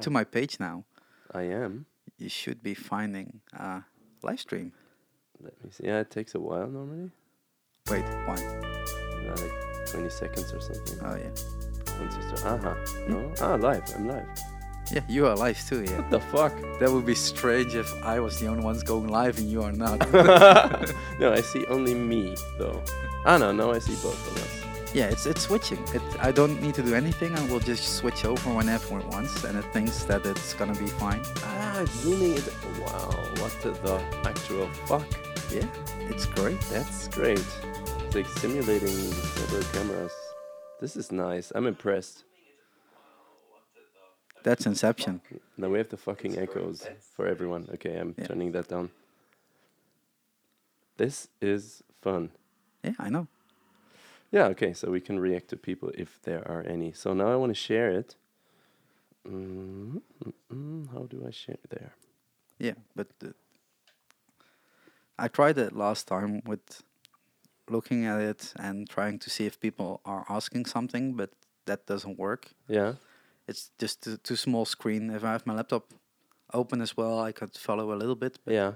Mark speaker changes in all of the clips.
Speaker 1: to my page now,
Speaker 2: I am.
Speaker 1: you should be finding a live stream.
Speaker 2: Let me see. Yeah, it takes a while normally.
Speaker 1: Wait, why?
Speaker 2: Uh, like 20 seconds or something.
Speaker 1: Oh yeah,
Speaker 2: Once you start. Uh-huh. No? Ah, live. I'm live.
Speaker 1: yeah, you are live too. Yeah,
Speaker 2: What the fuck?
Speaker 1: that would be strange if I was the only ones going live and you are not.
Speaker 2: no, I see only me, though. Ah, no, now I see both of us.
Speaker 1: yeah, it's it's switching. It, I don't need to do anything. I will just switch over whenever it wants, and it thinks that it's gonna be fine.
Speaker 2: Ah, zooming is. Wow, what the, the actual fuck?
Speaker 1: Yeah, it's great.
Speaker 2: That's great. It's like simulating several cameras. This is nice. I'm impressed.
Speaker 1: That's Inception.
Speaker 2: Now we have the fucking echoes for everyone. Okay, I'm
Speaker 1: Yeah.
Speaker 2: turning that down. This is fun.
Speaker 1: Yeah, I know.
Speaker 2: Yeah, okay, so we can react to people if there are any. So now I want to share it. Mm, mm, mm, how do I share there?
Speaker 1: Yeah, but uh, I tried it last time with looking at it and trying to see if people are asking something, but that doesn't work.
Speaker 2: Yeah.
Speaker 1: It's just too, too small screen. If I have my laptop open as well, I could follow a little bit. But
Speaker 2: Yeah.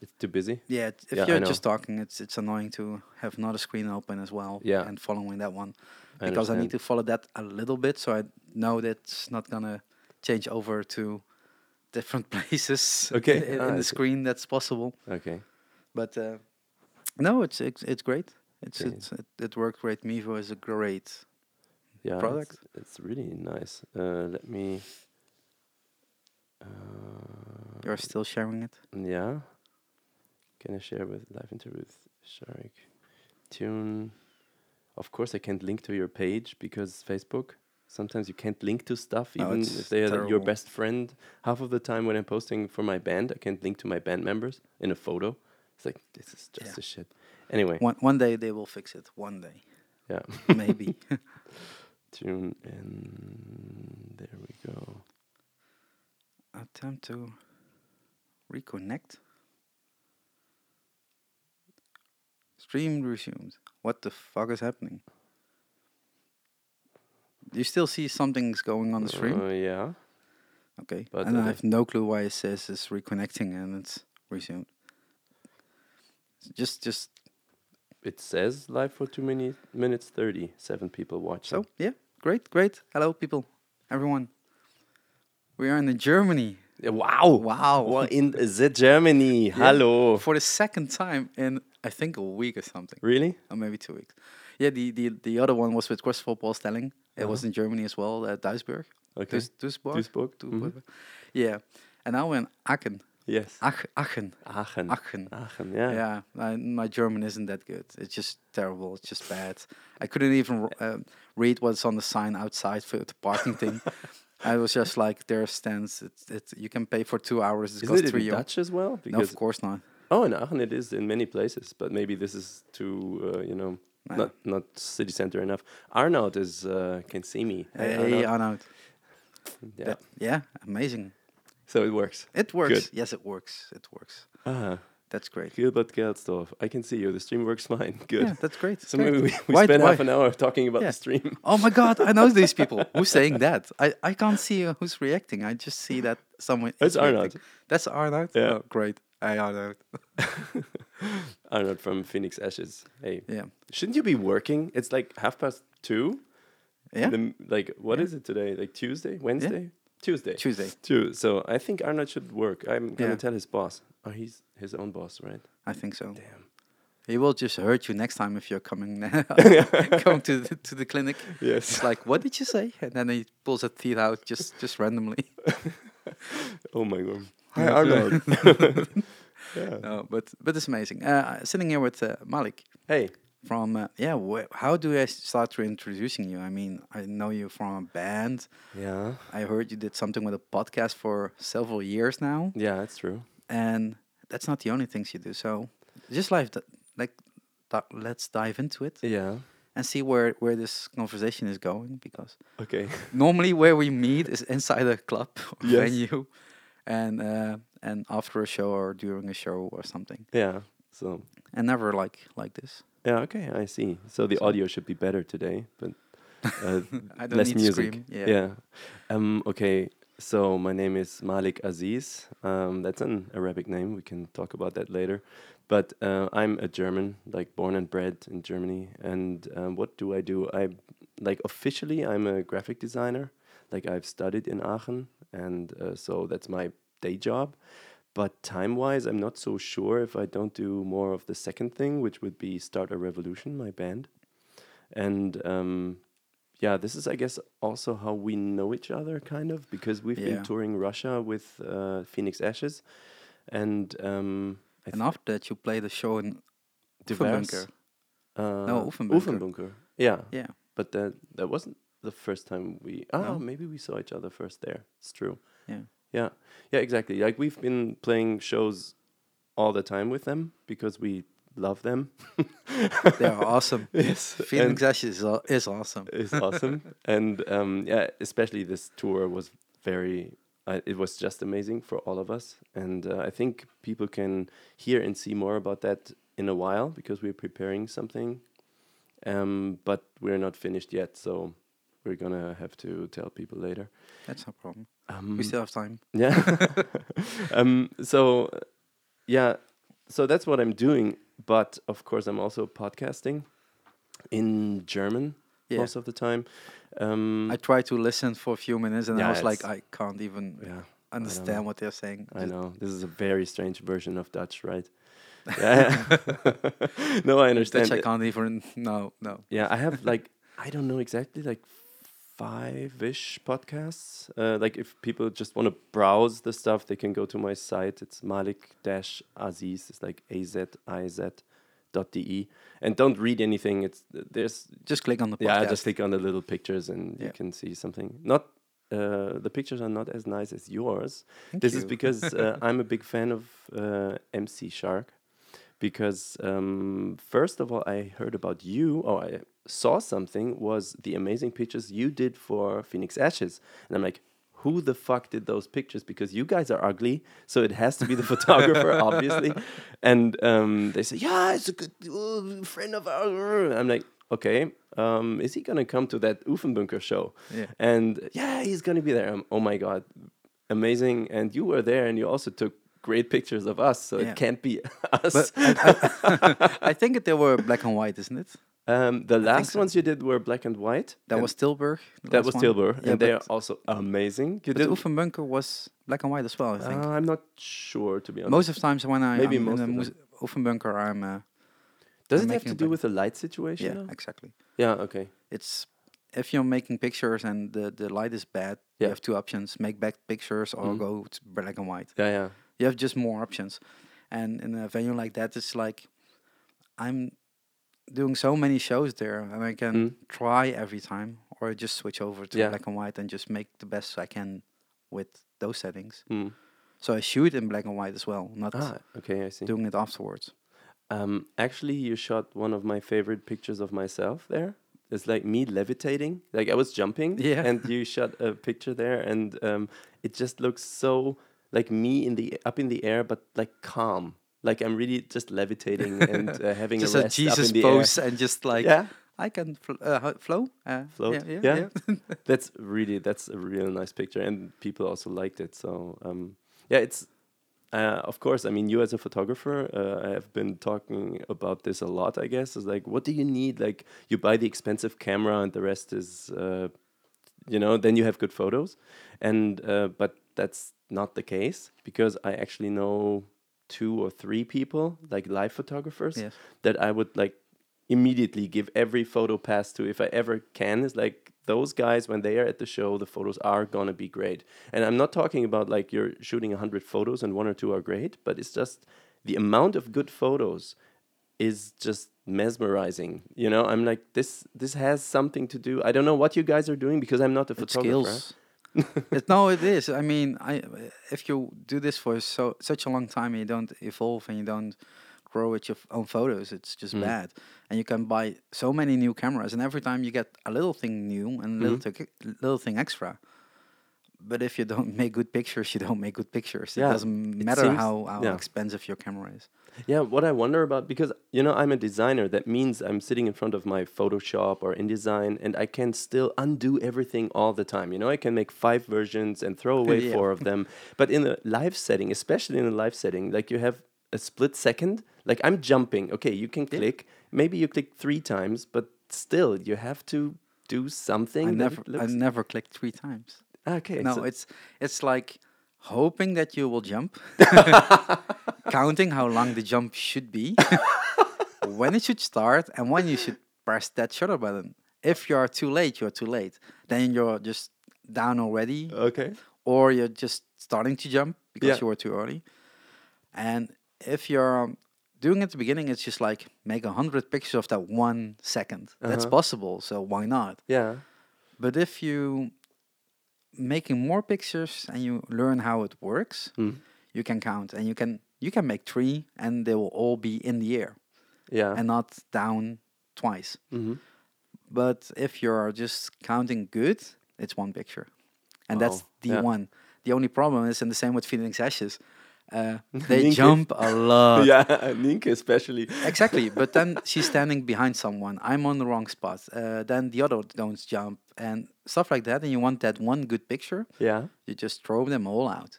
Speaker 2: It's too busy.
Speaker 1: yeah, it- if
Speaker 2: Yeah, I
Speaker 1: you're
Speaker 2: know.
Speaker 1: just talking, it's it's annoying to have another screen open as well.
Speaker 2: Yeah.
Speaker 1: and following that one
Speaker 2: I
Speaker 1: because I need to
Speaker 2: understand.
Speaker 1: follow that a little bit, so I know that's not gonna change over to different places.
Speaker 2: Okay.
Speaker 1: in,
Speaker 2: Ah,
Speaker 1: in
Speaker 2: I
Speaker 1: the
Speaker 2: see.
Speaker 1: screen that's possible.
Speaker 2: Okay.
Speaker 1: But uh, no, it's it's, it's great. It's,
Speaker 2: Okay.
Speaker 1: it's it, it worked great. Mevo is a great.
Speaker 2: Yeah.
Speaker 1: Product.
Speaker 2: It's, it's really nice. Uh, let me. Uh,
Speaker 1: You're still sharing it.
Speaker 2: yeah. Can I share with live interview with Sharik? Tune. Of course, I can't link to your page because Facebook. Sometimes you can't link to stuff,
Speaker 1: No,
Speaker 2: even
Speaker 1: it's
Speaker 2: if they are your
Speaker 1: terrible.
Speaker 2: best friend. Half of the time when I'm posting for my band, I can't link to my band members in a photo. It's like this is just
Speaker 1: Yeah.
Speaker 2: a shit. Anyway,
Speaker 1: One one day they will fix it. One day,
Speaker 2: yeah.
Speaker 1: maybe.
Speaker 2: tune in. There we go.
Speaker 1: Attempt to reconnect. Stream resumed. What the fuck is happening? Do you still see something's going on the stream?
Speaker 2: Uh, yeah.
Speaker 1: Okay.
Speaker 2: but uh,
Speaker 1: and
Speaker 2: I
Speaker 1: I have no clue why it says it's reconnecting and it's resumed. Just just
Speaker 2: It says live for two minutes, minutes 30. Seven people watching.
Speaker 1: So yeah, great, great. Hello, people, everyone. We are in Germany.
Speaker 2: Yeah, wow.
Speaker 1: Wow.
Speaker 2: Wow, in the Germany. Hello.
Speaker 1: For the second time in I think a week or something,
Speaker 2: Really?
Speaker 1: or maybe two weeks. Yeah, the the, the other one was with Christopher Paul Stelling. It was in Germany as well, at Duisburg.
Speaker 2: Uh-huh. Okay.
Speaker 1: Duis- Duisburg.
Speaker 2: Duisburg, Mm-hmm.
Speaker 1: Duisburg. Yeah, and now in Aachen.
Speaker 2: Yes.
Speaker 1: Aachen. Aachen.
Speaker 2: Aachen.
Speaker 1: Ah. Aachen.
Speaker 2: Aachen, yeah.
Speaker 1: Yeah, I, my German isn't that good. It's just terrible. It's just bad. I couldn't even r- um, read what's on the sign outside for the parking thing. I was just like, there stands. It's it's you can pay for two hours. It
Speaker 2: Isn't
Speaker 1: costs
Speaker 2: it
Speaker 1: three
Speaker 2: in
Speaker 1: euros.
Speaker 2: Dutch as well?
Speaker 1: No,
Speaker 2: Because
Speaker 1: of course not.
Speaker 2: oh, in Aachen it is in many places, but maybe this is too uh, you know
Speaker 1: Nah.
Speaker 2: not not city center enough. Arnold is uh, can see me.
Speaker 1: Hey,
Speaker 2: Arnold.
Speaker 1: Arnoud.
Speaker 2: yeah.
Speaker 1: That- yeah, amazing.
Speaker 2: So it works.
Speaker 1: It works. Yes, it works. It works.
Speaker 2: Ah,
Speaker 1: That's great.
Speaker 2: Gilbert Gerdsdorf. I can see you. The stream works fine. Good.
Speaker 1: Yeah, that's great.
Speaker 2: So
Speaker 1: great.
Speaker 2: maybe we, we
Speaker 1: Why-
Speaker 2: spent
Speaker 1: why-
Speaker 2: half an hour talking about
Speaker 1: Yeah.
Speaker 2: the stream.
Speaker 1: Oh my god, I know these people. Who's saying that? I, I can't see uh, who's reacting. I just see that someone.
Speaker 2: That's
Speaker 1: is reacting.
Speaker 2: Arnoud.
Speaker 1: That's Arnoud.
Speaker 2: Yeah.
Speaker 1: Oh, great. Hey Arnoud.
Speaker 2: Arnold from Phoenix Ashes. Hey,
Speaker 1: Yeah.
Speaker 2: shouldn't you be working? It's like half past two.
Speaker 1: Yeah.
Speaker 2: The m- like, what is it today? Like Tuesday, Wednesday, Tuesday,
Speaker 1: Tuesday.
Speaker 2: Two. So I think Arnold should work. I'm gonna
Speaker 1: Yeah.
Speaker 2: tell his boss. Oh, he's his own boss, right?
Speaker 1: I think so.
Speaker 2: Damn.
Speaker 1: He will just hurt you next time if you're coming coming to the, to the clinic.
Speaker 2: Yes.
Speaker 1: It's like, what did you say? And then he pulls a teeth out just just randomly.
Speaker 2: Oh my god.
Speaker 1: Yeah.
Speaker 2: Hi, Arnold. yeah.
Speaker 1: No, but but it's amazing. Uh, sitting here with uh, Malik
Speaker 2: Hey.
Speaker 1: from uh, yeah. Wh- how do I start reintroducing you? I mean, I know you from a band.
Speaker 2: Yeah.
Speaker 1: I heard you did something with a podcast for several years now,
Speaker 2: Yeah, that's true.
Speaker 1: and that's not the only things you do. So just like th- like th- let's dive into it.
Speaker 2: Yeah.
Speaker 1: and see where where this conversation is going because
Speaker 2: Okay.
Speaker 1: normally where we meet is inside a club or
Speaker 2: Yes.
Speaker 1: venue and uh, and after a show or during a show or something
Speaker 2: yeah. So
Speaker 1: and never like like this
Speaker 2: yeah. Okay. I see. So the audio should be better today, but uh,
Speaker 1: I don't
Speaker 2: less
Speaker 1: need to
Speaker 2: music.
Speaker 1: scream, yeah.
Speaker 2: yeah. Um. Okay. So my name is Malik Aziz. Um, that's an Arabic name. We can talk about that later. But uh, I'm a German, like born and bred in Germany. And um, what do I do? I like officially I'm a graphic designer. Like I've studied in Aachen, and uh, so that's my day job. But time wise, I'm not so sure if I don't do more of the second thing, which would be start a revolution, my band. And um, yeah, this is, I guess, also how we know each other, kind of, because we've
Speaker 1: Yeah.
Speaker 2: been touring Russia with uh, Phoenix Ashes. And um, I
Speaker 1: And after that, you played a show in
Speaker 2: Divers.
Speaker 1: Oefenbunker.
Speaker 2: Uh,
Speaker 1: No, Oefenbunker.
Speaker 2: Oefenbunker. Yeah.
Speaker 1: Yeah.
Speaker 2: But that, that wasn't the first time we. Oh,
Speaker 1: No?
Speaker 2: maybe we saw each other first there. It's true.
Speaker 1: Yeah.
Speaker 2: Yeah, yeah, exactly. Like we've been playing shows all the time with them because we love them.
Speaker 1: They are awesome.
Speaker 2: yes,
Speaker 1: Feeling Ashes is, aw- is awesome.
Speaker 2: is awesome, and um, yeah, especially this tour was very. Uh, it was just amazing for all of us, and uh, I think people can hear and see more about that in a while because we're preparing something, um, but we're not finished yet, so we're gonna have to tell people later.
Speaker 1: That's no problem.
Speaker 2: Um,
Speaker 1: We still have time.
Speaker 2: yeah. um, so, yeah. So that's what I'm doing. But of course, I'm also podcasting in German
Speaker 1: Yeah.
Speaker 2: most of the time. Um,
Speaker 1: I tried to listen for a few minutes and
Speaker 2: Yeah,
Speaker 1: I was like,
Speaker 2: it's-
Speaker 1: I can't even
Speaker 2: yeah,
Speaker 1: understand what they're saying.
Speaker 2: I
Speaker 1: Just-
Speaker 2: know. This is a very strange version of Dutch, right? Yeah. no, I understand.
Speaker 1: Dutch, I
Speaker 2: it.
Speaker 1: can't even. No, no.
Speaker 2: Yeah, I have like I don't know exactly like five-ish podcasts. Uh, like if people just want to browse the stuff, they can go to my site. It's malik-aziz. It's like a z i z dot de. And don't read anything. It's there's
Speaker 1: Just click on the podcast.
Speaker 2: yeah. Just click on the little pictures and
Speaker 1: Yeah.
Speaker 2: you can see something. Not. Uh, the pictures are not as nice as yours.
Speaker 1: Thank
Speaker 2: this is
Speaker 1: you.
Speaker 2: because uh, I'm a big fan of uh, MC Shark because um, first of all, I heard about you or I saw something was the amazing pictures you did for Phoenix Ashes, and I'm like, who the fuck did those pictures? Because you guys are ugly, so it has to be the photographer, obviously. And um, they say, yeah, it's a good uh, friend of ours. I'm like, okay, um, is he gonna come to that Ufenbunker show?
Speaker 1: Yeah.
Speaker 2: And yeah, he's gonna be there. Um, oh my god, amazing! And you were there, and you also took great pictures of us, so
Speaker 1: Yeah.
Speaker 2: it can't be us.
Speaker 1: But I, I, I think that they were black and white, isn't it?
Speaker 2: Um, the last
Speaker 1: so.
Speaker 2: ones you did were black and white.
Speaker 1: That
Speaker 2: and
Speaker 1: was Tilburg. the
Speaker 2: that
Speaker 1: last
Speaker 2: was
Speaker 1: one.
Speaker 2: Tilburg,
Speaker 1: Yeah,
Speaker 2: and they are
Speaker 1: but- um,
Speaker 2: also amazing. You
Speaker 1: But the
Speaker 2: did.
Speaker 1: Oefenbunker was black and white as well, I think.
Speaker 2: Uh, I'm not sure to be honest.
Speaker 1: most of the times when I,
Speaker 2: maybe
Speaker 1: I'm
Speaker 2: most
Speaker 1: in a
Speaker 2: of
Speaker 1: mus- Oefenbunker, I'm. Uh,
Speaker 2: Does
Speaker 1: I'm
Speaker 2: it have
Speaker 1: making
Speaker 2: to
Speaker 1: it
Speaker 2: do
Speaker 1: back.
Speaker 2: with the light situation?
Speaker 1: yeah,
Speaker 2: though?
Speaker 1: exactly.
Speaker 2: Yeah. Okay.
Speaker 1: It's if you're making pictures and the, the light is bad, you
Speaker 2: Yeah. Mm-hmm.
Speaker 1: have two options make back pictures or go to black and white.
Speaker 2: Yeah. Yeah.
Speaker 1: You have just more options. And in a venue like that, it's like I'm doing so many shows there and I can try every time or just switch over to
Speaker 2: Hmm. Yeah.
Speaker 1: black and white and just make the best I can with those settings.
Speaker 2: Mm.
Speaker 1: So I shoot in black and white as well, not
Speaker 2: Ah. Okay. I see.
Speaker 1: doing it afterwards.
Speaker 2: Um, actually, you shot one of my favorite pictures of myself there. It's like me levitating. Like I was jumping,
Speaker 1: Yeah.
Speaker 2: and you shot a picture there, and um, it just looks so like me in the up in the air, but like calm. Like I'm really just levitating and uh, having
Speaker 1: just
Speaker 2: a
Speaker 1: a
Speaker 2: rest up
Speaker 1: Jesus
Speaker 2: in the
Speaker 1: pose and just
Speaker 2: air.
Speaker 1: like
Speaker 2: yeah,
Speaker 1: I can fl- uh, ho- flow, uh,
Speaker 2: float.
Speaker 1: Yeah,
Speaker 2: Yeah,
Speaker 1: yeah, yeah.
Speaker 2: that's really that's a real nice picture, and people also liked it. So um, yeah, it's uh, of course. I mean, you as a photographer, uh, I have been talking about this a lot. I guess is like, what do you need? Like, you buy the expensive camera, and the rest is, uh, you know, then you have good photos, and uh, but that's not the case because I actually know two or three people like live photographers
Speaker 1: Yes.
Speaker 2: that I would like immediately give every photo pass to if I ever can is like those guys when they are at the show the photos are going to be great. And I'm not talking about like you're shooting 100 photos and one or two are great, but it's just the amount of good photos is just mesmerizing. You know, I'm like this this has something to do. I don't know what you guys are doing because I'm not a
Speaker 1: It's
Speaker 2: photographer.
Speaker 1: skills. It- no, it is. I mean, I if you do this for so such a long time and you don't evolve and you don't grow with your f- own photos, it's just
Speaker 2: Mm.
Speaker 1: bad. And you can buy so many
Speaker 2: Mm-hmm.
Speaker 1: new cameras, and every time you get a little thing new and a little thing- little thing extra. but if you don't make good pictures, you don't make good pictures.
Speaker 2: Yeah,
Speaker 1: it doesn't
Speaker 2: it
Speaker 1: matter
Speaker 2: seems-
Speaker 1: how, how
Speaker 2: yeah.
Speaker 1: expensive your camera is.
Speaker 2: Yeah, what I wonder about because you know I'm a designer. That means I'm sitting in front of my Photoshop or InDesign, and I can still undo everything all the time. You know, I can make five versions and throw away
Speaker 1: Yeah.
Speaker 2: four of them. But in a live setting, especially in a live setting, like you have a split second. Like I'm jumping. Okay, you can click. Maybe you click three times, but still you have to do something.
Speaker 1: I
Speaker 2: that
Speaker 1: never
Speaker 2: it looks-
Speaker 1: I never clicked three times.
Speaker 2: Ah, okay.
Speaker 1: No,
Speaker 2: so-
Speaker 1: it's it's like hoping that you will jump, counting how long the jump should be, when it should start, and when you should press that shutter button. If you are too late, you are too late. Then you're just down already,
Speaker 2: okay.
Speaker 1: or you're just starting to jump because
Speaker 2: Uh. Yeah.
Speaker 1: you were too early. And if you're um, doing it at the beginning, it's just like make a hundred pictures of that one second. That's possible, so why not?
Speaker 2: Yeah.
Speaker 1: But if you making more pictures and you learn how it works,
Speaker 2: Hmm.
Speaker 1: you can count and you can you can make three and they will all be in the air
Speaker 2: Yeah.
Speaker 1: and not down twice.
Speaker 2: Mhm.
Speaker 1: But if you're just counting good, it's one picture, and that's
Speaker 2: Oh,
Speaker 1: the
Speaker 2: yeah.
Speaker 1: one. The only problem is, and the same with Phoenix Ashes, uh, they
Speaker 2: Ninja.
Speaker 1: jump a lot.
Speaker 2: yeah, Ninke especially.
Speaker 1: Exactly, but then she's standing behind someone. I'm on the wrong spot. Uh, then the other don't jump and stuff like that. And you want that one good picture,
Speaker 2: Yeah.
Speaker 1: you just throw them all out.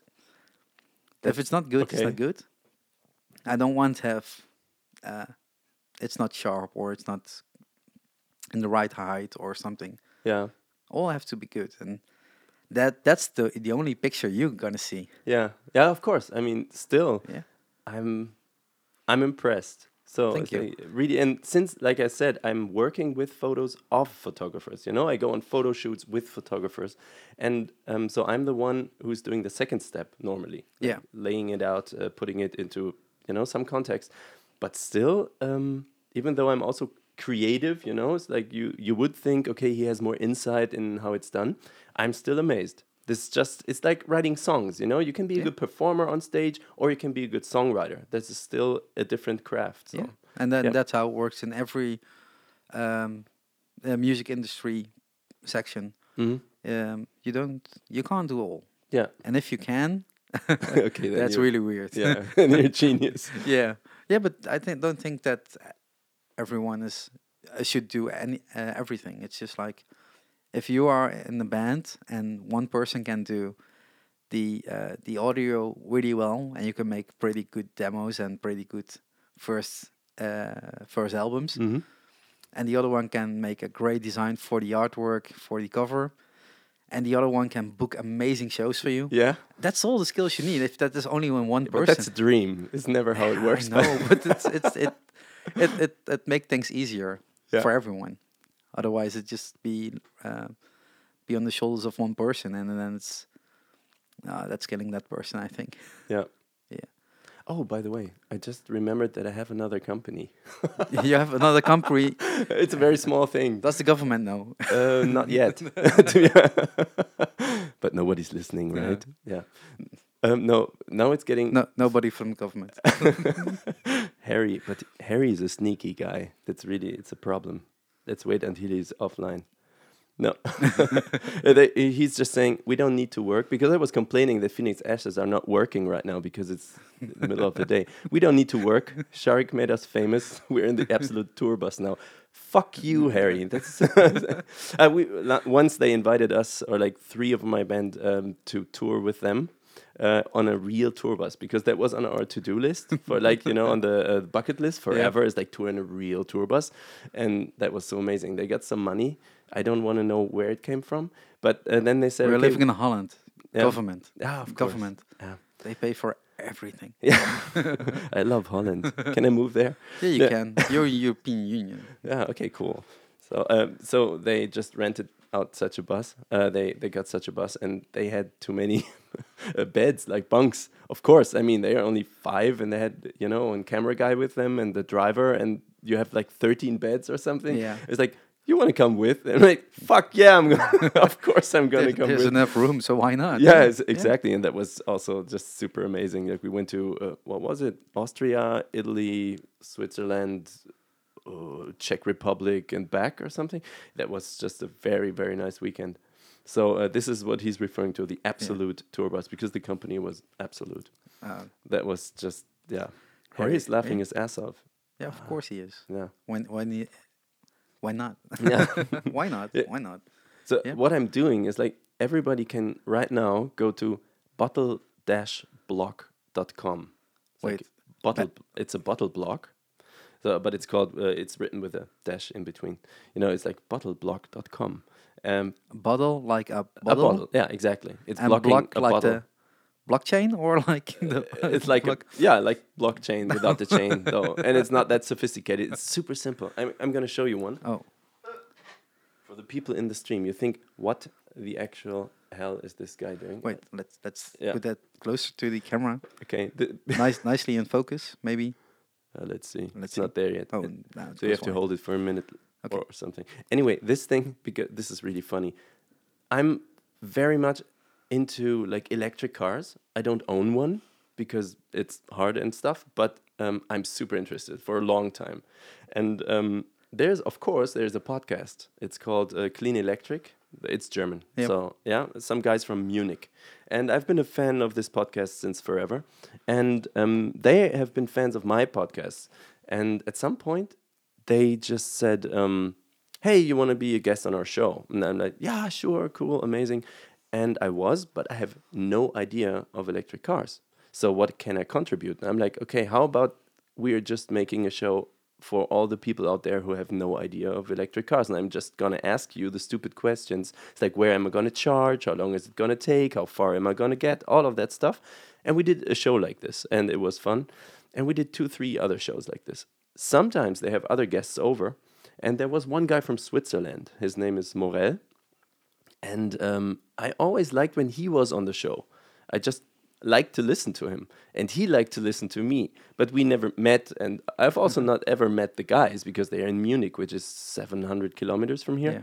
Speaker 1: if it's not good, it's
Speaker 2: okay.
Speaker 1: not good. I don't want to have uh, it's not sharp or it's not in the right height or something.
Speaker 2: Yeah.
Speaker 1: All have to be good, and that that's the the only picture you're gonna see.
Speaker 2: Yeah, yeah, of course. I mean, still,
Speaker 1: Yeah.
Speaker 2: I'm, I'm impressed. So
Speaker 1: Thank
Speaker 2: it's like, really, and since, like I said, I'm working with photos of photographers. You know, I go on photo shoots with photographers, and um, so I'm the one who's doing the second step normally. like
Speaker 1: Yeah.
Speaker 2: laying it out, uh, putting it into you know some context, but still, um, even though I'm also creative, you know, it's like you you would think, okay, he has more insight in how it's done. I'm still amazed. This just it's like writing songs, you know. You can be a
Speaker 1: Yeah.
Speaker 2: good performer on stage, or you can be a good songwriter. This is still a different craft. So.
Speaker 1: Yeah, and then
Speaker 2: Yeah.
Speaker 1: that's how it works in every um, uh, music industry section.
Speaker 2: Mhm.
Speaker 1: Um, you don't, you can't do all,
Speaker 2: Yeah.
Speaker 1: and if you can,
Speaker 2: Okay, then
Speaker 1: that's
Speaker 2: you-
Speaker 1: really weird.
Speaker 2: Yeah. and you're a genius.
Speaker 1: yeah, yeah, but I think don't think that uh, everyone is uh, should do any uh, everything. It's just like if you are in a band and one person can do the uh, the audio really well, and you can make pretty good demos and pretty good first uh, first albums,
Speaker 2: Mm. Mm-hmm.
Speaker 1: and the other one can make a great design for the artwork for the cover. And the other one can book amazing shows for you.
Speaker 2: Yeah.
Speaker 1: That's all the skills you need. If that is only in one person,
Speaker 2: But that's a dream. It's never how it works.
Speaker 1: I know, but it's it's it it it, it make things easier
Speaker 2: Yeah.
Speaker 1: for everyone. Otherwise, it just be uh, be on the shoulders of one person, and then it's uh, that's killing that person. I think.
Speaker 2: Yeah.
Speaker 1: Yeah,
Speaker 2: Oh, by the way, I just remembered that I have another company.
Speaker 1: you have another company.
Speaker 2: it's a very small thing.
Speaker 1: Does the government know?
Speaker 2: Uh, not yet. To be- but nobody's listening,
Speaker 1: Yeah.
Speaker 2: right? Yeah. Um, no, now it's getting
Speaker 1: No, nobody from the government.
Speaker 2: Harry. But Harry is a sneaky guy. That's really it's a problem. Let's wait until he's offline. No, Uh, they- he's just saying we don't need to work because I was complaining that Phoenix Ashes are not working right now because it's the middle of the day. We don't need to work. Sharik made us famous. We're in the absolute tour bus now. Fuck you, Harry. That's uh, we, la- once they invited us or like three of my band um, to tour with them. Uh, on a real tour bus because that was on our to-do list for like you know on the uh, bucket list forever is like touring a real tour bus and that was so amazing they got some money i don't want to know where it came from but uh, then they said
Speaker 1: We're
Speaker 2: okay,
Speaker 1: living in Holland.
Speaker 2: Yeah.
Speaker 1: Government.
Speaker 2: Ah, of course.
Speaker 1: government.
Speaker 2: Yeah.
Speaker 1: They pay for everything.
Speaker 2: yeah i love holland can i move there
Speaker 1: Yeah, you can. You're European Union.
Speaker 2: Yeah. Okay. Cool. So, um, so they just rented out such a bus. Uh, they they got such a bus, and they had too many uh, beds, like bunks. Of course. I mean, they are only five, and they had you know, and camera guy with them, and the driver, and you have like thirteen beds or something.
Speaker 1: Yeah.
Speaker 2: It's like you want to come with, and I'm like fuck yeah, I'm gonna. of course, I'm gonna
Speaker 1: There-
Speaker 2: come
Speaker 1: there's
Speaker 2: with.
Speaker 1: enough room, so why not?
Speaker 2: Yeah, it's- exactly, and that was also just super amazing. Like we went to uh, what was it? Austria, Italy, Switzerland, uh, Czech Republic, and back or something. That was just a very very nice weekend. So uh, this is what he's referring to the absolute tour bus because the company was absolute.
Speaker 1: Uh,
Speaker 2: That was just yeah. Harry's laughing
Speaker 1: yeah.
Speaker 2: his ass off.
Speaker 1: yeah, of course he is.
Speaker 2: Yeah.
Speaker 1: When when he, why not?
Speaker 2: Yeah.
Speaker 1: why not?
Speaker 2: Yeah.
Speaker 1: Why not?
Speaker 2: So
Speaker 1: Yeah.
Speaker 2: what I'm doing is like everybody can right now go to bottle dash block.com. It's like
Speaker 1: Wait,
Speaker 2: bottle it's a bottle block. So, but it's called uh, it's written with a dash in between. You know, it's like bottleblock.com. Um
Speaker 1: Bottle like a
Speaker 2: a
Speaker 1: bottle,
Speaker 2: bottle. Yeah, exactly. It's
Speaker 1: and
Speaker 2: blocking
Speaker 1: block
Speaker 2: a
Speaker 1: like
Speaker 2: bottle. Uh,
Speaker 1: the blockchain or like the
Speaker 2: it's like a,
Speaker 1: block-
Speaker 2: yeah, like blockchain without the chain though, and it's not that sophisticated. It's super simple. I'm I'm gonna show you one
Speaker 1: oh
Speaker 2: for the people in the stream. You think what the actual hell is this guy doing?
Speaker 1: wait let's let's
Speaker 2: Yeah.
Speaker 1: put that closer to the camera.
Speaker 2: Okay, th-
Speaker 1: nice nicely in focus maybe.
Speaker 2: Uh, let's see.
Speaker 1: Let's
Speaker 2: it's not
Speaker 1: see.
Speaker 2: there yet.
Speaker 1: Oh,
Speaker 2: It-
Speaker 1: no, it
Speaker 2: so you
Speaker 1: was
Speaker 2: have to
Speaker 1: one.
Speaker 2: hold it for a minute
Speaker 1: Okay.
Speaker 2: or something. Anyway, this thing because this is really funny. I'm very much into like electric cars. I don't own one because it's hard and stuff, but um, I'm super interested for a long time. And um, there's of course there's a podcast. It's called uh, Clean Electric. It's German.
Speaker 1: Yep.
Speaker 2: So yeah, some guys from Munich, and I've been a fan of this podcast since forever, and um, they have been fans of my podcast. And at some point, they just said, um, "Hey, you want to be a guest on our show?" And I'm like, "Yeah, sure, cool, amazing." And I was, but I have no idea of electric cars. So what can I contribute? And I'm like, "Okay, how about we are just making a show for all the people out there who have no idea of electric cars. And I'm just going to ask you the stupid questions. It's like, where am I going to charge? How long is it going to take? How far am I going to get? All of that stuff. And we did a show like this, and it was fun. And we did two, three other shows like this. Sometimes they have other guests over. And there was one guy from Switzerland. His name is Morel. And um, I always liked when he was on the show. I just liked to listen to him, and he liked to listen to me. But we never met, and I've also not ever met the guys because they are in Munich, which is 700 kilometers from here.
Speaker 1: Yeah.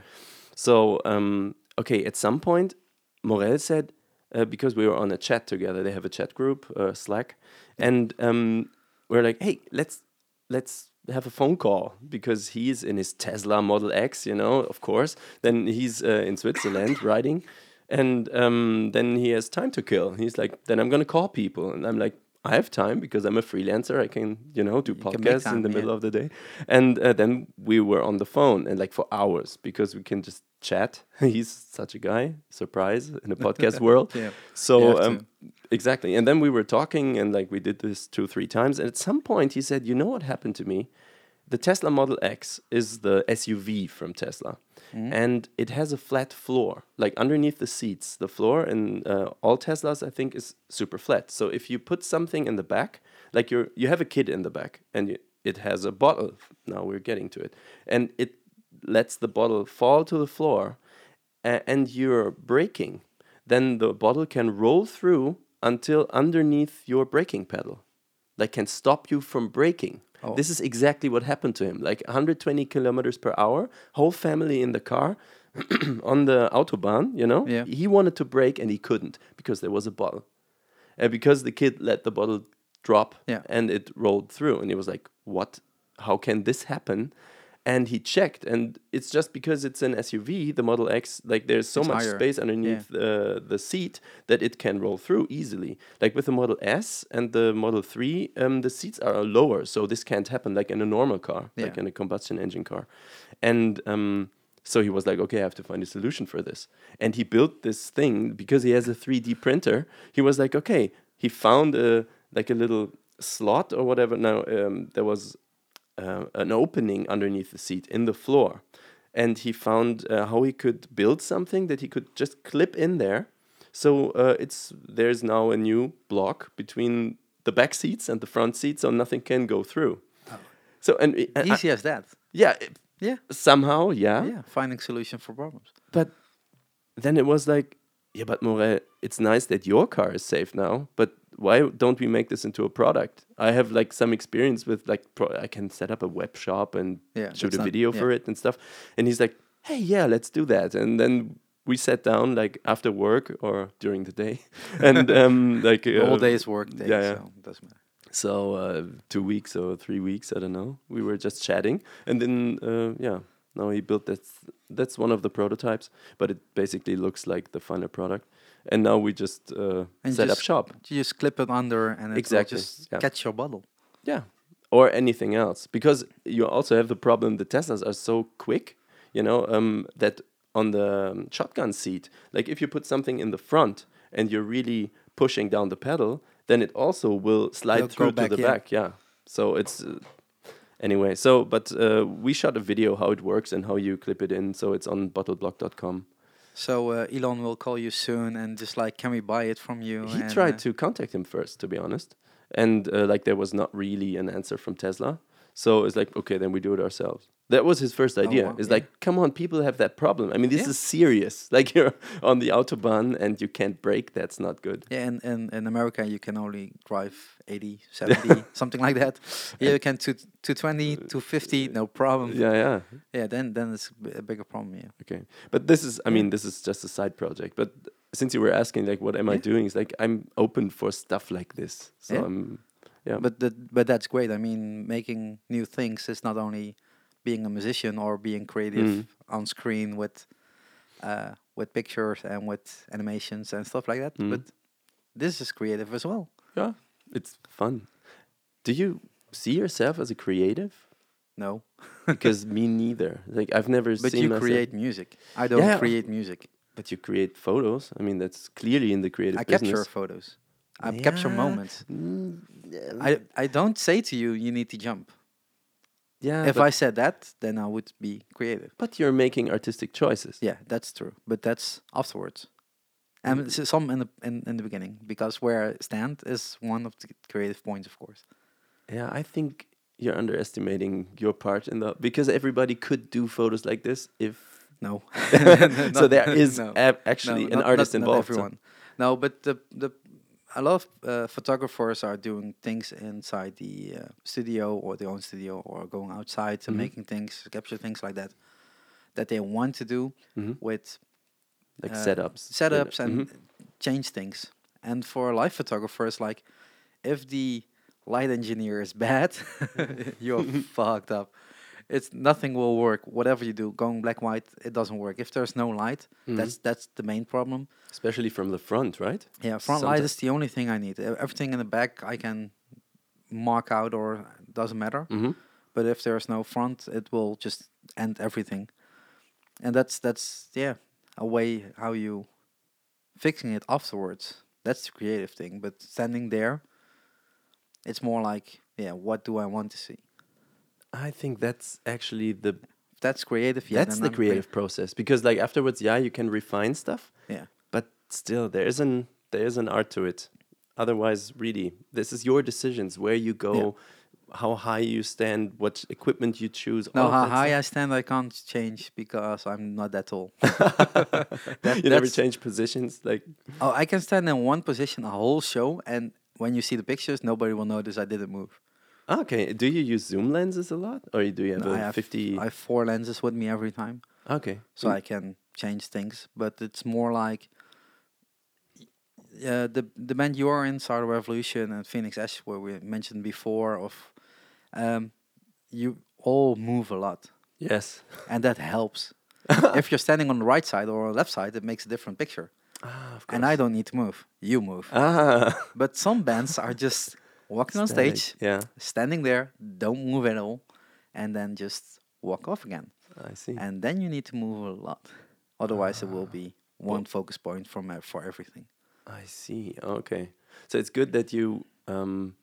Speaker 2: So, um, okay, at some point, Morel said, uh, because we were on a chat together, they have a chat group, uh, Slack, and um, we're like, hey, let's let's have a phone call because he's in his Tesla Model X, you know, of course. Then he's uh, in Switzerland riding, and um, then he has time to kill. He's like, then I'm gonna call people, and I'm like, I have time because I'm a freelancer. I can, you know, do
Speaker 1: can make
Speaker 2: podcasts in
Speaker 1: time,
Speaker 2: the
Speaker 1: yeah.
Speaker 2: middle of the day, and uh, then we were on the phone and like for hours because we can just chat. he's such a guy, surprise in the podcast world.
Speaker 1: Yeah. You
Speaker 2: So
Speaker 1: have
Speaker 2: um, exactly, and then we were talking, and like we did this two, three times, and at some point he said, "You know what happened to me? The Tesla Model X is the SUV from Tesla,
Speaker 1: Mm-hmm.
Speaker 2: and it has a flat floor, like underneath the seats. The floor in uh, all Teslas, I think, is super flat. So if you put something in the back, like you're you have a kid in the back, and you, it has a bottle. Now we're getting to it, and it lets the bottle fall to the floor." a- and you're braking, then the bottle can roll through until underneath your braking pedal. Like can stop you from braking. This is exactly what happened to him. Like 120 kilometers per hour, whole family in the car on the autobahn, you know?
Speaker 1: Yeah.
Speaker 2: He wanted to brake and he couldn't because there was a bottle. And because the kid let the bottle drop
Speaker 1: Yeah.
Speaker 2: and it rolled through and he was like, What? How can this happen? And he checked, and it's just because it's an SUV, the Model X, like there's so
Speaker 1: It's
Speaker 2: much
Speaker 1: higher.
Speaker 2: space underneath the the seat that it can roll through easily. Like with the Model S and the Model 3, um, the seats are lower, so this can't happen like in a normal car, like
Speaker 1: Yeah.
Speaker 2: in a combustion engine car. And um, so he was like, okay, I have to find a solution for this. And he built this thing because he has a 3D printer. He was like, okay, he found a like a little slot or whatever. Now um, there was uh, an opening underneath the seat in the floor. And he found uh, how he could build something that he could just clip in there. So uh, it's there's now a new block between the back seats and the front seats, so nothing can go through. So and, and Uh, I-
Speaker 1: Easy as that.
Speaker 2: yeah, it-
Speaker 1: Yeah.
Speaker 2: somehow yeah.
Speaker 1: Yeah. Finding solution for problems.
Speaker 2: But then it was like, yeah, but Morel, it's nice that your car is safe now, but why don't we make this into a product? I have like some experience with like pro- I can set up a web shop and
Speaker 1: Yeah,
Speaker 2: shoot
Speaker 1: that's
Speaker 2: a
Speaker 1: not-
Speaker 2: video for
Speaker 1: yeah.
Speaker 2: it and stuff. And he's like, hey, yeah, let's do that. And then we sat down like after work or during the day, and um, like
Speaker 1: The whole
Speaker 2: uh,
Speaker 1: day is work day.
Speaker 2: yeah, yeah.
Speaker 1: So it doesn't matter.
Speaker 2: so uh, two weeks or three weeks, I don't know. We were just chatting, and then uh, yeah, No, he built that. That's one of the prototypes, but it basically looks like the final product. And now we just uh,
Speaker 1: And
Speaker 2: set up
Speaker 1: just-
Speaker 2: shop.
Speaker 1: You just clip it under and it
Speaker 2: Exactly,
Speaker 1: will just
Speaker 2: yeah.
Speaker 1: catch your bottle.
Speaker 2: Yeah. Or anything else. Because you also have the problem the Teslas are so quick, you know, um, that on the um, shotgun seat, like if you put something in the front and you're really pushing down the pedal, then it also will slide
Speaker 1: It'll go
Speaker 2: through to
Speaker 1: back,
Speaker 2: the
Speaker 1: yeah.
Speaker 2: back. Yeah. So it's. Uh, Anyway, so but uh, we shot a video how it works and how you clip it in, so it's on bottleblock.com.
Speaker 1: So uh, Elon will call you soon and just like, can we buy it from you?
Speaker 2: He
Speaker 1: And,
Speaker 2: tried
Speaker 1: uh,
Speaker 2: to contact him first, to be honest, and uh, like there was not really an answer from Tesla. So it's like, okay, then we do it ourselves. That was his first idea.
Speaker 1: Oh, wow,
Speaker 2: It's
Speaker 1: yeah.
Speaker 2: like, come on, people have that problem. I mean, this
Speaker 1: Yeah.
Speaker 2: is serious. Like you're on the autobahn and you can't brake. That's not good.
Speaker 1: Yeah, in, in, in America, you can only drive 80, 70, something like that. Here you can to 220, 250, no problem.
Speaker 2: Uh, Yeah, yeah.
Speaker 1: Yeah, then then it's b- a bigger problem. Yeah.
Speaker 2: Okay, but this is, I mean, this is just a side project. But since you were asking, like, what am I
Speaker 1: Yeah.
Speaker 2: doing? It's like I'm open for stuff like this. So
Speaker 1: Yeah.
Speaker 2: I'm, yeah.
Speaker 1: But that but that's great. I mean, making new things is not only being a musician or being creative
Speaker 2: Mm.
Speaker 1: on screen with uh, with pictures and with animations and stuff like that.
Speaker 2: Mm.
Speaker 1: But this is creative as well.
Speaker 2: yeah, it's fun. Do you see yourself as a creative?
Speaker 1: No,
Speaker 2: because me neither. Like I've never
Speaker 1: but
Speaker 2: seen.
Speaker 1: you
Speaker 2: myself-
Speaker 1: create music. I don't
Speaker 2: Yeah, of-
Speaker 1: create music.
Speaker 2: But you create photos. I mean, that's clearly in the creative
Speaker 1: I capture
Speaker 2: business.
Speaker 1: photos. I capture
Speaker 2: Yeah.
Speaker 1: moments.
Speaker 2: Mm,
Speaker 1: I, I don't say to you you need to jump.
Speaker 2: yeah.
Speaker 1: if
Speaker 2: but,
Speaker 1: I said that, then I would be creative.
Speaker 2: but you're making artistic choices.
Speaker 1: Yeah, that's true. But that's afterwards. And
Speaker 2: Mm.
Speaker 1: s- some in the in, in the beginning, because where I stand is one of the creative points, of course.
Speaker 2: Yeah, I think you're underestimating your part in the because everybody could do photos like this if.
Speaker 1: No. Not-
Speaker 2: so there is
Speaker 1: no.
Speaker 2: ab- actually
Speaker 1: No,
Speaker 2: an
Speaker 1: not-
Speaker 2: artist
Speaker 1: not- not
Speaker 2: involved. so-
Speaker 1: everyone. No, but the the a lot of uh, photographers are doing things inside the uh, studio or their own studio or going outside and
Speaker 2: Mhm.
Speaker 1: making things, capture things like that that they want to do
Speaker 2: Mhm.
Speaker 1: with
Speaker 2: Like
Speaker 1: uh,
Speaker 2: setups. Mm-hmm. you know.
Speaker 1: setups and change things. And for live photographers, like if the light engineer is bad, you're fucked up. It's nothing will work. Whatever you do, going black white, it doesn't work. If there's no light,
Speaker 2: Mhm.
Speaker 1: that's that's the main problem.
Speaker 2: especially from the front, right?
Speaker 1: Yeah, front light is the only thing I need. E- Everything in the back I can mark out or doesn't matter.
Speaker 2: Mhm.
Speaker 1: But if there's no front, it will just end everything. And that's that's yeah, a way how you fixing it afterwards. That's the creative thing. But standing there, it's more like yeah, what do I want to see?
Speaker 2: I think that's actually the
Speaker 1: If that's creative. Yeah,
Speaker 2: that's
Speaker 1: then
Speaker 2: the
Speaker 1: I'm crea-
Speaker 2: creative process because like afterwards, yeah, you can refine stuff,
Speaker 1: Yeah,
Speaker 2: but still there is an there is an art to it otherwise really this is your decisions where you go how high you stand what equipment you choose
Speaker 1: no,
Speaker 2: all
Speaker 1: how
Speaker 2: of
Speaker 1: high
Speaker 2: that
Speaker 1: I stand, I can't change because I'm not that tall.
Speaker 2: stuff.
Speaker 1: that-
Speaker 2: you never
Speaker 1: that's-
Speaker 2: change positions like
Speaker 1: Oh, I can stand in one position a whole show, and when you see the pictures, nobody will notice I didn't move.
Speaker 2: ah, okay do you use zoom lenses a lot or do you have
Speaker 1: No,
Speaker 2: a
Speaker 1: I have
Speaker 2: 50
Speaker 1: I have four lenses with me every time,
Speaker 2: okay
Speaker 1: so I can change things. But it's more like uh, the the band you are in, Star Revolution and Phoenix Ash, where we mentioned before, of um, you all move a lot,
Speaker 2: yes
Speaker 1: and that helps. if you're standing on the right side or on the left side, it makes a different picture.
Speaker 2: ah, of
Speaker 1: And I don't need to move; you move.
Speaker 2: ah
Speaker 1: But some bands are just walking on
Speaker 2: static,
Speaker 1: stage,
Speaker 2: yeah
Speaker 1: standing there, don't move at all, and then just walk off again.
Speaker 2: i see
Speaker 1: And then you need to move a lot. Otherwise, it will be
Speaker 2: Ah.
Speaker 1: one focus point from uh, for everything.
Speaker 2: I see. Okay. So it's good that you um,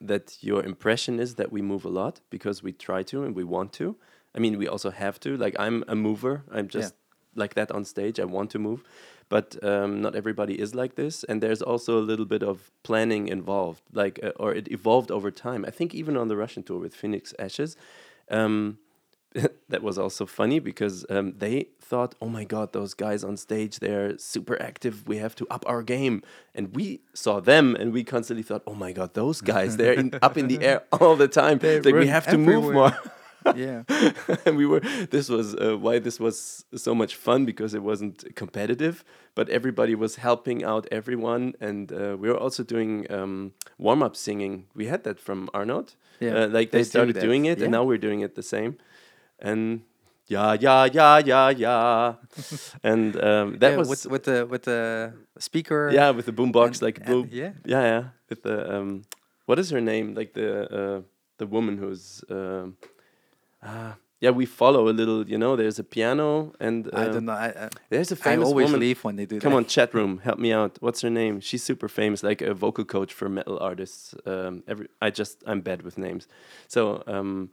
Speaker 2: that your impression is that we move a lot because we try to and we want to. I mean, we also have to. Like I'm a mover. I'm just like that on stage. I want to move, but um, not everybody is like this. And there's also a little bit of planning involved. Like uh, or it evolved over time. I think even on the Russian tour with Phoenix Ashes. Um, that was also funny because um, they thought, oh my God, those guys on stage, they're super active. We have to up our game. And we saw them and we constantly thought, oh my God, those guys, they're in, up in the air all the time.
Speaker 1: They
Speaker 2: It's like, we
Speaker 1: run
Speaker 2: have to move more.
Speaker 1: yeah.
Speaker 2: and we were, this was uh, why this was so much fun because it wasn't competitive, but everybody was helping out everyone. And uh, we were also doing um, warm up singing. We had that from Arnold.
Speaker 1: Yeah,
Speaker 2: Uh, like
Speaker 1: they
Speaker 2: they,
Speaker 1: do
Speaker 2: started
Speaker 1: that,
Speaker 2: doing it
Speaker 1: yeah.
Speaker 2: and now we're doing it the same. And yeah, yeah, yeah, yeah, yeah, and um, that
Speaker 1: Yeah,
Speaker 2: was
Speaker 1: with, with the with the speaker.
Speaker 2: yeah with the boombox
Speaker 1: and-
Speaker 2: like
Speaker 1: and-
Speaker 2: boom
Speaker 1: yeah.
Speaker 2: yeah yeah with the um what is her name like the uh, the woman who's um ah, yeah we follow a little you know there's a piano and
Speaker 1: I
Speaker 2: um,
Speaker 1: don't know. I, I,
Speaker 2: there's a
Speaker 1: I
Speaker 2: famous
Speaker 1: always
Speaker 2: woman
Speaker 1: leave when they do
Speaker 2: Come
Speaker 1: that.
Speaker 2: on, chat room, help me out. What's her name? She's super famous, like a vocal coach for metal artists. Um, every I just I'm bad with names, so um,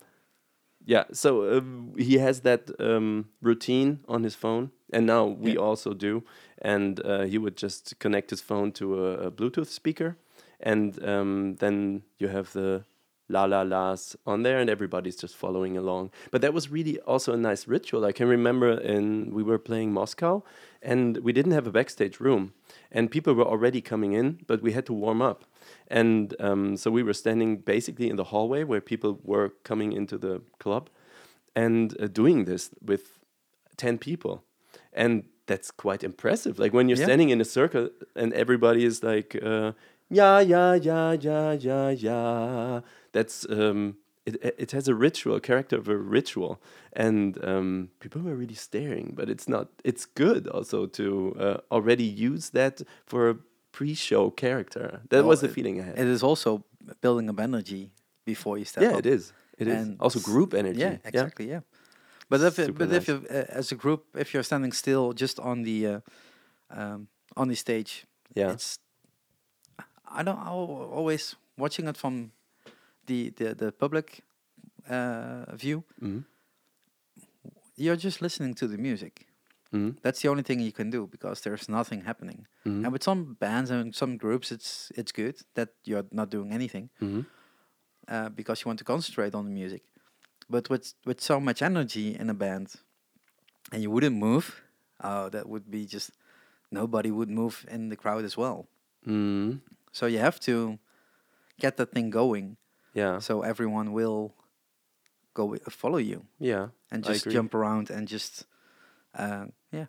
Speaker 2: yeah. So um, he has that um, routine on his phone, and now we
Speaker 1: Yeah.
Speaker 2: also do. And uh, he would just connect his phone to a, a Bluetooth speaker, and um, then you have the la la las on there and everybody's just following along but that was really also a nice ritual i can remember in we were playing moscow and we didn't have a backstage room and people were already coming in but we had to warm up and um, so we were standing basically in the hallway where people were coming into the club and uh, doing this with 10 people and that's quite impressive like when you're
Speaker 1: Yeah.
Speaker 2: standing in a circle and everybody is like uh, yeah yeah yeah yeah yeah yeah that's um it, it- it has a ritual a character of a ritual and um, people were really staring but it's not it's good also to uh, already use that for a pre-show character that
Speaker 1: Well,
Speaker 2: was the
Speaker 1: Oh, it-
Speaker 2: feeling i had
Speaker 1: It is also building up energy before you step
Speaker 2: yeah
Speaker 1: up.
Speaker 2: it is it is
Speaker 1: And
Speaker 2: also
Speaker 1: s-
Speaker 2: group energy
Speaker 1: Yeah, exactly. Yeah, but if it-
Speaker 2: Super
Speaker 1: but
Speaker 2: nice.
Speaker 1: if you uh, as a group, if you're standing still just on the uh, um, on the stage,
Speaker 2: Yeah.
Speaker 1: it's I don't I al- always watching it from the the the public uh, view.
Speaker 2: Mhm.
Speaker 1: You're just listening to the music.
Speaker 2: Mhm.
Speaker 1: That's the only thing you can do because there's nothing happening.
Speaker 2: Mm-hmm.
Speaker 1: And with some bands and some groups, it's it's good that you're not doing anything
Speaker 2: Mhm.
Speaker 1: uh, because you want to concentrate on the music. But with with so much energy in a band, and you wouldn't move, uh, that would be just nobody would move in the crowd as well.
Speaker 2: Mhm.
Speaker 1: So you have to get that thing going,
Speaker 2: yeah
Speaker 1: so everyone will go wi- uh, follow you
Speaker 2: yeah
Speaker 1: and
Speaker 2: I
Speaker 1: just
Speaker 2: agree.
Speaker 1: jump around and just uh, yeah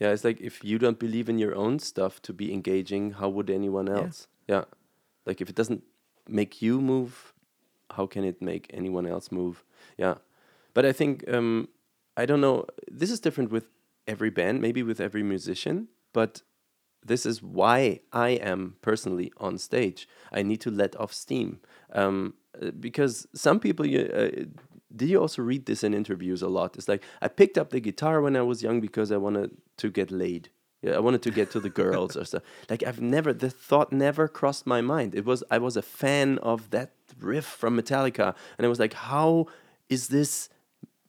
Speaker 2: Yeah, it's like if you don't believe in your own stuff to be engaging, how would anyone else? Yeah. Like if it doesn't make you move, how can it make anyone else move? Yeah. But I think um I don't know, this is different with every band, maybe with every musician, but this is why I am personally on stage. I need to let off steam. Um, uh, because some people, you, uh, did you also read this in interviews a lot? It's like, I picked up the guitar when I was young because I wanted to get laid. Yeah, I wanted to get to the girls or stuff. Like I've never, the thought never crossed my mind. It was, I was a fan of that riff from Metallica. And I was like, how is this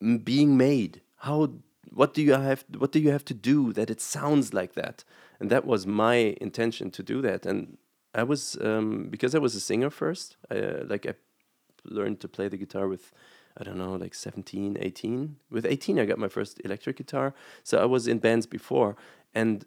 Speaker 2: m- being made how what do you have what do you have to do that it sounds like that and that was my intention to do that and i was um, because i was a singer first uh, like i learned to play the guitar with i don't know like 17 18 with 18 i got my first electric guitar so i was in bands before and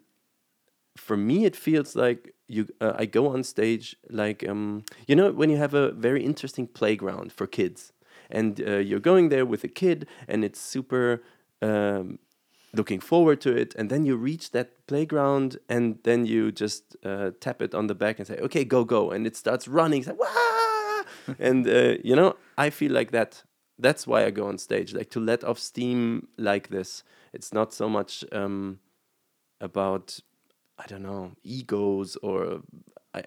Speaker 2: for me it feels like you uh, i go on stage like um you know when you have a very interesting playground for kids and uh, you're going there with a kid and it's super um looking forward to it and then you reach that playground and then you just uh, tap it on the back and say okay go go and it starts running it's like, "Wah!" and uh, you know i feel like that that's why i go on stage like to let off steam like this it's not so much um, about I don't know egos or I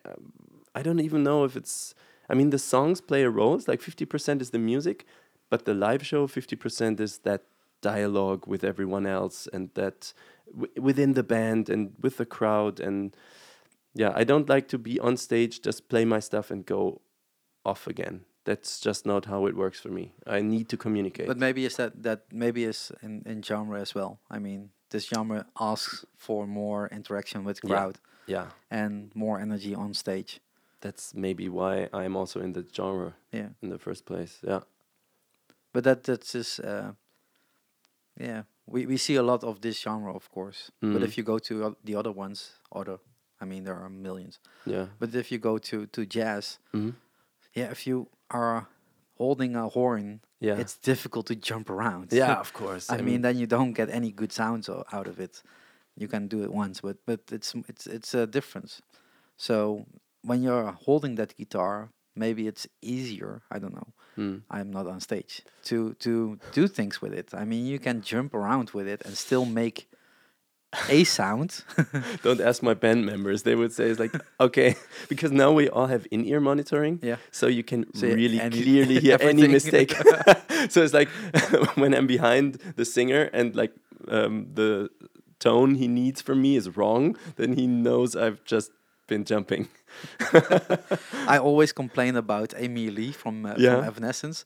Speaker 2: I don't even know if it's I mean the songs play a role. It's like fifty percent is the music, but the live show fifty percent is that dialogue with everyone else and that w- within the band and with the crowd and yeah I don't like to be on stage just play my stuff and go off again. That's just not how it works for me. I need to communicate.
Speaker 1: But maybe it's that that maybe it's in, in genre as well. I mean, this genre asks for more interaction with
Speaker 2: Yeah.
Speaker 1: crowd
Speaker 2: yeah,
Speaker 1: and more energy on stage.
Speaker 2: that's maybe why I'm also in the genre
Speaker 1: Yeah,
Speaker 2: in the first place. Yeah.
Speaker 1: but that that's just uh, yeah. We we see a lot of this genre, of course. But
Speaker 2: Mhm.
Speaker 1: if you go to o- the other ones, other, I mean, there are millions.
Speaker 2: Yeah.
Speaker 1: But if you go to to jazz,
Speaker 2: hmm
Speaker 1: yeah, if you are holding a horn,
Speaker 2: Yeah.
Speaker 1: it's difficult to jump around.
Speaker 2: Yeah, of course.
Speaker 1: I, mean, then you don't get any good sounds o- out of it. You can do it once, but but it's m- it's it's a difference. So when you're holding that guitar, maybe it's easier. I don't know.
Speaker 2: Hmm.
Speaker 1: I'm not on stage to to do things with it. I mean, you can jump around with it and still make a sound.
Speaker 2: Don't ask my band members. They would say it's like, okay, because now we all have in-ear monitoring.
Speaker 1: Yeah.
Speaker 2: So you can
Speaker 1: So you-
Speaker 2: really
Speaker 1: any-
Speaker 2: clearly hear any
Speaker 1: everything.
Speaker 2: mistake. so it's like when I'm behind the singer and like um, the tone he needs from me is wrong, then he knows I've just been jumping.
Speaker 1: I always complain about Amy Lee from, uh,
Speaker 2: Yeah.
Speaker 1: from Evanescence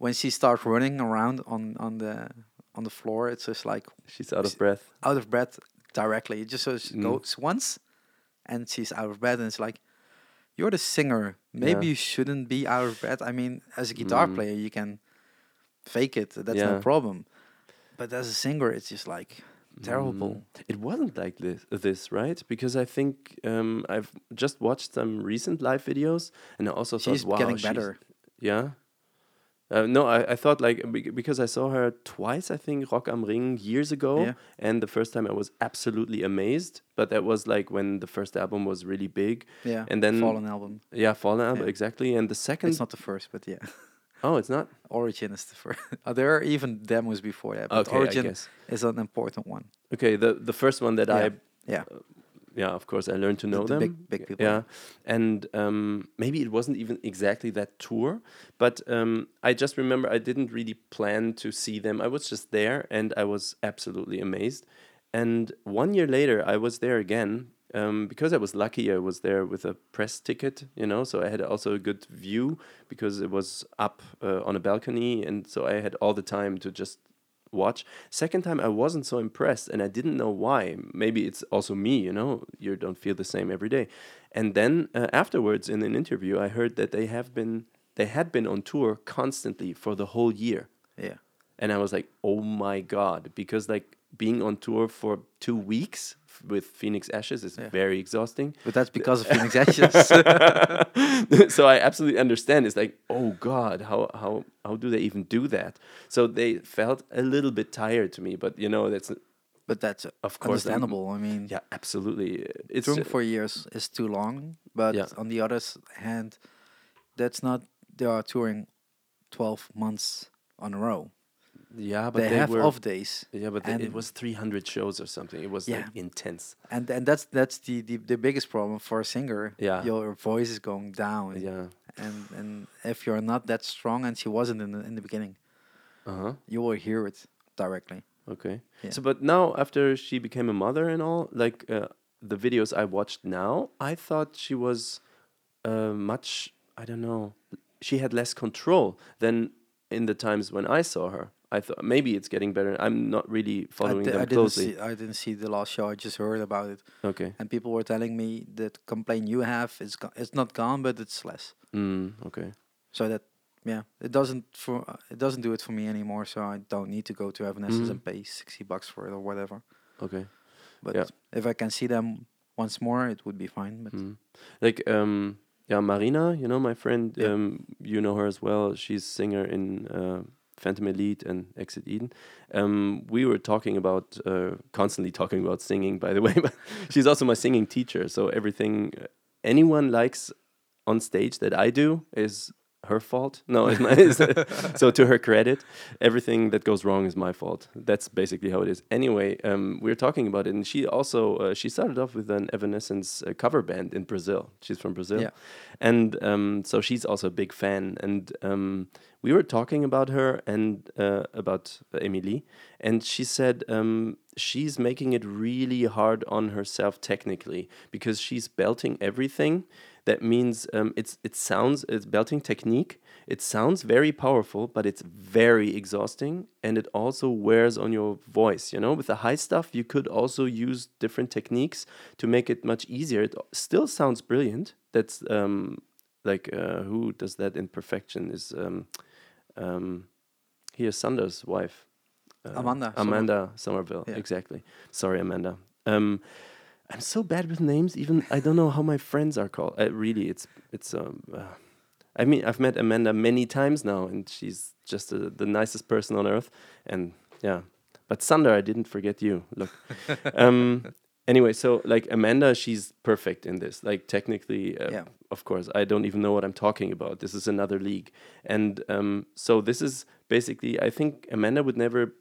Speaker 1: when she starts running around on on the on the floor. It's just like
Speaker 2: She's out of breath.
Speaker 1: out of breath directly. It just so
Speaker 2: Mm.
Speaker 1: she goes once, and she's out of breath, and it's like, you're the singer. Maybe
Speaker 2: Yeah. Mm.
Speaker 1: you shouldn't be out of breath. I mean, as a guitar player, you can fake it. That's
Speaker 2: Yeah.
Speaker 1: no problem. But as a singer, it's just like terrible.
Speaker 2: It wasn't like this, this right? Because I think um, I've just watched some recent live videos, and I also
Speaker 1: She's
Speaker 2: thought, wow,
Speaker 1: getting
Speaker 2: she's-
Speaker 1: better.
Speaker 2: Yeah. Uh, no, I, I thought like be- because I saw her twice, I think Rock am Ring years ago,
Speaker 1: Yeah.
Speaker 2: and the first time I was absolutely amazed. But that was like when the first album was really big.
Speaker 1: Yeah,
Speaker 2: and then
Speaker 1: Fallen album.
Speaker 2: Yeah, Fallen album
Speaker 1: Yeah.
Speaker 2: exactly. And the second,
Speaker 1: It's not the first, but yeah,
Speaker 2: oh, it's not.
Speaker 1: Origin is the first. Uh, there are even demos before that, but
Speaker 2: Okay, I
Speaker 1: Origin
Speaker 2: guess.
Speaker 1: is an important one.
Speaker 2: Okay, the the first one that I uh,
Speaker 1: yeah,
Speaker 2: yeah, of course, I learned to know
Speaker 1: the
Speaker 2: them.
Speaker 1: big- big people.
Speaker 2: Yeah, and um, maybe it wasn't even exactly that tour, but um, I just remember I didn't really plan to see them. I was just there, and I was absolutely amazed. And one year later, I was there again um, because I was lucky. I was there with a press ticket, you know, so I had also a good view because it was up uh, on a balcony, and so I had all the time to just watch. Second time, I wasn't so impressed, and I didn't know why. Maybe it's also me, you know, you don't feel the same every day. And then uh, afterwards, in an interview, I heard that they have been they had been on tour constantly for the whole year,
Speaker 1: yeah, yeah.
Speaker 2: and I was like, oh my god, because like being on tour for two weeks f- with Phoenix Ashes is
Speaker 1: Yeah.
Speaker 2: very exhausting.
Speaker 1: But that's because of Phoenix Ashes.
Speaker 2: so I absolutely understand. It's like, oh God, how how how do they even do that? So they felt a little bit tired to me, but you know that's
Speaker 1: but that's
Speaker 2: Of course, I'm-
Speaker 1: understandable. I mean,
Speaker 2: yeah, absolutely. It's uh,
Speaker 1: Drunk for years is too long, but
Speaker 2: Yeah.
Speaker 1: on the other s- hand, that's not they are touring twelve months on a row.
Speaker 2: yeah, but
Speaker 1: they,
Speaker 2: they,
Speaker 1: have
Speaker 2: were
Speaker 1: off days.
Speaker 2: yeah, but they- it
Speaker 1: and-
Speaker 2: was three hundred shows or something. It was like
Speaker 1: Yeah.
Speaker 2: intense.
Speaker 1: and and that's that's the, the the biggest problem for a singer.
Speaker 2: Yeah.
Speaker 1: your voice is going down.
Speaker 2: Yeah.
Speaker 1: and and if you're not that strong, and she wasn't in the, in the beginning,
Speaker 2: Uh huh.
Speaker 1: you will hear it directly.
Speaker 2: Okay.
Speaker 1: Yeah.
Speaker 2: So, but now after she became a mother and all, like uh, the videos I watched now, I thought she was uh, much. I don't know. She had less control than in the times when I saw her. I thought maybe it's getting better. I'm not really following
Speaker 1: di-
Speaker 2: them
Speaker 1: didn't
Speaker 2: closely.
Speaker 1: see I didn't see the last show. I just heard about it,
Speaker 2: Okay.
Speaker 1: and people were telling me that complaint you have is go- it's not gone, but it's less.
Speaker 2: Mm, okay.
Speaker 1: so that yeah it doesn't for uh, it doesn't do it for me anymore so i don't need to go to evanescence
Speaker 2: Mm-hmm.
Speaker 1: and pay 60 bucks for it or whatever
Speaker 2: Okay.
Speaker 1: but
Speaker 2: Yeah.
Speaker 1: if i can see them once more it would be fine but
Speaker 2: Mm. Like um yeah, Marina, you know my friend,
Speaker 1: Yeah.
Speaker 2: um you know her as well. She's singer in uh, Phantom Elite and Exit Eden. Um we were talking about uh constantly talking about singing by the way, but she's also my singing teacher, so everything uh, anyone likes on stage that I do is her fault. No, it's my, it's- so to her credit, everything that goes wrong is my fault. That's basically how it is. Anyway, um, we are talking about it, and she also uh, she started off with an Evanescence uh, cover band in Brazil. She's from Brazil,
Speaker 1: Yeah.
Speaker 2: and um, so she's also a big fan. And um, we were talking about her and uh, about Emily, and she said um, she's making it really hard on herself technically because she's belting everything. That means um, it's it sounds it's belting technique. It sounds very powerful, but it's very exhausting, and it also wears on your voice. You know, with the high stuff, you could also use different techniques to make it much easier. It still sounds brilliant. That's um, like uh, who does that in perfection is um, um, here Sanders' wife, uh,
Speaker 1: Amanda Somer-
Speaker 2: Amanda Somerville.
Speaker 1: Yeah.
Speaker 2: Exactly. Sorry, Amanda. Um, I'm so bad with names. Even I don't know how my friends are called. Uh, really, it's it's. Um, uh, I mean, I've met Amanda many times now, and she's just uh the nicest person on earth. And yeah, but Sander, I didn't forget you. Look, um, anyway, so like Amanda, she's perfect in this. Like technically, uh,
Speaker 1: Yeah.
Speaker 2: of course, I don't even know what I'm talking about. This is another league, and um, so this is basically. I think Amanda would never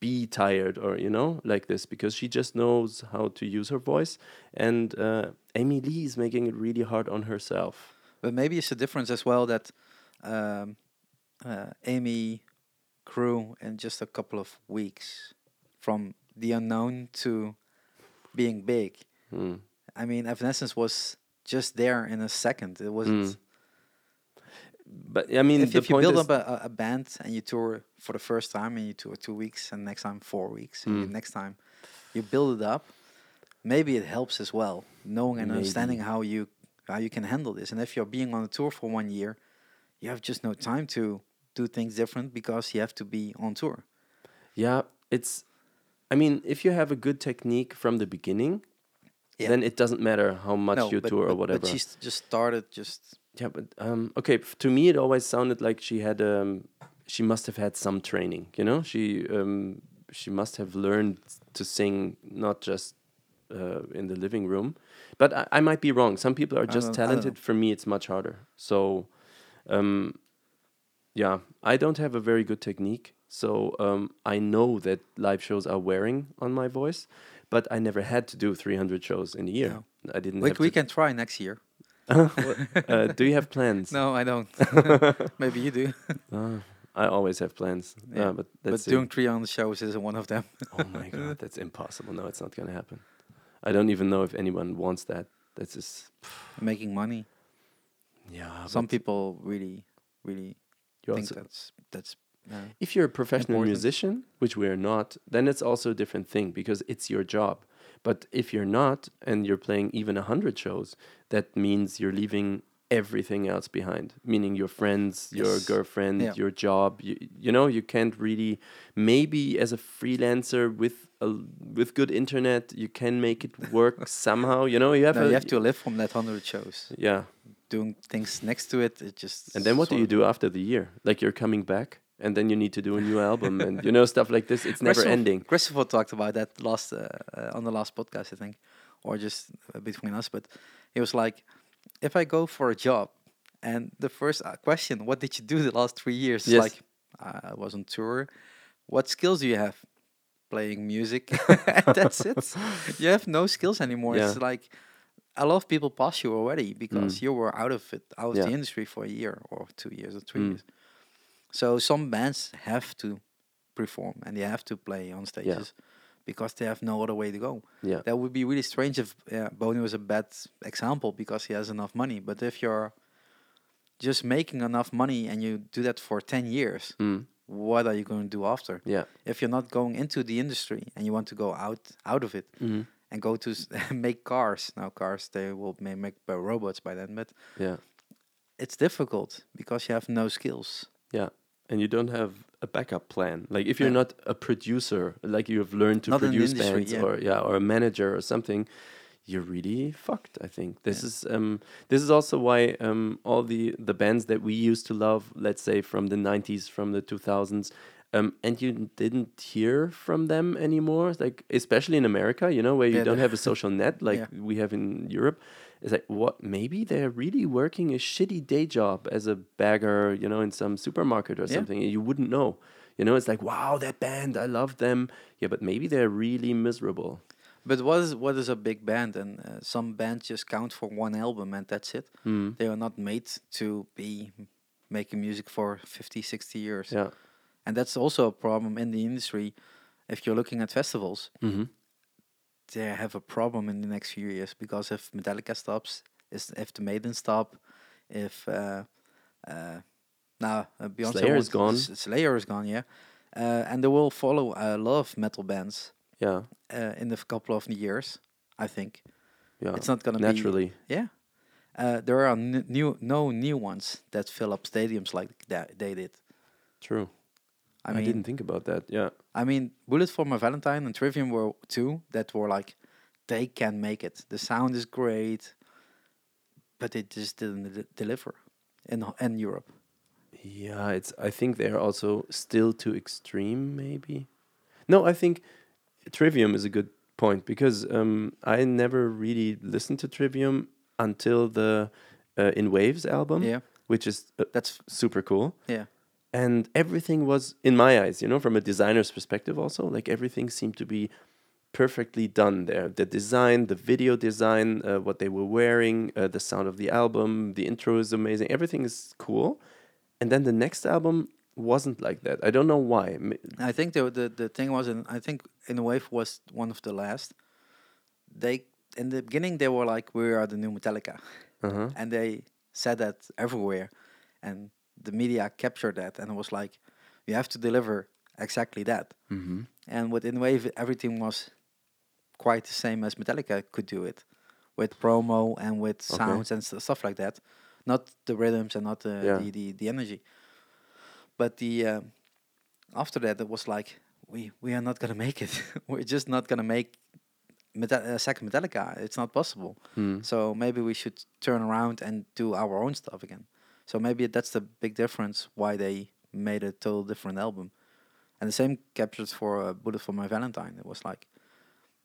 Speaker 2: be tired or you know like this because she just knows how to use her voice. And uh, Amy Lee is making it really hard on herself.
Speaker 1: But maybe it's a difference as well that um, uh, Amy grew in just a couple of weeks from the unknown to being big.
Speaker 2: Hmm.
Speaker 1: I mean, Evanescence was just there in a second. It wasn't.
Speaker 2: Mm. But I mean,
Speaker 1: if,
Speaker 2: the
Speaker 1: if you
Speaker 2: point
Speaker 1: build
Speaker 2: is,
Speaker 1: up a, a- a band and you tour for the first time and you tour two weeks and next time four weeks
Speaker 2: Hmm.
Speaker 1: and you- next time you build it up maybe it helps as well knowing and understanding how you how you can handle this and if you're being on a tour for one year you have just no time to do things different because you have to be on tour
Speaker 2: Yeah, it's. I mean, if you have a good technique from the beginning,
Speaker 1: Yeah.
Speaker 2: then it doesn't matter how much you
Speaker 1: but,
Speaker 2: tour
Speaker 1: but,
Speaker 2: or whatever.
Speaker 1: but she s- just started just
Speaker 2: yeah, but um, okay. f- To me, it always sounded like she had. Um, she must have had some training. You know, she um, she must have learned to sing not just uh, in the living room. But I, I might be wrong. Some people are just
Speaker 1: don't- I don't know.
Speaker 2: talented. For me, it's much harder. So, um, yeah, I don't have a very good technique. So um, I know that live shows are wearing on my voice, but I never had to do 300 shows in a year. I didn't.
Speaker 1: we,
Speaker 2: have
Speaker 1: we
Speaker 2: to,
Speaker 1: can try next year
Speaker 2: uh, do you have plans?
Speaker 1: no i don't maybe you do
Speaker 2: Ah, I always have plans.
Speaker 1: Yeah,
Speaker 2: Yeah, but
Speaker 1: but
Speaker 2: that's
Speaker 1: doing three on the shows isn't one of them
Speaker 2: Oh my god, that's impossible. No, it's not gonna happen. I don't even know if anyone wants that. That's just
Speaker 1: making money
Speaker 2: yeah.
Speaker 1: some
Speaker 2: but
Speaker 1: people really really
Speaker 2: you
Speaker 1: think
Speaker 2: also-
Speaker 1: that's that's uh,
Speaker 2: if you're a professional
Speaker 1: important.
Speaker 2: musician, which we're not, then it's also a different thing because it's your job. But if you're not and you're playing even a hundred shows, that means you're leaving everything else behind. Meaning your friends, your
Speaker 1: Yes.
Speaker 2: girlfriend,
Speaker 1: Yeah.
Speaker 2: your job. You, you know, you can't really. Maybe as a freelancer with a, with good internet, you can make it work somehow. You know, you have
Speaker 1: no,
Speaker 2: a,
Speaker 1: you have to live from that hundred shows.
Speaker 2: Yeah,
Speaker 1: Doing things next to it, it just.
Speaker 2: and then what do
Speaker 1: sort
Speaker 2: you
Speaker 1: of-
Speaker 2: do after the year? Like you're coming back, and then you need to do a new album, and you know stuff like this. It's never
Speaker 1: Christopher-
Speaker 2: ending.
Speaker 1: Christopher talked about that last uh, uh, on the last podcast, I think, or just uh, between us. But he was like, if I go for a job, and the first uh, question, what did you do the last three years?
Speaker 2: Yes.
Speaker 1: Like, I I was on tour. What skills do you have? Playing music. That's it. You have no skills anymore.
Speaker 2: Yeah.
Speaker 1: It's like a lot of people pass you already because you were out of it, out of
Speaker 2: Yeah.
Speaker 1: the industry for a year or two years or three years. So some bands have to perform and they have to play on stages because they have no other way to go.
Speaker 2: Yeah.
Speaker 1: That would be really strange if yeah, Bono was a bad example because he has enough money. But if you're just making enough money and you do that for 10 years, what are you going to do after?
Speaker 2: Mm. Yeah.
Speaker 1: If you're not going into the industry and you want to go out out of it and go to s- make cars, now cars they will be made by robots by then, but
Speaker 2: Yeah.
Speaker 1: it's difficult because you have no skills.
Speaker 2: Yeah. And you don't have a backup plan. Like if you're
Speaker 1: Yeah.
Speaker 2: not a producer, like you have learned to
Speaker 1: Not in the
Speaker 2: produce
Speaker 1: industry,
Speaker 2: bands
Speaker 1: yeah.
Speaker 2: or yeah, or a manager or something, you're really fucked, I think. This is um this is also why um all the the bands that we used to love, let's say from the 90s, from the 2000s, um, and you didn't hear from them anymore, like especially in America, you know, where you
Speaker 1: Yeah,
Speaker 2: don't
Speaker 1: the-
Speaker 2: have a social net like
Speaker 1: Yeah.
Speaker 2: we have in Europe. It's like what maybe they're really working a shitty day job as a bagger, you know, in some supermarket or
Speaker 1: Yeah.
Speaker 2: something. and You wouldn't know. You know, it's like wow, that band, I love them. Yeah, but maybe they're really miserable.
Speaker 1: But what is what is a big band? And uh, some bands just count for one album and that's it. They are not made to be making music for 50, 60 years.
Speaker 2: Yeah.
Speaker 1: And that's also a problem in the industry. If you're looking at festivals,
Speaker 2: Mm-hmm.
Speaker 1: they have a problem in the next few years because if Metallica stops, is if the Maiden stop, if uh, uh, now uh, Beyonce
Speaker 2: Slayer is
Speaker 1: won't-
Speaker 2: gone.
Speaker 1: S- Slayer is gone, yeah, uh, and they will follow a lot of metal bands
Speaker 2: Yeah.
Speaker 1: uh, in a couple of years, I think.
Speaker 2: Yeah.
Speaker 1: It's not gonna be-
Speaker 2: Oh, naturally.
Speaker 1: Yeah. Uh, there are n- new no new ones that fill up stadiums like that they did.
Speaker 2: True.
Speaker 1: I,
Speaker 2: I,
Speaker 1: mean,
Speaker 2: didn't think about that. Yeah.
Speaker 1: I mean, Bullet for My Valentine and Trivium were two that were like, they can make it. The sound is great, but they just didn't de- deliver in Ho- in Europe.
Speaker 2: Yeah, it's. I think they're also still too extreme. Maybe. No, I think Trivium is a good point because um, I never really listened to Trivium until the uh, In Waves album,
Speaker 1: Yeah.
Speaker 2: which is uh,
Speaker 1: That's
Speaker 2: super cool.
Speaker 1: yeah.
Speaker 2: And everything was, in my eyes, you know, from a designer's perspective, also, like everything seemed to be perfectly done there. The design, the video design, uh, what they were wearing, uh, the sound of the album, the intro is amazing. Everything is cool. And then the next album wasn't like that. I don't know why. M-
Speaker 1: I think the the, the thing was, in, I think In Wave was one of the last. They in the beginning they were like, "We are the new Metallica,"
Speaker 2: Uh-huh.
Speaker 1: and they said that everywhere, and the media captured that, and it was like, "You have to deliver exactly that." Mm-hmm. And with In Wave, everything was quite the same as Metallica could do it, with promo and with sounds and st- stuff like that, not the rhythms and not the
Speaker 2: Yeah.
Speaker 1: the, the, the energy. But the um, after that, it was like we we are not gonna make it. We're just not gonna make Meta- uh, second Metallica. It's not possible. So maybe we should turn around and do our own stuff again. So maybe that's the big difference why they made a total different album. And the same captured for uh, Bullet for My Valentine. It was like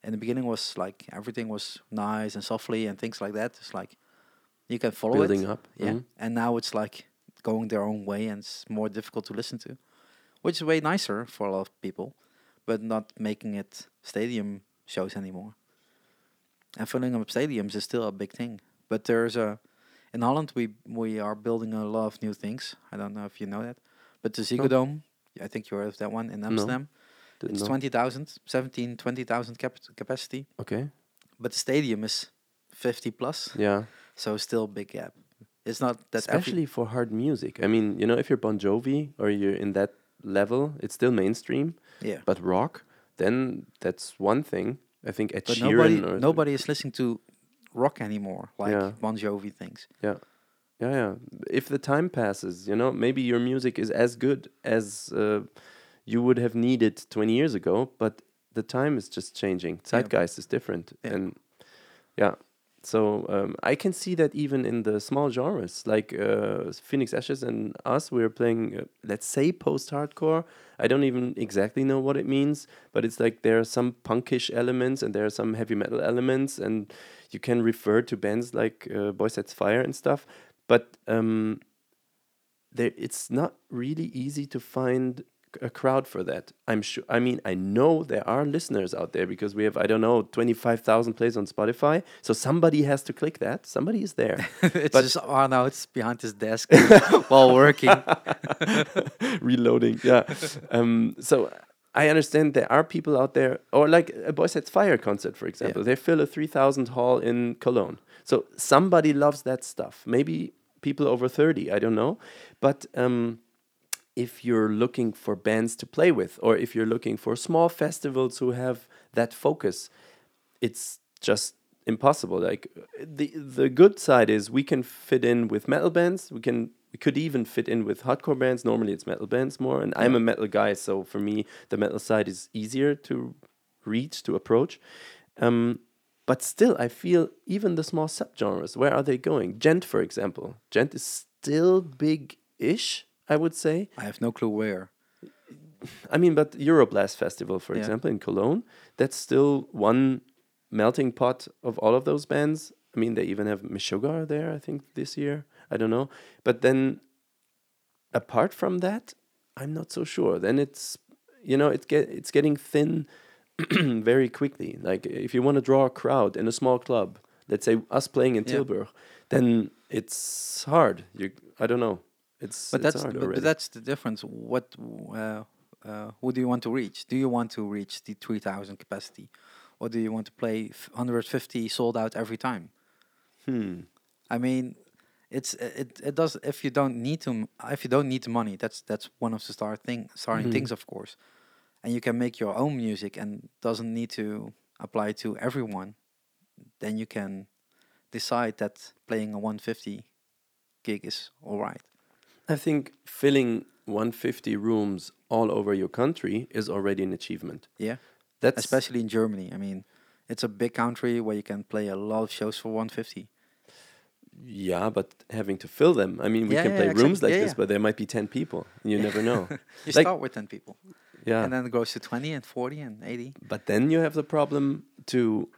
Speaker 1: in the beginning was like everything was nice and softly and things like that. It's like you can follow
Speaker 2: Building
Speaker 1: it.
Speaker 2: up,
Speaker 1: Yeah.
Speaker 2: mhm.
Speaker 1: And now it's like going their own way and it's more difficult to listen to. Which is way nicer for a lot of people, but not making it stadium shows anymore. And filling up stadiums is still a big thing. But there's a in Holland we we are building a lot of new things. I don't know if you know that. But the Ziggo Dome, I think you heard of that one in Amsterdam.
Speaker 2: Didn't
Speaker 1: It's
Speaker 2: know.
Speaker 1: 20,000, 17, 20,000 cap- capacity,
Speaker 2: Okay.
Speaker 1: but the stadium is 50 plus,
Speaker 2: Yeah.
Speaker 1: so still big gap. It's not that every-
Speaker 2: especially for hard music. I mean, you know, if you're Bon Jovi or you're in that level, it's still mainstream.
Speaker 1: Yeah.
Speaker 2: But rock, then that's one thing. I think Ed
Speaker 1: but
Speaker 2: Sheeran
Speaker 1: nobody
Speaker 2: or
Speaker 1: nobody is listening to rock anymore, like
Speaker 2: Yeah.
Speaker 1: Bon Jovi things.
Speaker 2: Yeah. Yeah, yeah. If the time passes, you know, maybe your music is as good as uh, you would have needed 20 years ago, but the time is just changing. Zeitgeist is different.
Speaker 1: Yeah.
Speaker 2: And yeah. So um, I can see that even in the small genres, like uh, Phoenix Ashes and us, we're playing, uh, let's say, post-hardcore. I don't even exactly know what it means, but it's like there are some punkish elements and there are some heavy metal elements, and you can refer to bands like uh, Boy Sets Fire and stuff. But um, there it's not really easy to find a crowd for that. I'm sure. I mean, I know there are listeners out there because we have I don't know twenty five thousand plays on Spotify. So somebody has to click that. Somebody is there.
Speaker 1: it's
Speaker 2: But-
Speaker 1: just oh no, it's behind his desk while working.
Speaker 2: reloading. Yeah. Um, so I understand there are people out there, or like a Boy Sets Fire concert, for example. They fill a 3,000 hall in Cologne. So somebody loves that stuff. Maybe people over 30, I don't know. But um, if you're looking for bands to play with, or if you're looking for small festivals who have that focus, it's just impossible like the the good side is we can fit in with metal bands we can we could even fit in with hardcore bands normally it's metal bands more and i'm a metal guy so for me the metal side is easier to reach to approach um but still i feel even the small subgenres where are they going gent for example gent is still big ish i would say
Speaker 1: I have no clue where.
Speaker 2: I mean, but Euroblast Festival, for
Speaker 1: Yeah.
Speaker 2: example, in Cologne, that's still one melting pot of all of those bands. I mean, they even have Meshuggah there, I think, this year. I don't know. But then, apart from that, I'm not so sure. Then it's, you know, it get it's getting thin very quickly. Like if you want to draw a crowd in a small club, let's say us playing in
Speaker 1: Yeah.
Speaker 2: Tilburg, then it's hard. You, I don't know. It's
Speaker 1: But
Speaker 2: it's
Speaker 1: that's
Speaker 2: hard
Speaker 1: but,
Speaker 2: already.
Speaker 1: but that's the difference. What uh, uh, who do you want to reach? Do you want to reach the three thousand capacity, or do you want to play f- hundred fifty sold out every time?
Speaker 2: hmm.
Speaker 1: I mean, it's it it does if you don't need to m- if you don't need the money. That's that's one of the star thing starting
Speaker 2: Mm-hmm.
Speaker 1: things, of course, and you can make your own music and doesn't need to apply to everyone. Then you can decide that playing a one fifty gig is all right.
Speaker 2: I think filling 150 rooms all over your country is already an achievement.
Speaker 1: Yeah.
Speaker 2: That's
Speaker 1: especially in Germany. I mean, it's a big country where you can play a lot of shows for 150.
Speaker 2: yeah, but having to fill them. I mean, we
Speaker 1: Yeah,
Speaker 2: can
Speaker 1: yeah,
Speaker 2: play
Speaker 1: yeah,
Speaker 2: rooms
Speaker 1: exactly.
Speaker 2: like
Speaker 1: Yeah,
Speaker 2: this,
Speaker 1: yeah.
Speaker 2: but there might be 10 people. You never know.
Speaker 1: You
Speaker 2: Like-
Speaker 1: start with 10 people,
Speaker 2: yeah.
Speaker 1: and then it goes to 20 and 40 and 80.
Speaker 2: but then you have the problem to,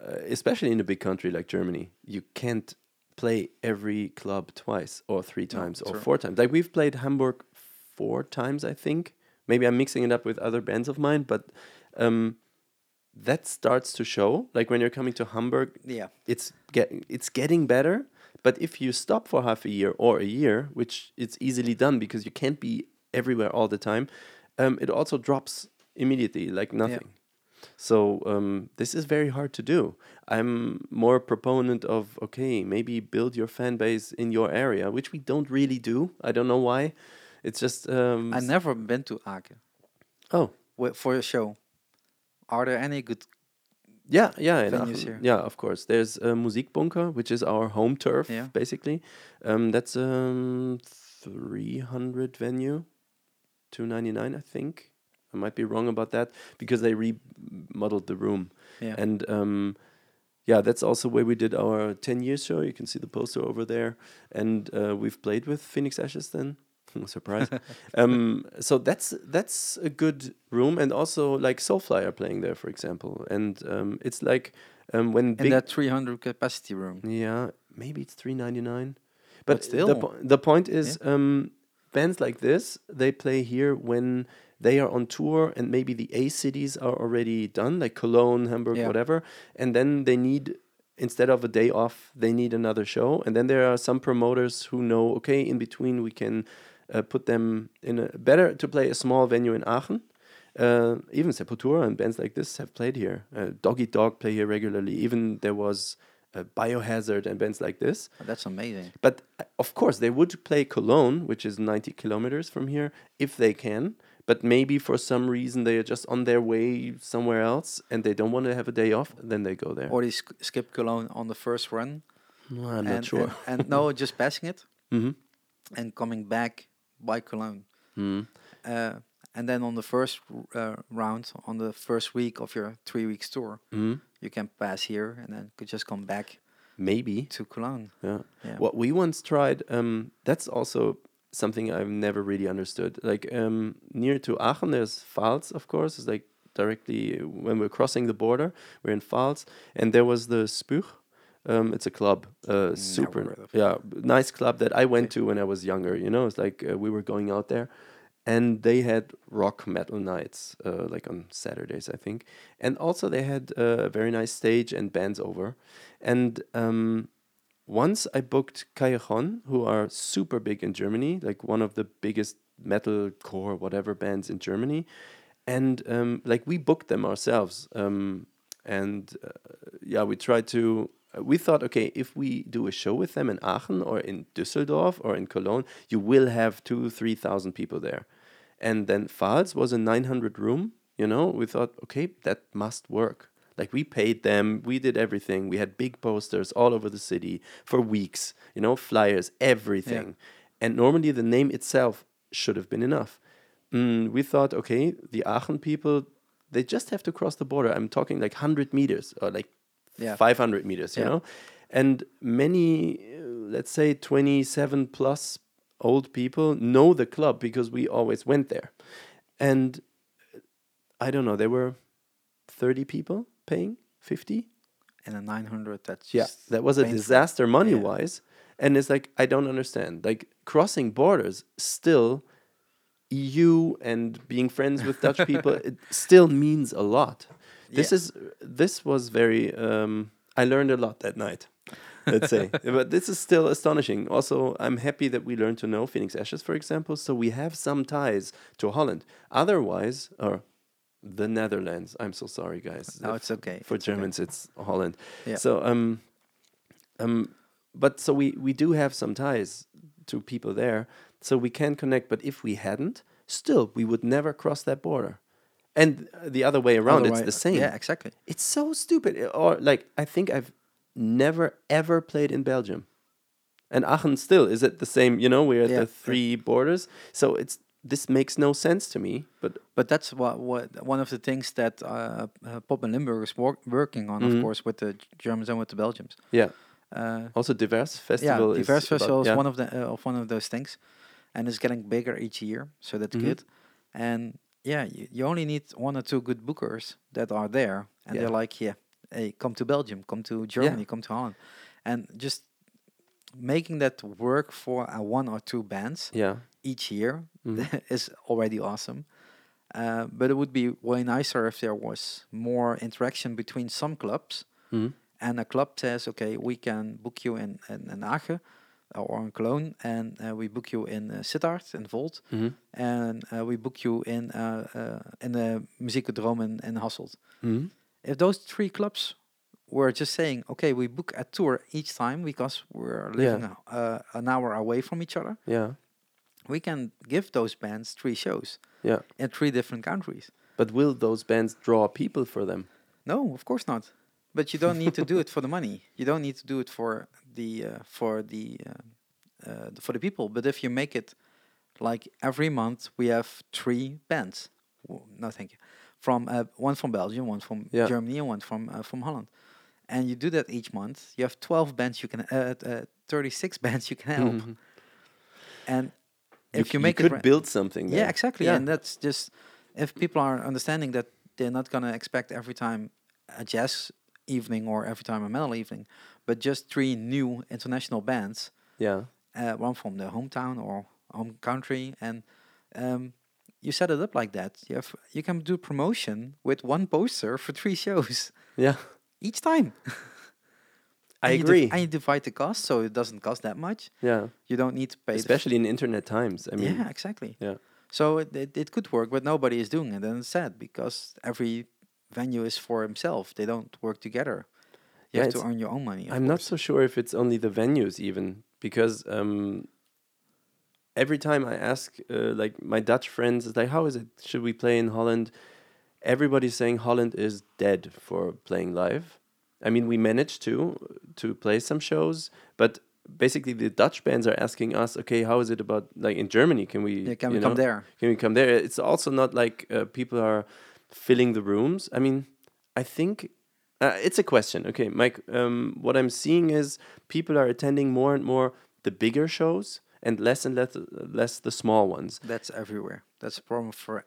Speaker 2: uh, especially in a big country like Germany, you can't play every club twice or three times or
Speaker 1: true.
Speaker 2: four times. Like we've played Hamburg four times, I think. Maybe I'm mixing it up with other bands of mine, but um, that starts to show. Like when you're coming to Hamburg,
Speaker 1: Yeah.
Speaker 2: it's get it's getting better. But if you stop for half a year or a year, which it's easily done because you can't be everywhere all the time, um, it also drops immediately, like nothing. So um, this is very hard to do. I'm more proponent of okay, maybe build your fan base in your area, which we don't really do. I don't know why. It's just um,
Speaker 1: I never been to Aachen
Speaker 2: oh
Speaker 1: wi- for a show. Are there any good?
Speaker 2: Yeah, yeah, in
Speaker 1: venues
Speaker 2: Aachen.
Speaker 1: here.
Speaker 2: yeah. Of course, there's uh, Musikbunker, which is our home turf,
Speaker 1: Yeah.
Speaker 2: basically. Um, that's um 300 venue, 299, I think. I might be wrong about that because they remodeled the room,
Speaker 1: Yeah.
Speaker 2: and um, yeah, that's also where we did our 10 years show. You can see the poster over there, and uh, we've played with Phoenix Ashes then. Surprise! um, so that's that's a good room, and also like Soulfly are playing there, for example, and um, it's like um, when
Speaker 1: in
Speaker 2: big
Speaker 1: that 300 capacity room.
Speaker 2: yeah, maybe it's three ninety nine. But,
Speaker 1: still.
Speaker 2: the, po- the point is, um, bands like this they play here when they are on tour, and maybe the A cities are already done, like Cologne, Hamburg,
Speaker 1: Yeah.
Speaker 2: whatever, and then they need. Instead of a day off, they need another show, and then there are some promoters who know. Okay, in between we can uh, put them in a better to play a small venue in Aachen, uh, even Sepultura and bands like this have played here. Uh, Dog Eat Dog play here regularly. Even there was uh, Biohazard and bands like this.
Speaker 1: Oh, That's amazing.
Speaker 2: But uh, of course, they would play Cologne, which is 90 kilometers from here, if they can. But maybe for some reason they are just on their way somewhere else and they don't want to have a day off, then they go there.
Speaker 1: Or they sk- skip Cologne on the first run.
Speaker 2: No, I'm
Speaker 1: and,
Speaker 2: not sure.
Speaker 1: And, and no, just passing it
Speaker 2: hmm
Speaker 1: and coming back by Cologne.
Speaker 2: Mm-hmm.
Speaker 1: Uh, and then on the first r- uh, round, on the first week of your three weeks tour,
Speaker 2: Mm-hmm.
Speaker 1: you can pass here and then could just come back
Speaker 2: Maybe.
Speaker 1: to Cologne.
Speaker 2: Yeah.
Speaker 1: Yeah.
Speaker 2: What we once tried, um, that's also something I've never really understood. Like um, near to Aachen, there's Pfalz, of course. It's like directly uh, when we're crossing the border, we're in Pfalz, and there was the Spuch. Um, it's a club, uh, super,
Speaker 1: heard of
Speaker 2: yeah, b- nice club that I went to when I was younger. You know, it's like uh, we were going out there, and they had rock metal nights, uh, like on Saturdays, I think, and also they had uh, a very nice stage and bands over, and um, once I booked Callejon, who are super big in Germany, like one of the biggest metal core whatever bands in Germany, and um, like we booked them ourselves. Um, and uh, yeah, we tried to. uh, We thought, okay, if we do a show with them in Aachen or in Düsseldorf or in Cologne, you will have two, three thousand people there. And then Pfalz was a 900 room, you know. We thought, okay, that must work. Like we paid them, we did everything. We had big posters all over the city for weeks, you know, flyers, everything. And normally the name itself should have been enough. Mm, we thought, okay, the Aachen people, they just have to cross the border. I'm talking like 100 meters or like
Speaker 1: Yeah.
Speaker 2: 500 meters, you
Speaker 1: Yeah.
Speaker 2: know? And many, uh, let's say 27 plus old people know the club because we always went there. And uh, I don't know, there were 30 people paying, 50?
Speaker 1: And a 900, that's
Speaker 2: Yeah,
Speaker 1: just
Speaker 2: that was a
Speaker 1: painful.
Speaker 2: disaster money wise. And it's like, I don't understand. Like, crossing borders still, EU and being friends with Dutch people, it still means a lot. This
Speaker 1: Yeah.
Speaker 2: is, this was very, um, I learned a lot that night, let's say. but this is still astonishing. Also, I'm happy that we learned to know Phoenix Ashes, for example. So we have some ties to Holland. Otherwise, or the Netherlands, I'm so sorry, guys.
Speaker 1: No,
Speaker 2: If-
Speaker 1: it's okay,
Speaker 2: For Germans, it's Holland.
Speaker 1: Yeah.
Speaker 2: So, um, um, but so we we do have some ties to people there, so we can connect. But if we hadn't, still we would never cross that border. And uh, the other way around, it's
Speaker 1: Otherwise-
Speaker 2: the same.
Speaker 1: Yeah, exactly.
Speaker 2: It's so stupid. I- Or like I think I've never ever played in Belgium, and Aachen still is at the same. You know, we're at
Speaker 1: Yeah,
Speaker 2: the
Speaker 1: yeah.
Speaker 2: three borders, so it's this makes no sense to me. But
Speaker 1: But that's what, what one of the things that uh, uh, Pop and Limburg is wor- working on,
Speaker 2: Mm-hmm.
Speaker 1: of course, with the G- Germans and with the Belgians.
Speaker 2: yeah,
Speaker 1: Uh,
Speaker 2: also diverse
Speaker 1: yeah,
Speaker 2: festival.
Speaker 1: diverse
Speaker 2: is about-
Speaker 1: festival is
Speaker 2: yeah.
Speaker 1: one of the uh, of one of those things, and it's getting bigger each year, so that's
Speaker 2: Mm-hmm.
Speaker 1: good. And yeah, you, you only need one or two good bookers that are there, and
Speaker 2: Yeah.
Speaker 1: they're like, yeah, hey, come to Belgium, come to Germany, come to Holland, and just making that work for uh, one or two bands
Speaker 2: Yeah.
Speaker 1: each year
Speaker 2: Mhm.
Speaker 1: is already awesome. Uh, but it would be way nicer if there was more interaction between some clubs
Speaker 2: Mhm.
Speaker 1: and a club says, okay, we can book you in, in, in Aachen or in Cologne, and uh, we book you in uh, Sittard in Volt,
Speaker 2: Mhm.
Speaker 1: and uh, we book you in uh, uh, in the Muziekodroom in, in Hasselt.
Speaker 2: Mhm.
Speaker 1: If those three clubs were just saying, okay, we book a tour each time because we're living uh, an hour away from each other,
Speaker 2: Yeah.
Speaker 1: we can give those bands three shows
Speaker 2: Yeah.
Speaker 1: in three different countries.
Speaker 2: But will those bands draw people for them?
Speaker 1: No, of course not. But you don't need to do it for the money. You don't need to do it for the uh, for the uh, uh, for the people. But if you make it like every month, we have three bands. W- No, thank you. From uh, one from Belgium, one from
Speaker 2: Yeah.
Speaker 1: Germany, and one from uh, from Holland. And you do that each month. You have twelve bands. You can uh, uh, thirty six bands. You can help. And if you,
Speaker 2: c-
Speaker 1: make
Speaker 2: Mm-hmm. you
Speaker 1: it
Speaker 2: could
Speaker 1: ra-
Speaker 2: build something.
Speaker 1: yeah,
Speaker 2: there.
Speaker 1: exactly.
Speaker 2: Yeah.
Speaker 1: And that's just if people are understanding that they're not gonna expect every time a jazz evening or every time a metal evening, but just three new international bands,
Speaker 2: yeah.
Speaker 1: uh, one from their hometown or home country, and um, you set it up like that. You have you can do promotion with one poster for three shows
Speaker 2: Yeah.
Speaker 1: each time.
Speaker 2: I
Speaker 1: And you div-
Speaker 2: agree.
Speaker 1: and you divide the cost, so it doesn't cost that much.
Speaker 2: yeah.
Speaker 1: You don't need to pay. the f-
Speaker 2: Especially in internet times. I mean.
Speaker 1: yeah, exactly.
Speaker 2: Yeah.
Speaker 1: So it, it, it could work, but nobody is doing it, and it's sad because every venue is for himself. They don't work together. You
Speaker 2: Yeah,
Speaker 1: have to
Speaker 2: it's-
Speaker 1: earn your own money. of
Speaker 2: I'm not
Speaker 1: course.
Speaker 2: so sure if it's only the venues even because um, every time I ask uh, like my Dutch friends it's like how is it should we play in Holland everybody's saying Holland is dead for playing live I mean we managed to to play some shows but basically the Dutch bands are asking us okay how is it about like in Germany can we
Speaker 1: Yeah, can
Speaker 2: you
Speaker 1: we come
Speaker 2: know,
Speaker 1: there?
Speaker 2: can we come there it's also not like uh, people are filling the rooms i mean i think uh, it's a question okay mike um, what i'm seeing is people are attending more and more the bigger shows and less and less less the small ones
Speaker 1: That's everywhere. That's a problem for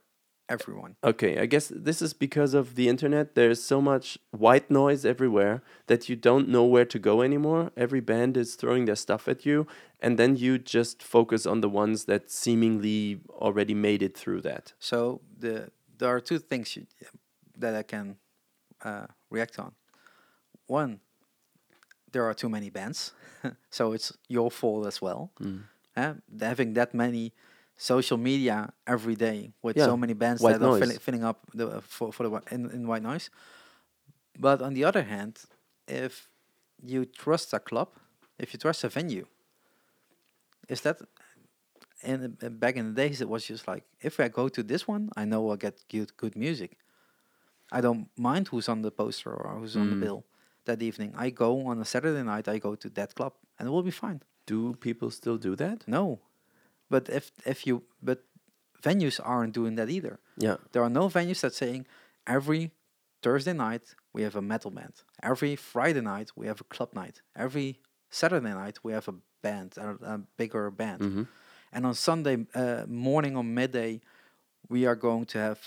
Speaker 1: everyone.
Speaker 2: okay i guess this is because of the internet there's so much white noise everywhere that you don't know where to go anymore every band is throwing their stuff at you and then you just focus on the ones that seemingly already made it through that
Speaker 1: So the there are two things you, that I can uh, react on. One, there are too many bands, so it's your fault as well.
Speaker 2: Mm.
Speaker 1: Eh, th- having that many social media every day with
Speaker 2: Yeah,
Speaker 1: so many bands
Speaker 2: white
Speaker 1: that are filling,
Speaker 2: noise.
Speaker 1: filling up the uh, for for the whi- in, in white noise. But on the other hand, if you trust a club, if you trust a venue, is that and uh, back in the days it was just like if I go to this one, I know I'll get good good music. I don't mind who's on the poster or who's on the bill that evening. I go on a Saturday night, I go to that club and it will be fine.
Speaker 2: do people still do that
Speaker 1: No. But if if you but venues aren't doing that either.
Speaker 2: yeah
Speaker 1: There are no venues that saying every Thursday night we have a metal band. Every Friday night we have a club night. Every Saturday night we have a band, a, a bigger band.
Speaker 2: Mm-hmm.
Speaker 1: And on Sunday uh, morning or midday, we are going to have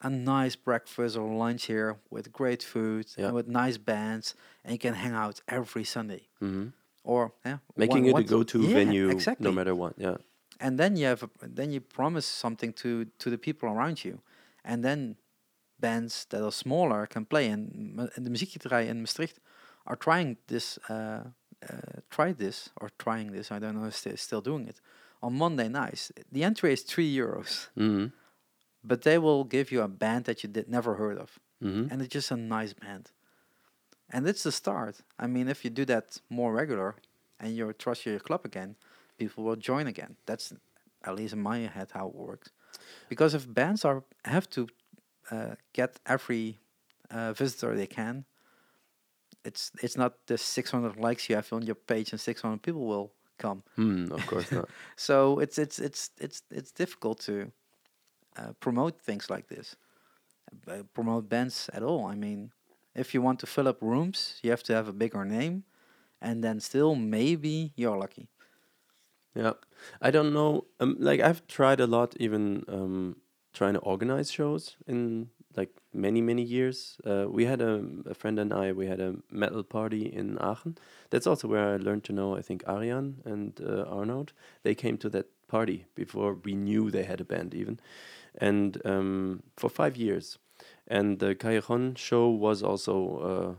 Speaker 1: a nice breakfast or lunch here with great food
Speaker 2: Yeah.
Speaker 1: and with nice bands, and you can hang out every Sunday.
Speaker 2: hmm
Speaker 1: Or yeah,
Speaker 2: making
Speaker 1: one-
Speaker 2: it a
Speaker 1: one-
Speaker 2: go-to
Speaker 1: Yeah,
Speaker 2: venue
Speaker 1: exactly
Speaker 2: no matter what yeah
Speaker 1: and then you have a, then you promise something to to the people around you and then bands that are smaller can play and, mu- and the muziekgeterij in Maastricht are trying this uh, uh, try this or trying this I don't know if they're still doing it on Monday nights the entry is 3 euros
Speaker 2: hmm
Speaker 1: but they will give you a band that you did never heard of
Speaker 2: hmm
Speaker 1: and it's just a nice band and it's the start I mean if you do that more regular and you trust your club again people will join again that's at least in my head how it works because if bands are have to uh, get every uh, visitor they can it's it's not the 600 likes you have on your page and 600 people will come
Speaker 2: Hmm, of course not
Speaker 1: so it's it's it's it's it's difficult to uh, promote things like this, uh, promote bands at all. I mean, if you want to fill up rooms, you have to have a bigger name, and then still maybe you're lucky.
Speaker 2: Yeah, I don't know. Um, like I've tried a lot, even um, trying to organize shows in like many many years. Uh, we had a, a friend and I we had a metal party in Aachen. That's also where I learned to know I think Arian and uh, Arnold. They came to that party before we knew they had a band even, and um, for five years. And the Callejon show was also. Uh,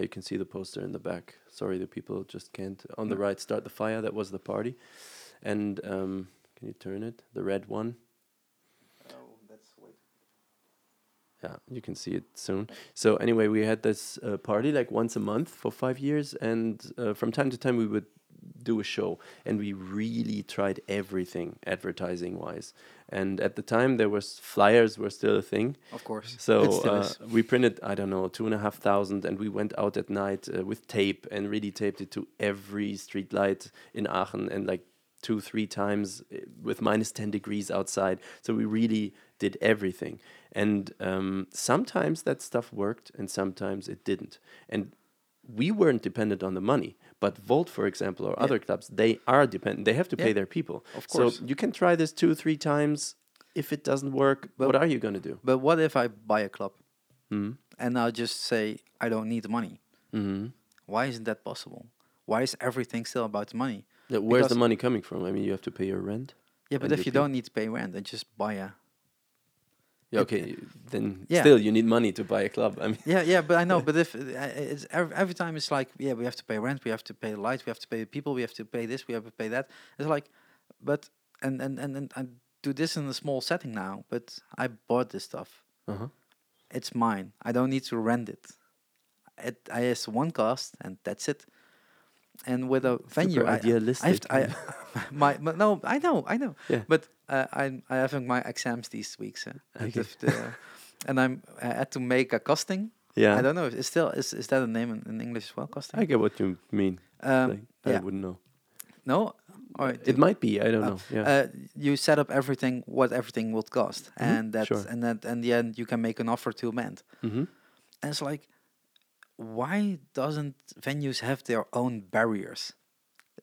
Speaker 2: you can see the poster in the back. Sorry, the people just can't. On the right, start the fire. That was the party, and um, can you turn it? The red one. yeah you can see it soon so anyway we had this uh, party like once a month for five years and uh, from time to time we would do a show and we really tried everything advertising wise and at the time there was flyers were still a thing
Speaker 1: Of course. It
Speaker 2: so
Speaker 1: still
Speaker 2: uh,
Speaker 1: is.
Speaker 2: we printed i don't know two and a half thousand and we went out at night uh, with tape and really taped it to every street light in aachen and like two three times uh, with minus 10 degrees outside so we really did everything and um, sometimes that stuff worked and sometimes it didn't and we weren't dependent on the money but volt for example or other clubs they are dependent they have to pay
Speaker 1: Yeah.
Speaker 2: their people
Speaker 1: Of
Speaker 2: so
Speaker 1: course.
Speaker 2: you can try this two three times if it doesn't work
Speaker 1: But-
Speaker 2: what are you going to do
Speaker 1: But what if I buy a club
Speaker 2: Mhm.
Speaker 1: and I just say I don't need the money?
Speaker 2: Mm-hmm.
Speaker 1: Why isn't that possible? Why is everything still about money?
Speaker 2: Where's the
Speaker 1: Because-
Speaker 2: money coming from? I mean, you have to pay your rent.
Speaker 1: Yeah, but
Speaker 2: And
Speaker 1: if
Speaker 2: your
Speaker 1: you
Speaker 2: fee.
Speaker 1: don't need to pay rent, then just buy a.
Speaker 2: Yeah, okay, you- then
Speaker 1: Yeah.
Speaker 2: still you need money to buy a club. I mean,
Speaker 1: Yeah, yeah, but I know. but if uh, it's every, every time it's like, yeah, we have to pay rent, we have to pay the lights, we have to pay the people, we have to pay this, we have to pay that. It's like, but and and and and I do this in a small setting now. But I bought this stuff.
Speaker 2: uh-huh.
Speaker 1: It's mine. I don't need to rent it. It I has one cost and that's it. And with a venue, I, I- I, have
Speaker 2: idealistic.
Speaker 1: to, I my, my no, I know, I know.
Speaker 2: Yeah.
Speaker 1: But uh, I'm I having my exams these weeks, uh, and,
Speaker 2: Okay.
Speaker 1: if the- and I'm I had to make a costing.
Speaker 2: yeah,
Speaker 1: I
Speaker 2: I,
Speaker 1: don't know. It's still is, is that a name in, in English as well? Costing.
Speaker 2: get what you mean.
Speaker 1: um,
Speaker 2: like, I
Speaker 1: yeah.
Speaker 2: wouldn't know.
Speaker 1: No. All right.
Speaker 2: It might be. I don't
Speaker 1: uh,
Speaker 2: know. Yeah,
Speaker 1: Uh, you set up everything, what everything would cost, and that,
Speaker 2: Mm-hmm. sure.
Speaker 1: and that, in the end, you can make an offer to a band.
Speaker 2: mm-hmm.
Speaker 1: And it's like, why doesn't venues have their own barriers?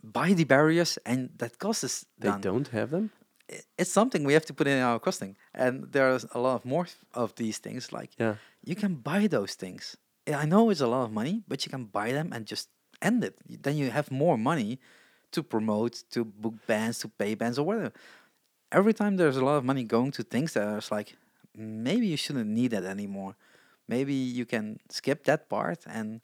Speaker 1: Buy the barriers, and that cost is
Speaker 2: they
Speaker 1: done.
Speaker 2: don't have them.
Speaker 1: I- It's something we have to put in our costing, and there's a lot of more f- of these things. Like,
Speaker 2: Yeah,
Speaker 1: you can buy those things. Yeah, I know it's a lot of money, but you can buy them and just end it. Y- Then you have more money to promote, to book bands, to pay bands or whatever. Every time there's a lot of money going to things that are just like, maybe you shouldn't need that anymore. Maybe you can skip that part and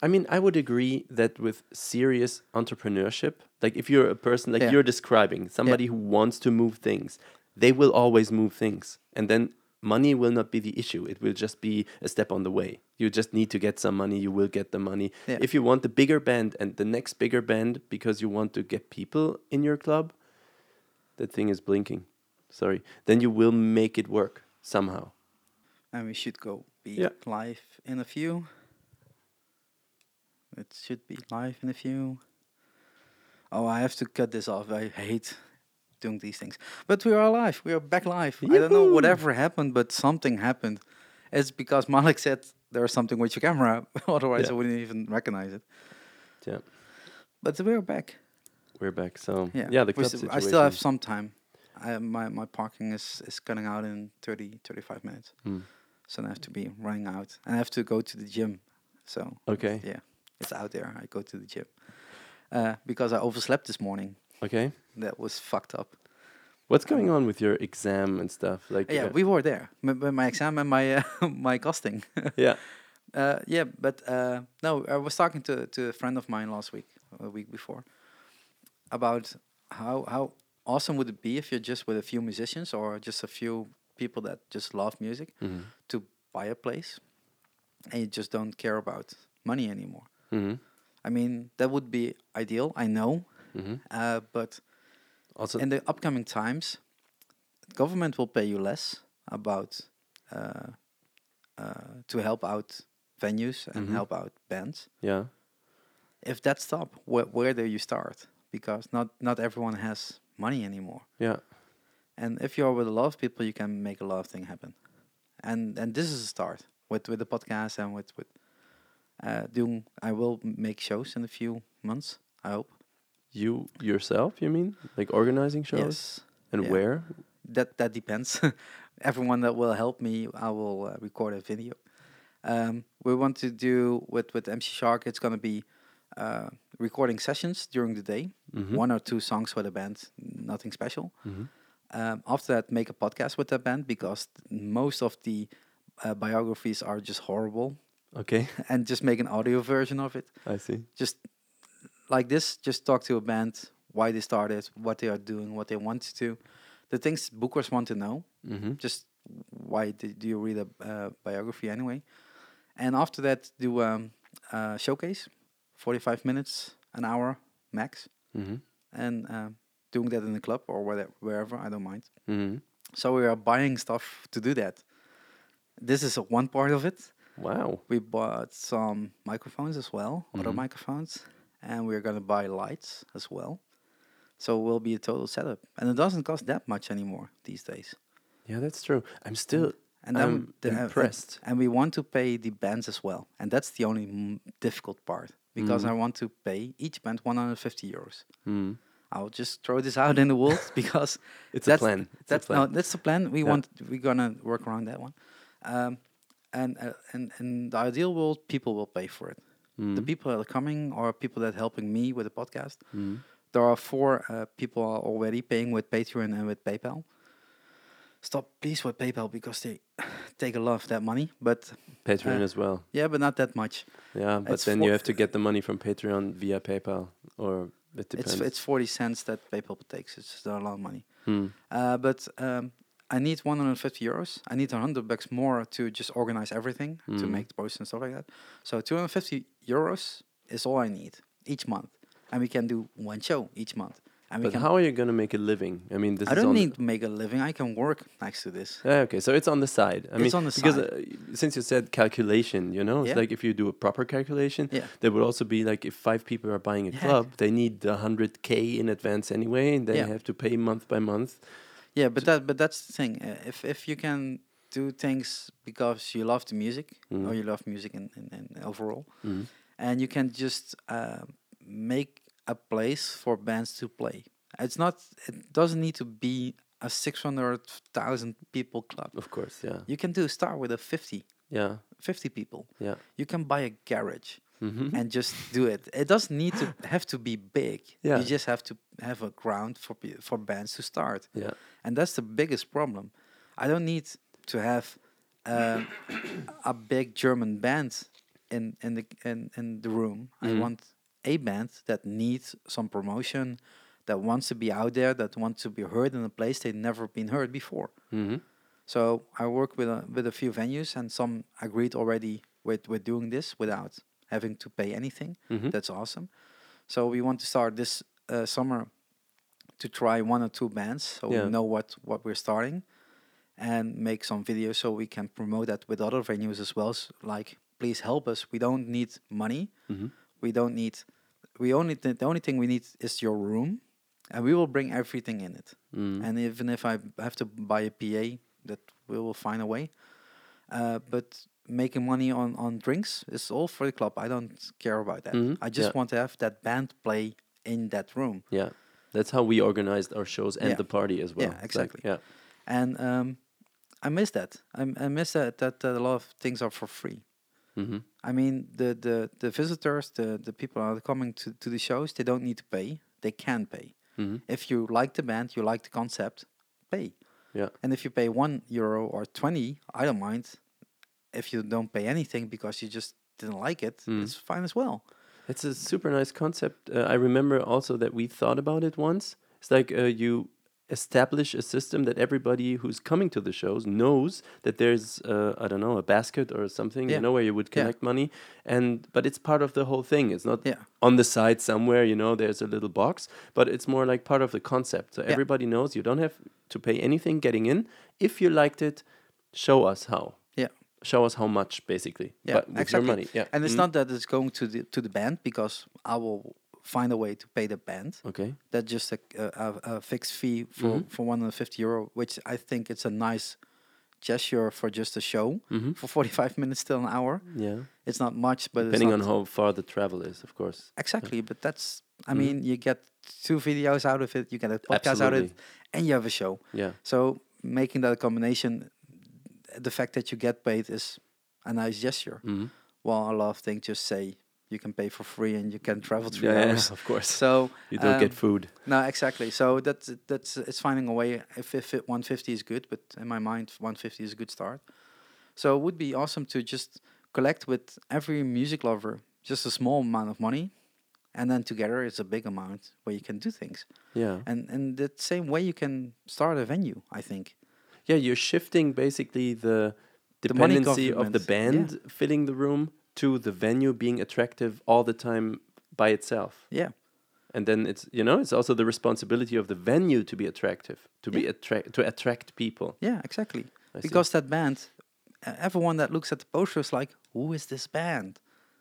Speaker 2: I mean, I would agree that with serious entrepreneurship, like if you're a person like
Speaker 1: Yeah.
Speaker 2: you're describing, somebody who wants to move things, they will always move things. And then money will not be the issue. It will just be a step on the way. You just need to get some money, you will get the money.
Speaker 1: Yeah.
Speaker 2: If you want the bigger band and the next bigger band because you want to get people in your club, that thing is blinking. Sorry. Then you will make it work somehow.
Speaker 1: and we should go be
Speaker 2: Yeah.
Speaker 1: live in a few. It should be live in a few. Oh, I have to cut this off. I hate doing these things. But we are alive. We are back live. I don't know
Speaker 2: Yoo-hoo!
Speaker 1: whatever happened, but something happened. It's because Malik said there's something with your camera. Otherwise,
Speaker 2: Yeah.
Speaker 1: I wouldn't even recognize it.
Speaker 2: Yeah.
Speaker 1: But we're back.
Speaker 2: We're back. So
Speaker 1: Yeah.
Speaker 2: yeah, the
Speaker 1: We
Speaker 2: club
Speaker 1: st-
Speaker 2: situation.
Speaker 1: I still have some time. I, my, my parking is, is cutting out in 30, 35 minutes.
Speaker 2: Mm.
Speaker 1: So then I have to be running out. And I have to go to the gym. So
Speaker 2: Okay.
Speaker 1: yeah, it's out there. I go to the gym. Uh, because I overslept this morning.
Speaker 2: Okay.
Speaker 1: That was fucked up.
Speaker 2: What's going on with your exam and stuff? Like,
Speaker 1: Um, Yeah,
Speaker 2: uh,
Speaker 1: we were there. My, my my exam and my uh, my costing.
Speaker 2: yeah,
Speaker 1: uh, yeah, but uh, no, I was talking to to a friend of mine last week, a week before, about how how awesome would it be if you're just with a few musicians or just a few people that just love music
Speaker 2: Mhm.
Speaker 1: to buy a place, and you just don't care about money anymore.
Speaker 2: Mhm.
Speaker 1: I mean, that would be ideal. I know,
Speaker 2: Mhm.
Speaker 1: uh, but
Speaker 2: Also,
Speaker 1: in the upcoming times, government will pay you less about uh, uh, to help out venues and
Speaker 2: Mhm.
Speaker 1: help out bands.
Speaker 2: yeah,
Speaker 1: If that stop, where where do you start? Because not not everyone has money anymore.
Speaker 2: yeah,
Speaker 1: And if you're with a lot of people, you can make a lot of things happen. And and this is a start with with the podcast and with with uh, doing. I will m- make shows in a few months. I hope.
Speaker 2: you yourself, you mean, like organizing shows
Speaker 1: Yes.
Speaker 2: and
Speaker 1: yeah.
Speaker 2: where?
Speaker 1: that that depends everyone that will help me, I will uh, record a video. Um, we want to do with with MC Shark. It's gonna be uh, recording sessions during the day, one or two songs for the band, nothing special. Um, after that, make a podcast with that band because most of the uh, biographies are just horrible,
Speaker 2: Okay,
Speaker 1: and just make an audio version of it
Speaker 2: I see.
Speaker 1: just like this just talk to a band why they started what they are doing what they want to do the things bookers want to know
Speaker 2: Mm-hmm.
Speaker 1: just why do do you read a uh, biography anyway and after that do um, uh, showcase 45 minutes an hour max
Speaker 2: Mm-hmm.
Speaker 1: and um doing that in the club or whether, wherever i don't mind
Speaker 2: Mm-hmm.
Speaker 1: so we are buying stuff to do that this is uh, one part of it
Speaker 2: Wow.
Speaker 1: we bought some microphones as well, other microphones, and we're gonna buy lights as well. So it will be a total setup, and it doesn't cost that much anymore these days.
Speaker 2: Yeah, that's true. I'm still
Speaker 1: And then
Speaker 2: I'm
Speaker 1: the- uh, uh,
Speaker 2: impressed.
Speaker 1: And we want to pay the bands as well, and that's the only m- difficult part because
Speaker 2: Mm-hmm.
Speaker 1: I want to pay each band 150 euros.
Speaker 2: Mm.
Speaker 1: I'll just throw this out in the world because
Speaker 2: It's a
Speaker 1: that's-
Speaker 2: plan. It's a
Speaker 1: That's
Speaker 2: plan.
Speaker 1: no, that's the plan. We want we're gonna work around that one, um, and uh, and and the ideal world, people will pay for it.
Speaker 2: Mm-hmm.
Speaker 1: The people that are coming or people that are helping me with the podcast.
Speaker 2: Mm-hmm.
Speaker 1: There are four uh, people are already paying with Patreon and with PayPal. Stop, please, with PayPal because they take a lot of that money. But
Speaker 2: Patreon
Speaker 1: uh,
Speaker 2: as well.
Speaker 1: yeah, but not that much.
Speaker 2: Yeah, but
Speaker 1: it's
Speaker 2: then
Speaker 1: for-
Speaker 2: you have to get the money from Patreon via PayPal, or it depends.
Speaker 1: It's it's forty cents that PayPal takes. It's not a lot of money.
Speaker 2: Hmm.
Speaker 1: Uh, but um, I need 150 euros. I need 100 bucks more to just organize everything,
Speaker 2: Hmm.
Speaker 1: to make the posts and stuff like that. So 250 euros is all I need each month. And we can do one show each month. And we
Speaker 2: But
Speaker 1: can,
Speaker 2: how are you gonna make a living? I mean, this
Speaker 1: I
Speaker 2: is
Speaker 1: don't
Speaker 2: on
Speaker 1: need to make a living. I can work next to this.
Speaker 2: Ah, okay, so it's on the side. I
Speaker 1: It's
Speaker 2: mean,
Speaker 1: on the
Speaker 2: because
Speaker 1: side.
Speaker 2: Uh, y- since you said calculation, you know, it's
Speaker 1: Yeah.
Speaker 2: like if you do a proper calculation,
Speaker 1: Yeah.
Speaker 2: there would also be like if five people are buying a
Speaker 1: Yeah.
Speaker 2: club, they need the hundred k in advance anyway, and they
Speaker 1: Yeah.
Speaker 2: have to pay month by month.
Speaker 1: Yeah, but that but that's the thing. Uh, if if you can do things because you love the music or you love music in, in, in overall, and you can just uh, make a place for bands to play. It's not. It doesn't need to be a six hundred thousand people club.
Speaker 2: Of course, yeah,
Speaker 1: You can do start with a 50,
Speaker 2: yeah,
Speaker 1: 50 people.
Speaker 2: yeah.
Speaker 1: You can buy a garage and just do it. It doesn't need to have to be big.
Speaker 2: Yeah.
Speaker 1: You just have to have a ground for pe- for bands to start.
Speaker 2: Yeah.
Speaker 1: And that's the biggest problem. I don't need to have uh, a big German band in in the in, in the room. I want a band that needs some promotion, that wants to be out there, that wants to be heard in a place they've never been heard before.
Speaker 2: Mm-hmm,
Speaker 1: So I work with a, with a few venues, and some agreed already with with doing this without having to pay anything. That's awesome. So we want to start this uh, summer to try one or two bands, so
Speaker 2: Yeah.
Speaker 1: we know what what we're starting, and make some videos so we can promote that with other venues as well. s- like, please help us. We don't need money. We don't need. We only th- the only thing we need is your room, and we will bring everything in it. And even if I b- have to buy a PA, that we will find a way. Uh, but making money on on drinks is all for the club. I don't care about that.
Speaker 2: Mhm,
Speaker 1: I just
Speaker 2: yeah.
Speaker 1: want to have that band play in that room.
Speaker 2: Yeah, that's how we organized our shows and
Speaker 1: Yeah.
Speaker 2: the party as well.
Speaker 1: Yeah,
Speaker 2: It's like-
Speaker 1: exactly.
Speaker 2: yeah,
Speaker 1: and um, I miss that. I, I miss that, that that a lot of things are for free.
Speaker 2: Mhm.
Speaker 1: I mean, the the the visitors, the the people are coming to to the shows. They don't need to pay. They can pay.
Speaker 2: Mm-hmm.
Speaker 1: If you like the band, you like the concept, pay.
Speaker 2: yeah,
Speaker 1: And if you pay one euro or twenty, I don't mind. If you don't pay anything because you just didn't like it,
Speaker 2: Mm-hmm.
Speaker 1: it's fine as well.
Speaker 2: it's a super nice concept. Uh, I remember also that we thought about it once. It's like uh, you establish a system that everybody who's coming to the shows knows that there's uh, I don't know a basket or something
Speaker 1: Yeah.
Speaker 2: you know where you would
Speaker 1: Yeah.
Speaker 2: connect money and but it's part of the whole thing. It's not
Speaker 1: Yeah.
Speaker 2: on the side somewhere you know there's a little box, but it's more like part of the concept. So everybody knows you don't have to pay anything getting in. If you liked it, show us how.
Speaker 1: Yeah.
Speaker 2: Show us how much basically.
Speaker 1: Yeah,
Speaker 2: but with
Speaker 1: exactly.
Speaker 2: your money. Yeah.
Speaker 1: And it's
Speaker 2: Mhm.
Speaker 1: not that it's going to the to the band because I will find a way to pay the band.
Speaker 2: okay.
Speaker 1: that's just a, a, a a fixed fee for,
Speaker 2: Mm-hmm.
Speaker 1: for 150 euro, which I think it's a nice gesture for just a show
Speaker 2: Mm-hmm.
Speaker 1: for 45 minutes till an hour.
Speaker 2: Yeah.
Speaker 1: It's not much, but
Speaker 2: Depending
Speaker 1: it's
Speaker 2: on
Speaker 1: not
Speaker 2: how far the travel is, of course.
Speaker 1: exactly. But that's, I
Speaker 2: Mm-hmm.
Speaker 1: mean, you get two videos out of it, you get a podcast out of it,
Speaker 2: Absolutely.
Speaker 1: and you have a show.
Speaker 2: Yeah.
Speaker 1: So making that a combination, the fact that you get paid is a nice gesture.
Speaker 2: Mhm.
Speaker 1: While a lot of things just say you can pay for free and you can travel three
Speaker 2: Yeah,
Speaker 1: hours.
Speaker 2: of course.
Speaker 1: So
Speaker 2: you don't get
Speaker 1: um,
Speaker 2: food.
Speaker 1: no, exactly. So that's that's it's finding a way. If if it, 150 is good, but in my mind, 150 is a good start. So it would be awesome to just collect with every music lover just a small amount of money, and then together it's a big amount where you can do things.
Speaker 2: Yeah.
Speaker 1: And and the same way you can start a venue, I think.
Speaker 2: Yeah, you're shifting basically the
Speaker 1: The money
Speaker 2: dependency of the
Speaker 1: government,
Speaker 2: band filling the room to the venue being attractive all the time by itself.
Speaker 1: Yeah,
Speaker 2: And then it's you know, it's also the responsibility of the venue to be attractive, to be
Speaker 1: Yeah.
Speaker 2: attract to attract people.
Speaker 1: yeah, exactly.
Speaker 2: I see.
Speaker 1: because that band, e- everyone that looks at the poster is like, who is this band?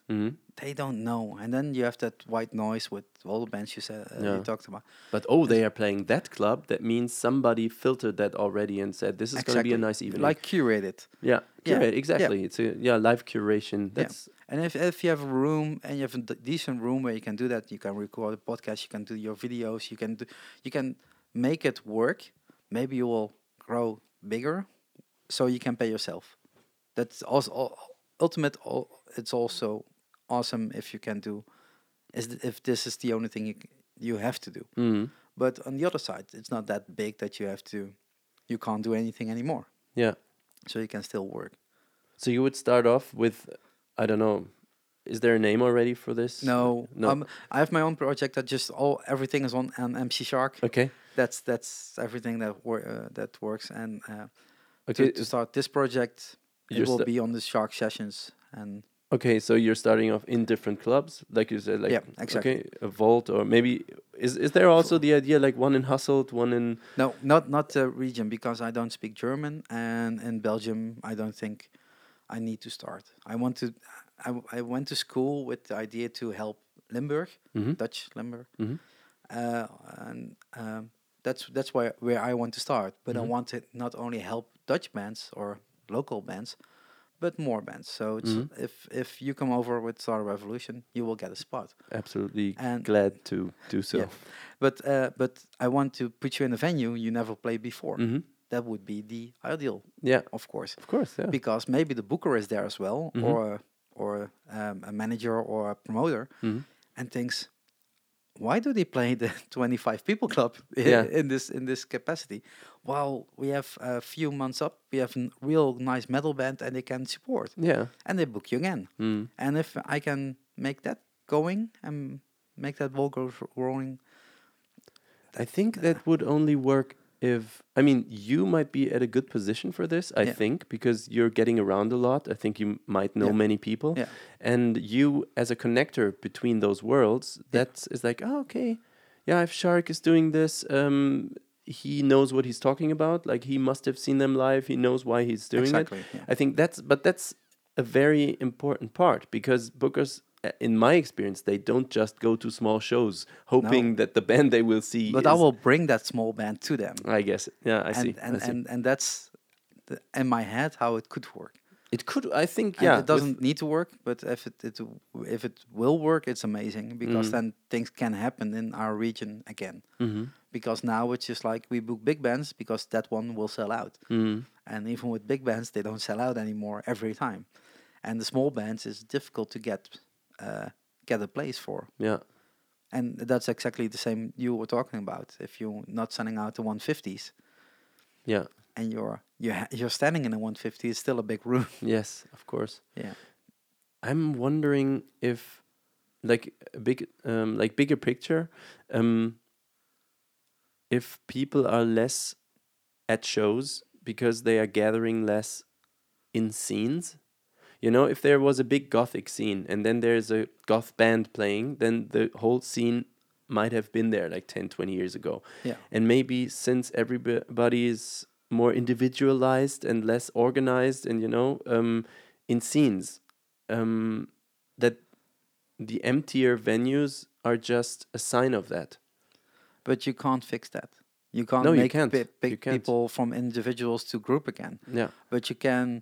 Speaker 2: Mhm.
Speaker 1: They don't know. And then you have that white noise with all the bands you said uh,
Speaker 2: Yeah.
Speaker 1: you talked about.
Speaker 2: But oh, they are playing that club. That means somebody filtered that already and said this is going to be a nice evening.
Speaker 1: Like curated.
Speaker 2: yeah,
Speaker 1: yeah,
Speaker 2: yeah,
Speaker 1: yeah.
Speaker 2: exactly. It's a yeah, live curation. That's
Speaker 1: yeah. And if, if you have a room and you have a d- decent room where you can do that, you can record a podcast, you can do your videos, you can do, you can make it work. Maybe you will grow bigger, so you can pay yourself. That's also ul- ultimate. ul- It's also awesome if you can do, is th- if this is the only thing you c- you have to do.
Speaker 2: Mhm.
Speaker 1: But on the other side, it's not that big that you have to, you can't do anything anymore.
Speaker 2: yeah.
Speaker 1: So you can still work.
Speaker 2: So you would start off with, I don't know, is there a name already for this?
Speaker 1: No,
Speaker 2: no.
Speaker 1: Um, I have my own project that just all everything is on an MC Shark.
Speaker 2: okay.
Speaker 1: That's that's everything that wor- uh, that works. And uh, to,
Speaker 2: Okay,
Speaker 1: to start this project,
Speaker 2: you're
Speaker 1: it will
Speaker 2: sta-
Speaker 1: be on the Shark sessions. And
Speaker 2: Okay, so you're starting off in different clubs, like you said, like
Speaker 1: Yeah, exactly.
Speaker 2: okay, a vault or maybe is is there also the idea like one in Hasselt, one in
Speaker 1: no, not not the region because I don't speak German, and in Belgium I don't think I need to start. I want to. I, w- I went to school with the idea to help Limburg,
Speaker 2: Mhm.
Speaker 1: Dutch Limburg.
Speaker 2: Mhm.
Speaker 1: uh, and um, that's that's where where I want to start. But I want to not only help Dutch bands or local bands, but more bands. So it's, if if you come over with Star Revolution, you will get a spot.
Speaker 2: absolutely
Speaker 1: And-
Speaker 2: glad to do so.
Speaker 1: Yeah. But uh, but I want to put you in a venue you never played before.
Speaker 2: Mhm.
Speaker 1: That would be the ideal,
Speaker 2: Yeah,
Speaker 1: of course,
Speaker 2: of course, yeah.
Speaker 1: because maybe the booker is there as well,
Speaker 2: Mhm.
Speaker 1: or or um, a manager or a promoter,
Speaker 2: Mhm.
Speaker 1: and thinks, why do they play the 25 people club i-
Speaker 2: Yeah.
Speaker 1: in this in this capacity? While we have a few months up, we have a real nice metal band and they can support,
Speaker 2: Yeah.
Speaker 1: and they book you again.
Speaker 2: Mm.
Speaker 1: And if I can make that going and make that ball go r- rolling,
Speaker 2: I think that would only work if I mean you might be at a good position for this. I
Speaker 1: Yeah.
Speaker 2: think because you're getting around a lot. I think you m- might know
Speaker 1: Yeah.
Speaker 2: many people,
Speaker 1: Yeah.
Speaker 2: and you as a connector between those worlds. That is like, oh, okay, yeah. If Shark is doing this, um, he knows what he's talking about. Like he must have seen them live. He knows why he's doing
Speaker 1: Exactly,
Speaker 2: it.
Speaker 1: yeah.
Speaker 2: I think that's but that's a very important part because bookers. uh, In my experience, they don't just go to small shows hoping that the band they will see
Speaker 1: but I
Speaker 2: is-
Speaker 1: will bring that small band to them.
Speaker 2: I guess. Yeah, I see.
Speaker 1: and and,
Speaker 2: I see.
Speaker 1: and and that's the, in my head how it could work.
Speaker 2: it could. I think.
Speaker 1: And
Speaker 2: Yeah.
Speaker 1: it doesn't need to work, but if it, it w- if it will work, it's amazing because
Speaker 2: Mm-hmm.
Speaker 1: then things can happen in our region again. Because now it's just like we book big bands because that one will sell out,
Speaker 2: Mm-hmm.
Speaker 1: and even with big bands, they don't sell out anymore every time, and the small bands is difficult to get uh, get a place for.
Speaker 2: With, yeah.
Speaker 1: And that's exactly the same you were talking about. If you're not selling out the 150s,
Speaker 2: Yeah.
Speaker 1: and you're you ha- you're standing in a 150 is still a big room.
Speaker 2: Yes. Of course.
Speaker 1: yeah.
Speaker 2: I'm wondering if, like, a big, um, like bigger picture, um, if people are less at shows because they are gathering less in scenes. You know, if there was a big gothic scene and then there's a goth band playing, then the whole scene might have been there like 10, 20 years ago.
Speaker 1: Yeah.
Speaker 2: And maybe since everybody is more individualized and less organized and, you know, um, in scenes, um, that the emptier venues are just a sign of that.
Speaker 1: But you can't fix that. You can't
Speaker 2: No, you
Speaker 1: make
Speaker 2: can't.
Speaker 1: pi- pick
Speaker 2: You can't.
Speaker 1: people from individuals to group again.
Speaker 2: Yeah.
Speaker 1: But you can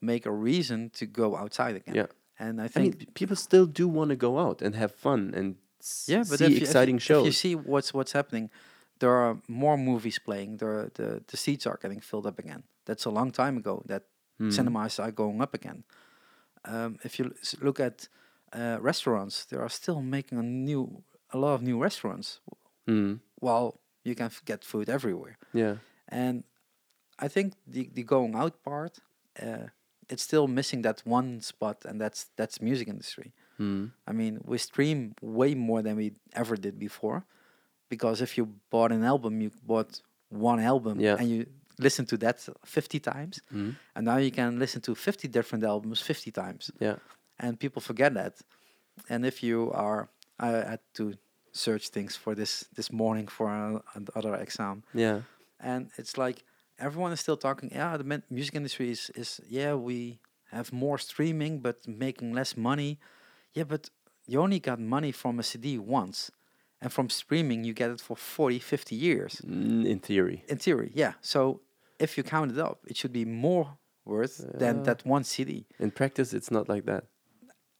Speaker 1: make a reason to go outside again.
Speaker 2: Yeah.
Speaker 1: And I
Speaker 2: I mean,
Speaker 1: think
Speaker 2: p- people still do want to go out and have fun and s-
Speaker 1: yeah, but
Speaker 2: see
Speaker 1: if you, if
Speaker 2: exciting
Speaker 1: you, If you
Speaker 2: shows.
Speaker 1: see what's what's happening, there are more movies playing. There are, the the seats are getting filled up again. That's a long time ago that
Speaker 2: Hmm.
Speaker 1: cinemas are going up again. Um, if you l- s- look at uh, restaurants, they are still making a new a lot of new restaurants.
Speaker 2: Mm.
Speaker 1: While you can f- get food everywhere.
Speaker 2: Yeah.
Speaker 1: And I think the, the going out part, uh, it's still missing that one spot, and that's that's music industry.
Speaker 2: Mm.
Speaker 1: I mean, we stream way more than we ever did before, because if you bought an album, you bought one album,
Speaker 2: Yeah.
Speaker 1: and you listen to that fifty times, and now you can listen to fifty different albums fifty times
Speaker 2: Yeah.
Speaker 1: and people forget that. And if you are, I had to search things for this this morning for a- another exam,
Speaker 2: Yeah.
Speaker 1: and it's like everyone is still talking. Yeah, the mu- music industry is is yeah we have more streaming but making less money. Yeah, but you only got money from a CD once, and from streaming you get it for 40, 50 years
Speaker 2: Mm, in theory.
Speaker 1: in theory. Yeah, so if you count it up, it should be more worth than
Speaker 2: Yeah.
Speaker 1: that one CD.
Speaker 2: In practice, it's not like that.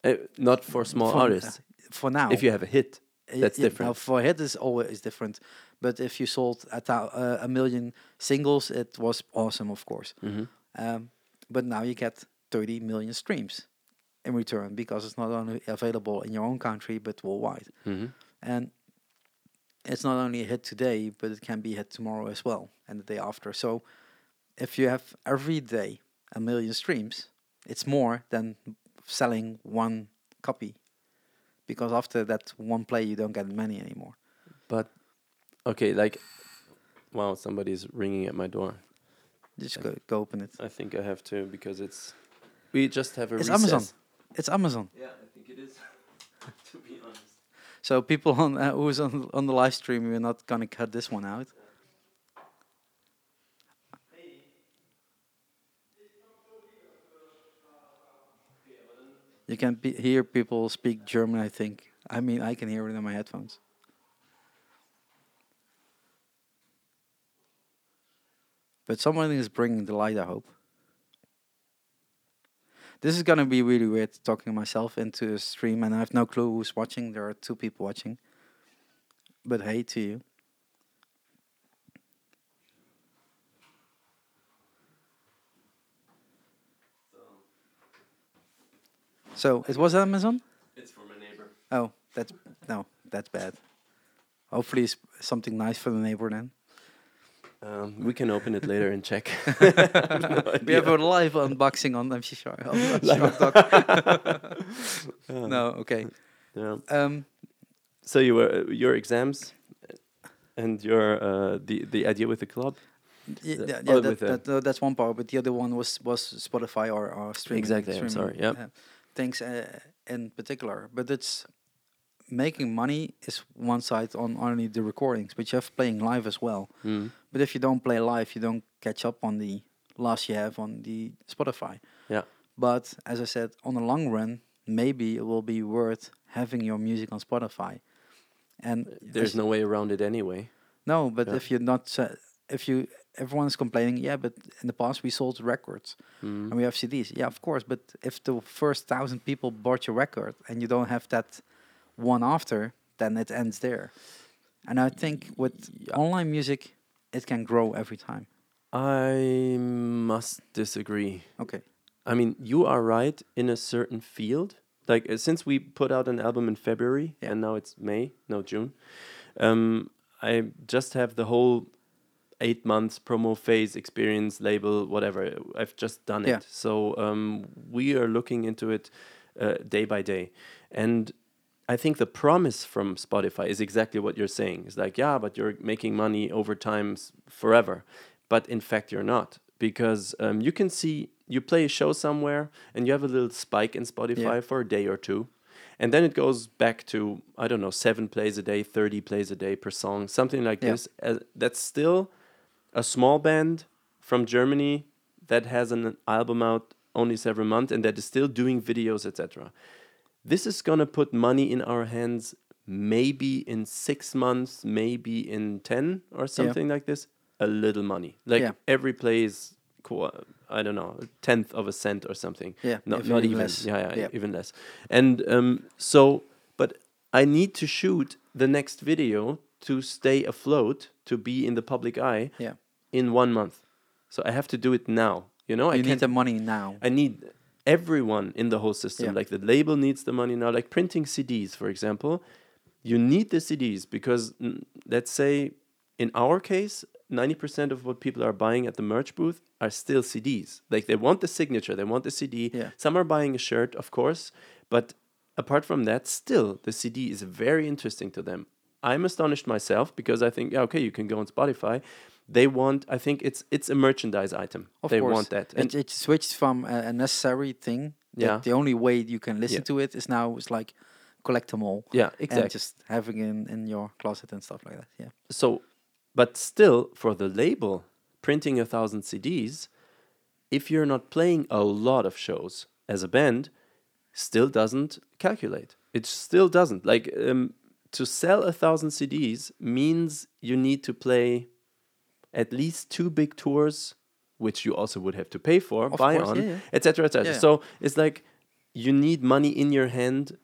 Speaker 2: Uh, not for small
Speaker 1: For-
Speaker 2: artists.
Speaker 1: uh, for now,
Speaker 2: If you have a hit,
Speaker 1: Y-
Speaker 2: that's
Speaker 1: yeah, Now
Speaker 2: different.
Speaker 1: for hit is always different, but if you sold a, thou uh, a million singles, it was awesome, of course.
Speaker 2: Mm-hmm.
Speaker 1: Um, but now you get 30 million streams in return because it's not only available in your own country but worldwide,
Speaker 2: Mm-hmm.
Speaker 1: and it's not only a hit today, but it can be a hit tomorrow as well and the day after. So if you have every day a million streams, it's more than selling one copy because after that one play you don't get many anymore
Speaker 2: But okay, like wow, somebody's ringing at my door.
Speaker 1: just go, go open it
Speaker 2: I think I have to because it's we just have a
Speaker 1: it's
Speaker 2: recess.
Speaker 1: amazon it's amazon
Speaker 2: Yeah, I think it is. to be honest.
Speaker 1: so people on uh, who's on, on the live stream we're not gonna cut this one out you can be, hear people speak german i think i mean i can hear it in my headphones but someone is bringing the light i hope This is gonna be really weird talking myself into a stream, and I have no clue who's watching. There are two people watching, but hey to you. So it was Amazon.
Speaker 2: It's for my neighbor.
Speaker 1: Oh, that's no, that's bad. Hopefully, it's something nice for the neighbor then.
Speaker 2: Um, we can open it later and check.
Speaker 1: We have a live unboxing on MC Shark. on Shark Talk. no, okay.
Speaker 2: Yeah.
Speaker 1: Um,
Speaker 2: So you were uh, your exams and your uh, the the idea with the club.
Speaker 1: Yeah,
Speaker 2: The-
Speaker 1: yeah,
Speaker 2: oh,
Speaker 1: yeah that,
Speaker 2: with the-
Speaker 1: that, uh, that's one part, but the other one was was Spotify or, or streaming.
Speaker 2: Exactly, I'm
Speaker 1: streaming,
Speaker 2: sorry, yep.
Speaker 1: uh, things uh, in particular, but it's making money is one side on only the recordings, but you have playing live as well.
Speaker 2: Mm.
Speaker 1: But if you don't play live, you don't catch up on the loss you have on the Spotify.
Speaker 2: Yeah.
Speaker 1: But as I said, on the long run, maybe it will be worth having your music on Spotify. And
Speaker 2: There's
Speaker 1: as-
Speaker 2: no way around it anyway.
Speaker 1: no, but
Speaker 2: Yeah.
Speaker 1: if you're not, se- if you, everyone's complaining, yeah, but in the past we sold records
Speaker 2: Mm-hmm.
Speaker 1: and we have CDs. Yeah, of course, but if the first thousand people bought your record and you don't have that one after, then it ends there. And I think with online music, it can grow every time.
Speaker 2: I must disagree.
Speaker 1: Okay.
Speaker 2: I mean, you are right in a certain field. Like uh, since we put out an album in February
Speaker 1: Yeah.
Speaker 2: and now it's May, no June. Um, I just have the whole eight months promo phase, experience, label, whatever. I've just done
Speaker 1: Yeah.
Speaker 2: it. So um, we are looking into it uh, day by day, and I think the promise from Spotify is exactly what you're saying. It's like, yeah, but you're making money over time s- forever. But in fact, you're not because um, you can see you play a show somewhere and you have a little spike in Spotify for a day or two. And then it goes back to, I don't know, seven plays a day, 30 plays a day per song, something like
Speaker 1: Yeah.
Speaker 2: this. Uh, that's still a small band from Germany that has an album out only several months and that is still doing videos, etc. This is gonna put money in our hands maybe in six months, maybe in ten or something like this. A little money, like
Speaker 1: Yeah.
Speaker 2: every play is, qu- I don't know, a tenth of a cent or something.
Speaker 1: Yeah,
Speaker 2: not,
Speaker 1: if
Speaker 2: not
Speaker 1: even
Speaker 2: even.
Speaker 1: less.
Speaker 2: Yeah, yeah,
Speaker 1: Yeah.
Speaker 2: even less. And um, so, but I need to shoot the next video to stay afloat, to be in the public eye
Speaker 1: Yeah.
Speaker 2: in one month. So I have to do it now. You know, I
Speaker 1: you
Speaker 2: can't
Speaker 1: need the money now.
Speaker 2: I need everyone in the whole system.
Speaker 1: Yeah.
Speaker 2: Like the label needs the money now. Like printing CDs, for example, you need the CDs because mm, let's say in our case, ninety percent of what people are buying at the merch booth are still CDs. Like they want the signature, they want the CD.
Speaker 1: Yeah.
Speaker 2: Some are buying a shirt, of course, but apart from that, still the CD is very interesting to them. I'm astonished myself because I think, yeah, okay, you can go on Spotify. They want, I think it's it's a merchandise item.
Speaker 1: of
Speaker 2: they
Speaker 1: course.
Speaker 2: want that.
Speaker 1: It, it switched from a, a necessary thing. that
Speaker 2: Yeah.
Speaker 1: The only way you can listen to it is now it's like collect them all.
Speaker 2: Yeah,
Speaker 1: And
Speaker 2: exactly.
Speaker 1: just having it in, in your closet and stuff like that. Yeah.
Speaker 2: so but still for the label printing a thousand cds if you're not playing a lot of shows as a band still doesn't calculate it still doesn't like um, to sell a thousand cds means you need to play at least two big tours which you also would have to pay for buy
Speaker 1: course,
Speaker 2: on
Speaker 1: yeah, yeah.
Speaker 2: etc etc
Speaker 1: Yeah.
Speaker 2: so it's like you need money in your hand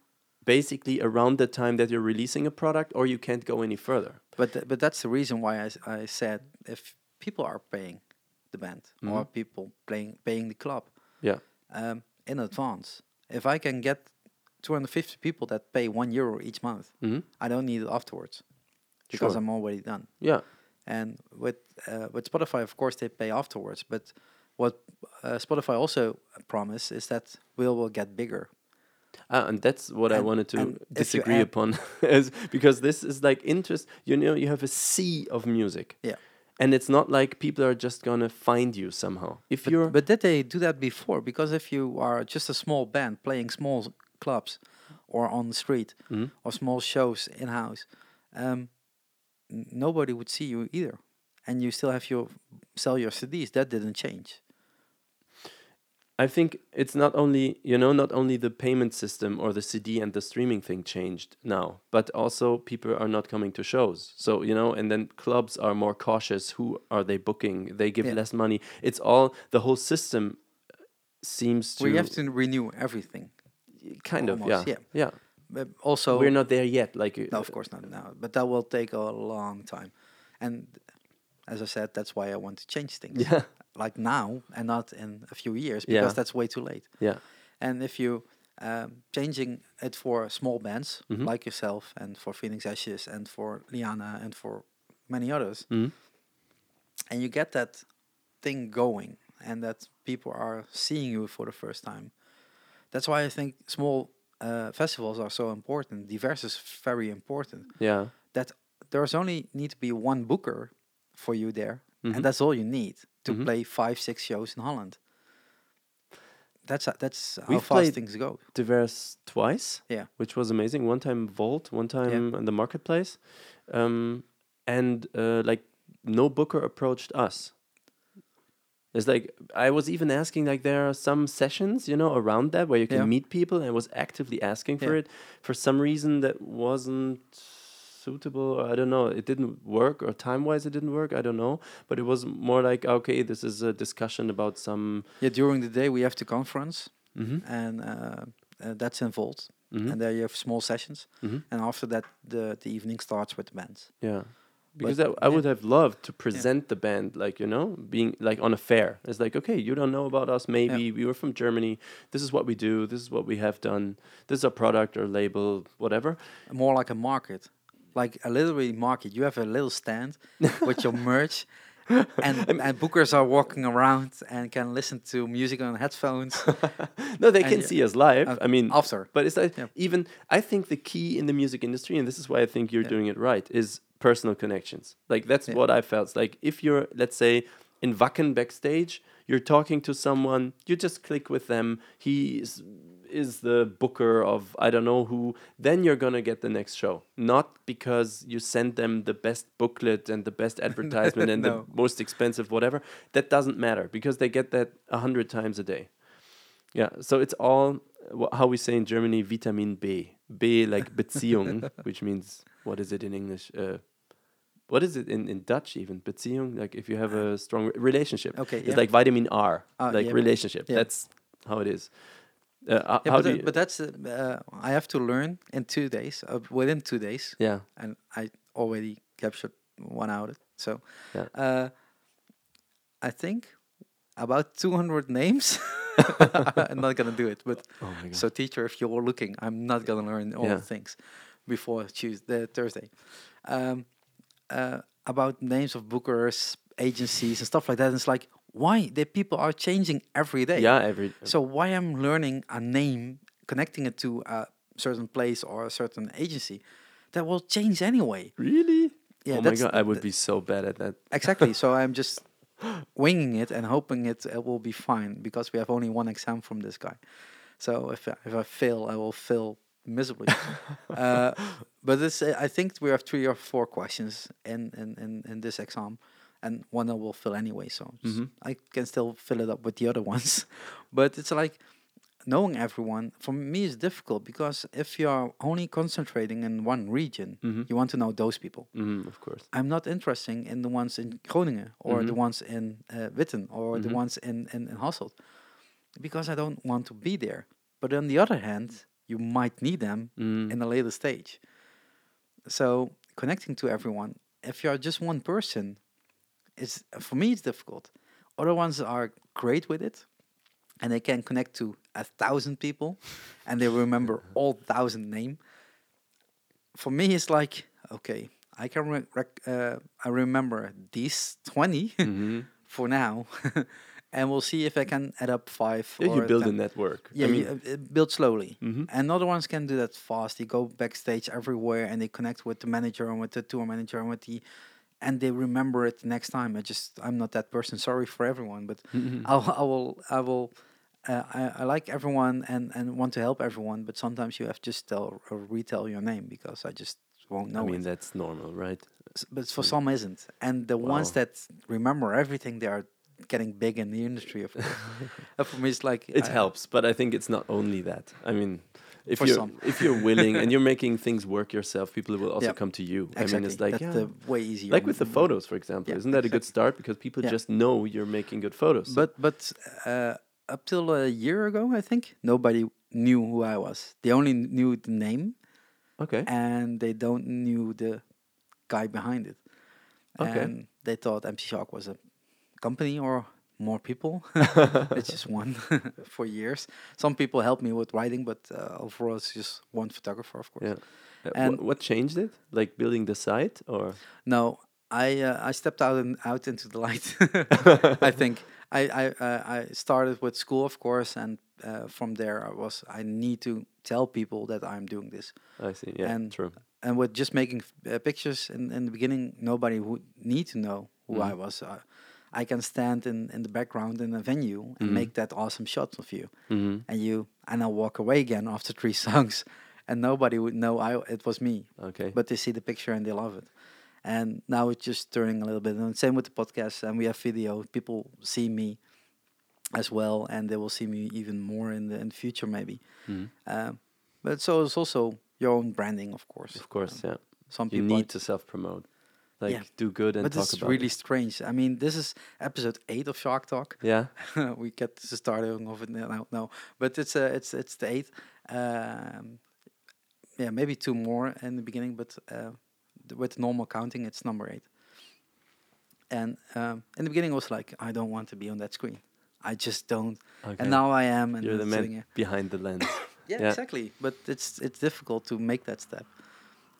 Speaker 2: basically around the time that you're releasing a product or you can't go any further
Speaker 1: But th- but that's the reason why I, s- I said if people are paying the band or people playing paying the club
Speaker 2: yeah
Speaker 1: um, in advance, if I can get 250 people that pay one euro each month, I don't need it afterwards because
Speaker 2: Sure.
Speaker 1: I'm already done.
Speaker 2: Yeah,
Speaker 1: And with uh, with Spotify, of course, they pay afterwards. But what uh, Spotify also promise is that we will get bigger.
Speaker 2: uh, and that's what I
Speaker 1: And-
Speaker 2: wanted
Speaker 1: and
Speaker 2: to
Speaker 1: if you
Speaker 2: disagree
Speaker 1: add-
Speaker 2: upon, is because this is like interest. You know, you have a sea of music,
Speaker 1: Yeah.
Speaker 2: and it's not like people are just gonna find you somehow. If
Speaker 1: But,
Speaker 2: you're,
Speaker 1: but did they do that before? Because if you are just a small band playing small s- clubs or on the street
Speaker 2: Mm-hmm.
Speaker 1: or small shows in house, um, n- nobody would see you either, and you still have your sell your CDs. That didn't change.
Speaker 2: I think it's not only you know not only the payment system or the CD and the streaming thing changed now, but also people are not coming to shows. So you know, and then clubs are more cautious. Who are they booking? They give
Speaker 1: Yeah.
Speaker 2: less money. It's all the whole system uh, seems to
Speaker 1: We have to renew everything.
Speaker 2: kind of
Speaker 1: almost,
Speaker 2: yeah
Speaker 1: yeah.
Speaker 2: yeah.
Speaker 1: But also,
Speaker 2: We're not there yet. Like uh,
Speaker 1: No, of course not now. But that will take a long time. And as I said, that's why I want to change things.
Speaker 2: Yeah.
Speaker 1: Like now and not in a few years
Speaker 2: Yeah.
Speaker 1: because that's way too late.
Speaker 2: Yeah.
Speaker 1: And if you um, changing it for small bands like yourself and for Phoenix Ashes and for Liana and for many others, and you get that thing going and that people are seeing you for the first time. That's why I think small uh, festivals are so important. Diverse is very important
Speaker 2: Yeah.
Speaker 1: that there's only need to be one booker for you there,
Speaker 2: Mm-hmm.
Speaker 1: and that's all you need to play five, six shows in Holland. That's uh, that's how
Speaker 2: We've
Speaker 1: fast
Speaker 2: played-
Speaker 1: things go.
Speaker 2: Diverse twice.
Speaker 1: Yeah.
Speaker 2: Which was amazing. One time Vault, one time in the marketplace. Um, and uh, like no booker approached us. It's like I was even asking like there are some sessions, you know, around that where you can
Speaker 1: Yeah.
Speaker 2: meet people and I was actively asking for
Speaker 1: Yeah.
Speaker 2: it. For some reason that wasn't suitable or I don't know, it didn't work or time wise it didn't work, I don't know. But it was more like okay, this is a discussion about some
Speaker 1: Yeah, during the day we have the conference,
Speaker 2: Mm-hmm.
Speaker 1: and uh, uh, that's involved, and there you have small sessions,
Speaker 2: Mm-hmm.
Speaker 1: and after that the the evening starts with the bands.
Speaker 2: Yeah. Because
Speaker 1: But-
Speaker 2: I, I would have loved to present the band, like, you know, being like on a fair. It's like, okay, you don't know about us. Maybe we were from Germany. This is what we do. This is what we have done. This is our product or label, whatever.
Speaker 1: More like a market, like a literally market. You have a little stand with your merch. and, and bookers are walking around and can listen to music on headphones.
Speaker 2: No, they
Speaker 1: And
Speaker 2: can
Speaker 1: you-
Speaker 2: see us live. I mean,
Speaker 1: after.
Speaker 2: But it's like
Speaker 1: Yeah.
Speaker 2: even, I think the key in the music industry, and this is why I think you're doing it right, is personal connections. Like, that's what I felt. Like, if you're, let's say, in Wacken backstage, you're talking to someone, you just click with them. He is, is the booker of I don't know who. Then you're going to get the next show. Not because you send them the best booklet and the best advertisement and
Speaker 1: No.
Speaker 2: the most expensive whatever. That doesn't matter because they get that a hundred times a day. Yeah, so it's all uh, wha- how we say in Germany, vitamin B. B like Beziehung, which means what is it in English? Uh, what is it in, in Dutch even? Beziehung, like if you have a strong re- relationship.
Speaker 1: Okay,
Speaker 2: it's
Speaker 1: yeah.
Speaker 2: like vitamin R,
Speaker 1: Ah,
Speaker 2: like
Speaker 1: yeah.
Speaker 2: relationship.
Speaker 1: Yeah.
Speaker 2: That's how it is. Uh, uh,
Speaker 1: Yeah, but,
Speaker 2: how do
Speaker 1: tha-
Speaker 2: you,
Speaker 1: but that's uh, uh, I have to learn in two days, uh, within two days,
Speaker 2: yeah,
Speaker 1: and I already captured one out. of it. So,
Speaker 2: Yeah.
Speaker 1: uh, I think about 200 names. I'm not gonna do it, but
Speaker 2: Oh my god.
Speaker 1: so teacher, if you're looking, I'm not gonna learn all
Speaker 2: Yeah.
Speaker 1: the things before Tuesday, Thursday. Um, uh, about names of bookers, agencies, and stuff like that. And it's like, why the people are changing every day?
Speaker 2: yeah, every
Speaker 1: So why I'm learning a name, connecting it to a certain place or a certain agency, that will change anyway.
Speaker 2: really.
Speaker 1: Yeah,
Speaker 2: oh my
Speaker 1: that's
Speaker 2: god,
Speaker 1: the-
Speaker 2: I would be so bad at that.
Speaker 1: Exactly. so I'm just winging it and hoping it, it will be fine because we have only one exam from this guy. So if I- if I fail, I will fail miserably. uh, but this, uh, I think we have three or four questions in in in, in this exam. And one I will fill anyway, so s- I can still fill it up with the other ones. but it's like knowing everyone for me is difficult because if you are only concentrating in one region, you want to know those people.
Speaker 2: Mm, of course.
Speaker 1: I'm not interested in the ones in Groningen or the ones in uh, Witten or the ones in, in, in Hasselt because I don't want to be there. But on the other hand, you might need them
Speaker 2: Mm.
Speaker 1: in a later stage. So connecting to everyone, if you're just one person, it's for me it's difficult. Other ones are great with it and they can connect to a thousand people and they remember all thousand name for me it's like okay i can re- rec- uh, i remember these 20
Speaker 2: Hmm. Mm-hmm.
Speaker 1: for now and we'll see if i can add up five
Speaker 2: Yeah, you
Speaker 1: or
Speaker 2: build a
Speaker 1: 10.
Speaker 2: network.
Speaker 1: yeah
Speaker 2: I mean, Mm-hmm.
Speaker 1: you, uh, uh, build slowly and other ones can do that fast they go backstage everywhere and they connect with the manager and with the tour manager and with the and they remember it next time i just i'm not that person sorry for everyone but
Speaker 2: Mm-hmm.
Speaker 1: I'll, i will i will uh, I, I like everyone and, and want to help everyone, but sometimes you have to just tell or retell your name because I just won't know
Speaker 2: I
Speaker 1: it
Speaker 2: mean that's normal, right?
Speaker 1: s- but for some isn't. And the ones
Speaker 2: Wow.
Speaker 1: that remember everything, they are getting big in the industry. Of course, And for me, it's like
Speaker 2: It
Speaker 1: I-
Speaker 2: helps, but I think it's not only that. I mean, if
Speaker 1: For
Speaker 2: you're
Speaker 1: some.
Speaker 2: if you're willing and you're making things work yourself, people will also
Speaker 1: Yeah.
Speaker 2: come to you.
Speaker 1: Exactly.
Speaker 2: I mean, it's like
Speaker 1: that's
Speaker 2: yeah,
Speaker 1: the way easier.
Speaker 2: like with the
Speaker 1: m-
Speaker 2: photos, for example.
Speaker 1: Yeah,
Speaker 2: Isn't that a good start because people
Speaker 1: Yeah.
Speaker 2: just know you're making good photos. so-
Speaker 1: But but uh, up till a year ago, I think nobody knew who I was. They only knew the name,
Speaker 2: okay,
Speaker 1: and they don't knew the guy behind it.
Speaker 2: Okay.
Speaker 1: And they thought MC Shark was a company or more people. it's just one for years. Some people helped me with writing, but uh, overall, it's just one photographer, of course.
Speaker 2: yeah. Uh, wha-
Speaker 1: and-
Speaker 2: what changed it? Like building the site, or
Speaker 1: No, I uh, I stepped out and out into the light. I think I I uh, I started with school, of course, and uh, from there I was I need to tell people that I'm doing this.
Speaker 2: I see. Yeah,
Speaker 1: and
Speaker 2: true.
Speaker 1: and with just making f- uh, pictures in, in the beginning, nobody would need to know who I was. Uh, I can stand in, in the background in a venue and make that awesome shot of you,
Speaker 2: Mm-hmm.
Speaker 1: and you, and I walk away again after three songs, and nobody would know I it was me.
Speaker 2: Okay.
Speaker 1: but they see the picture and they love it. And now it's just turning a little bit. And same with the podcast, and we have video. People see me as well, and they will see me even more in the in the future maybe.
Speaker 2: Mm-hmm.
Speaker 1: Um, but so it's also your own branding, of course.
Speaker 2: Of course, yeah.
Speaker 1: Some
Speaker 2: You
Speaker 1: people are-
Speaker 2: need to self-promote, like
Speaker 1: Yeah.
Speaker 2: do good and
Speaker 1: but
Speaker 2: talk
Speaker 1: this is
Speaker 2: about.
Speaker 1: really
Speaker 2: it.
Speaker 1: strange. I mean, this is episode eight of Shark Talk.
Speaker 2: Yeah.
Speaker 1: we get the starting of it now. No, but it's uh, it's it's the eighth. Um, yeah, maybe two more in the beginning, but uh, th- with normal counting, it's number eight. And um, in the beginning, I was like, I don't want to be on that screen. I just don't.
Speaker 2: Okay.
Speaker 1: And now I am, and
Speaker 2: You're the
Speaker 1: I'm sitting
Speaker 2: man
Speaker 1: here.
Speaker 2: behind the lens.
Speaker 1: Yeah, exactly. But it's it's difficult to make that step.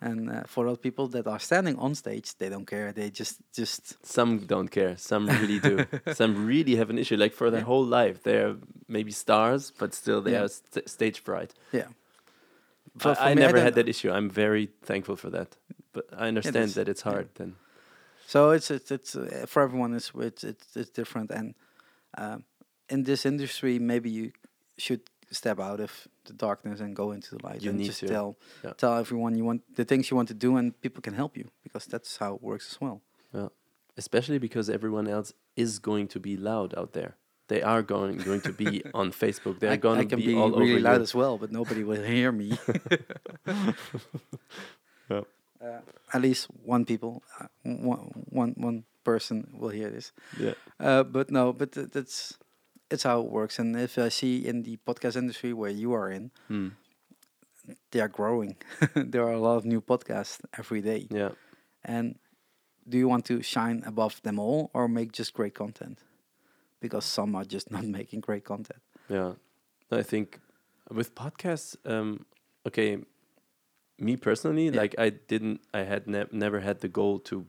Speaker 1: And uh, for all people that are standing on stage, they don't care. They just just
Speaker 2: Some don't care. Some really do. some really have an issue. Like for their whole life, they're maybe stars, but still they
Speaker 1: Yeah.
Speaker 2: are st- stage fright.
Speaker 1: yeah.
Speaker 2: I,
Speaker 1: For- for
Speaker 2: I
Speaker 1: me,
Speaker 2: never
Speaker 1: don't-
Speaker 2: had that issue. I'm very thankful for that. But I understand
Speaker 1: that's-
Speaker 2: that it's
Speaker 1: yeah.
Speaker 2: hard. Then
Speaker 1: So it's it's, it's uh, for everyone. It's it's it's, it's different, and um, in this industry, maybe you should step out of the darkness and go into the light
Speaker 2: You
Speaker 1: and
Speaker 2: need
Speaker 1: just
Speaker 2: to,
Speaker 1: tell
Speaker 2: yeah.
Speaker 1: tell everyone you want the things you want to do, and people can help you because that's how it works as well.
Speaker 2: Yeah. Especially because everyone else is going to be loud out there. They are going going to be on Facebook. They're
Speaker 1: I,
Speaker 2: going
Speaker 1: I
Speaker 2: to
Speaker 1: can
Speaker 2: be,
Speaker 1: be,
Speaker 2: all
Speaker 1: really
Speaker 2: over
Speaker 1: loud
Speaker 2: you.
Speaker 1: as well, but nobody will hear me.
Speaker 2: Yeah.
Speaker 1: Uh, at least one people, uh, one, one one person will hear this.
Speaker 2: Yeah.
Speaker 1: Uh, but no, but th- that's it's how it works. And if I see in the podcast industry where you are in,
Speaker 2: Hmm.
Speaker 1: they are growing. there are a lot of new podcasts every day,
Speaker 2: Yeah.
Speaker 1: and do you want to shine above them all or make just great content? Because some are just not making great content.
Speaker 2: Yeah, I think with podcasts, um, okay, me personally,
Speaker 1: Yeah.
Speaker 2: like I didn't, I had ne- never had the goal to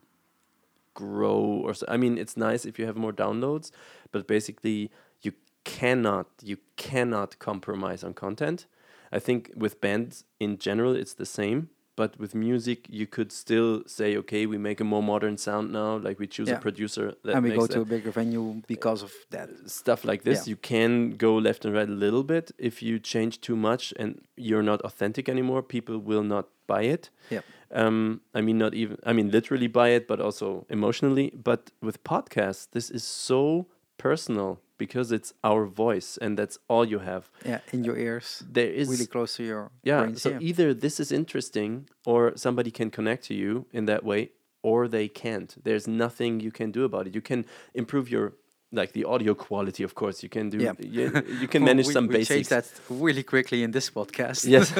Speaker 2: grow or so. I mean, it's nice if you have more downloads, but basically, you cannot, you cannot compromise on content. I think with bands in general, it's the same. But with music, you could still say, okay, we make a more modern sound now. Like we choose
Speaker 1: Yeah.
Speaker 2: a producer that
Speaker 1: and we
Speaker 2: makes
Speaker 1: go
Speaker 2: that
Speaker 1: to a bigger venue because of that.
Speaker 2: stuff like this
Speaker 1: Yeah.
Speaker 2: you can go left and right a little bit if you change too much and you're not authentic anymore people will not buy it
Speaker 1: Yeah.
Speaker 2: um i mean not even i mean literally buy it but also emotionally but with podcasts this is so personal because it's our voice and that's all you have
Speaker 1: Yeah, in your ears.
Speaker 2: there is
Speaker 1: really close to your
Speaker 2: yeah
Speaker 1: brains,
Speaker 2: so either this is interesting or somebody can connect to you in that way or they can't there's nothing you can do about it you can improve your like the audio quality of course you can do
Speaker 1: Yeah.
Speaker 2: you, you can
Speaker 1: Well,
Speaker 2: manage
Speaker 1: we,
Speaker 2: some
Speaker 1: we
Speaker 2: basics
Speaker 1: changed that really quickly in this podcast.
Speaker 2: yes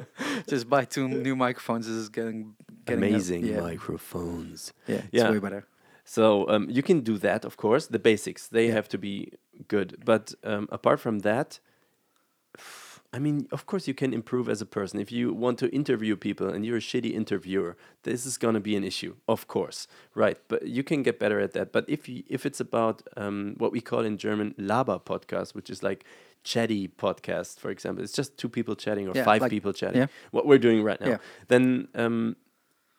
Speaker 1: just buy two new microphones. This is getting, getting us-
Speaker 2: amazing
Speaker 1: yeah.
Speaker 2: microphones
Speaker 1: Yeah, it's
Speaker 2: Yeah.
Speaker 1: way better.
Speaker 2: So um, you can do that, of course. The basics they
Speaker 1: Yeah.
Speaker 2: have to be good, but um, apart from that, f- I mean, of course, you can improve as a person. If you want to interview people and you're a shitty interviewer, this is going to be an issue, of course, right? But you can get better at that. But if you, if it's about um, what we call in German "Laber podcast," which is like chatty podcast, for example, it's just two people chatting or
Speaker 1: Yeah,
Speaker 2: five
Speaker 1: like-
Speaker 2: people chatting.
Speaker 1: yeah.
Speaker 2: What we're doing right now,
Speaker 1: Yeah.
Speaker 2: then um,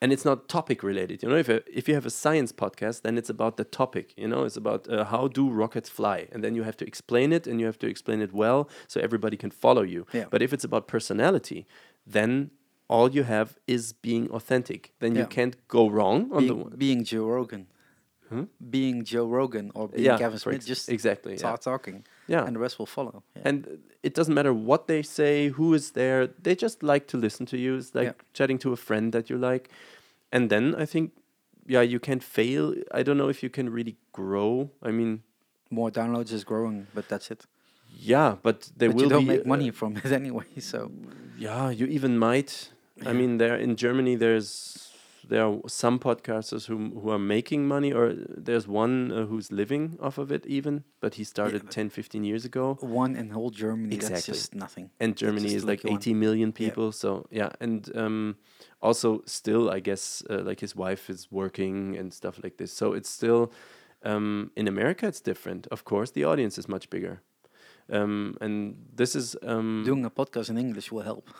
Speaker 2: and it's not topic related. You know, if a, if you have a science podcast, then it's about the topic. You know, it's about uh, how do rockets fly, and then you have to explain it, and you have to explain it well so everybody can follow you.
Speaker 1: Yeah.
Speaker 2: But if it's about personality, then all you have is being authentic. Then you
Speaker 1: Yeah.
Speaker 2: can't go wrong on the
Speaker 1: Being,
Speaker 2: one.
Speaker 1: being Joe Rogan. Being Joe Rogan or being
Speaker 2: Yeah,
Speaker 1: Kevin
Speaker 2: for
Speaker 1: Smith.
Speaker 2: ex-
Speaker 1: just
Speaker 2: exactly, yeah.
Speaker 1: start talking.
Speaker 2: Yeah.
Speaker 1: And the rest will follow. Yeah.
Speaker 2: And it doesn't matter what they say, who is there. They just like to listen to you. It's like
Speaker 1: Yeah.
Speaker 2: chatting to a friend that you like. And then I think, yeah, you can fail. I don't know if you can really grow. I mean,
Speaker 1: More downloads is growing, but that's it.
Speaker 2: yeah, but they
Speaker 1: but
Speaker 2: will
Speaker 1: you don't
Speaker 2: be,
Speaker 1: make
Speaker 2: uh,
Speaker 1: money from it anyway. So
Speaker 2: yeah, you even might. I mean, there in Germany, there's there are some podcasters who who are making money, or there's one uh, who's living off of it even. But he started
Speaker 1: but-
Speaker 2: 10, 15 years ago.
Speaker 1: one in whole Germany, that's
Speaker 2: Exactly.
Speaker 1: just nothing.
Speaker 2: and Germany
Speaker 1: just
Speaker 2: is like
Speaker 1: like one.
Speaker 2: 80 million people. So yeah, and um, also still, I guess, uh, like his wife is working and stuff like this. So it's still um, in America, it's different. Of course, the audience is much bigger. Um, and this is um,
Speaker 1: Doing a podcast in English will help.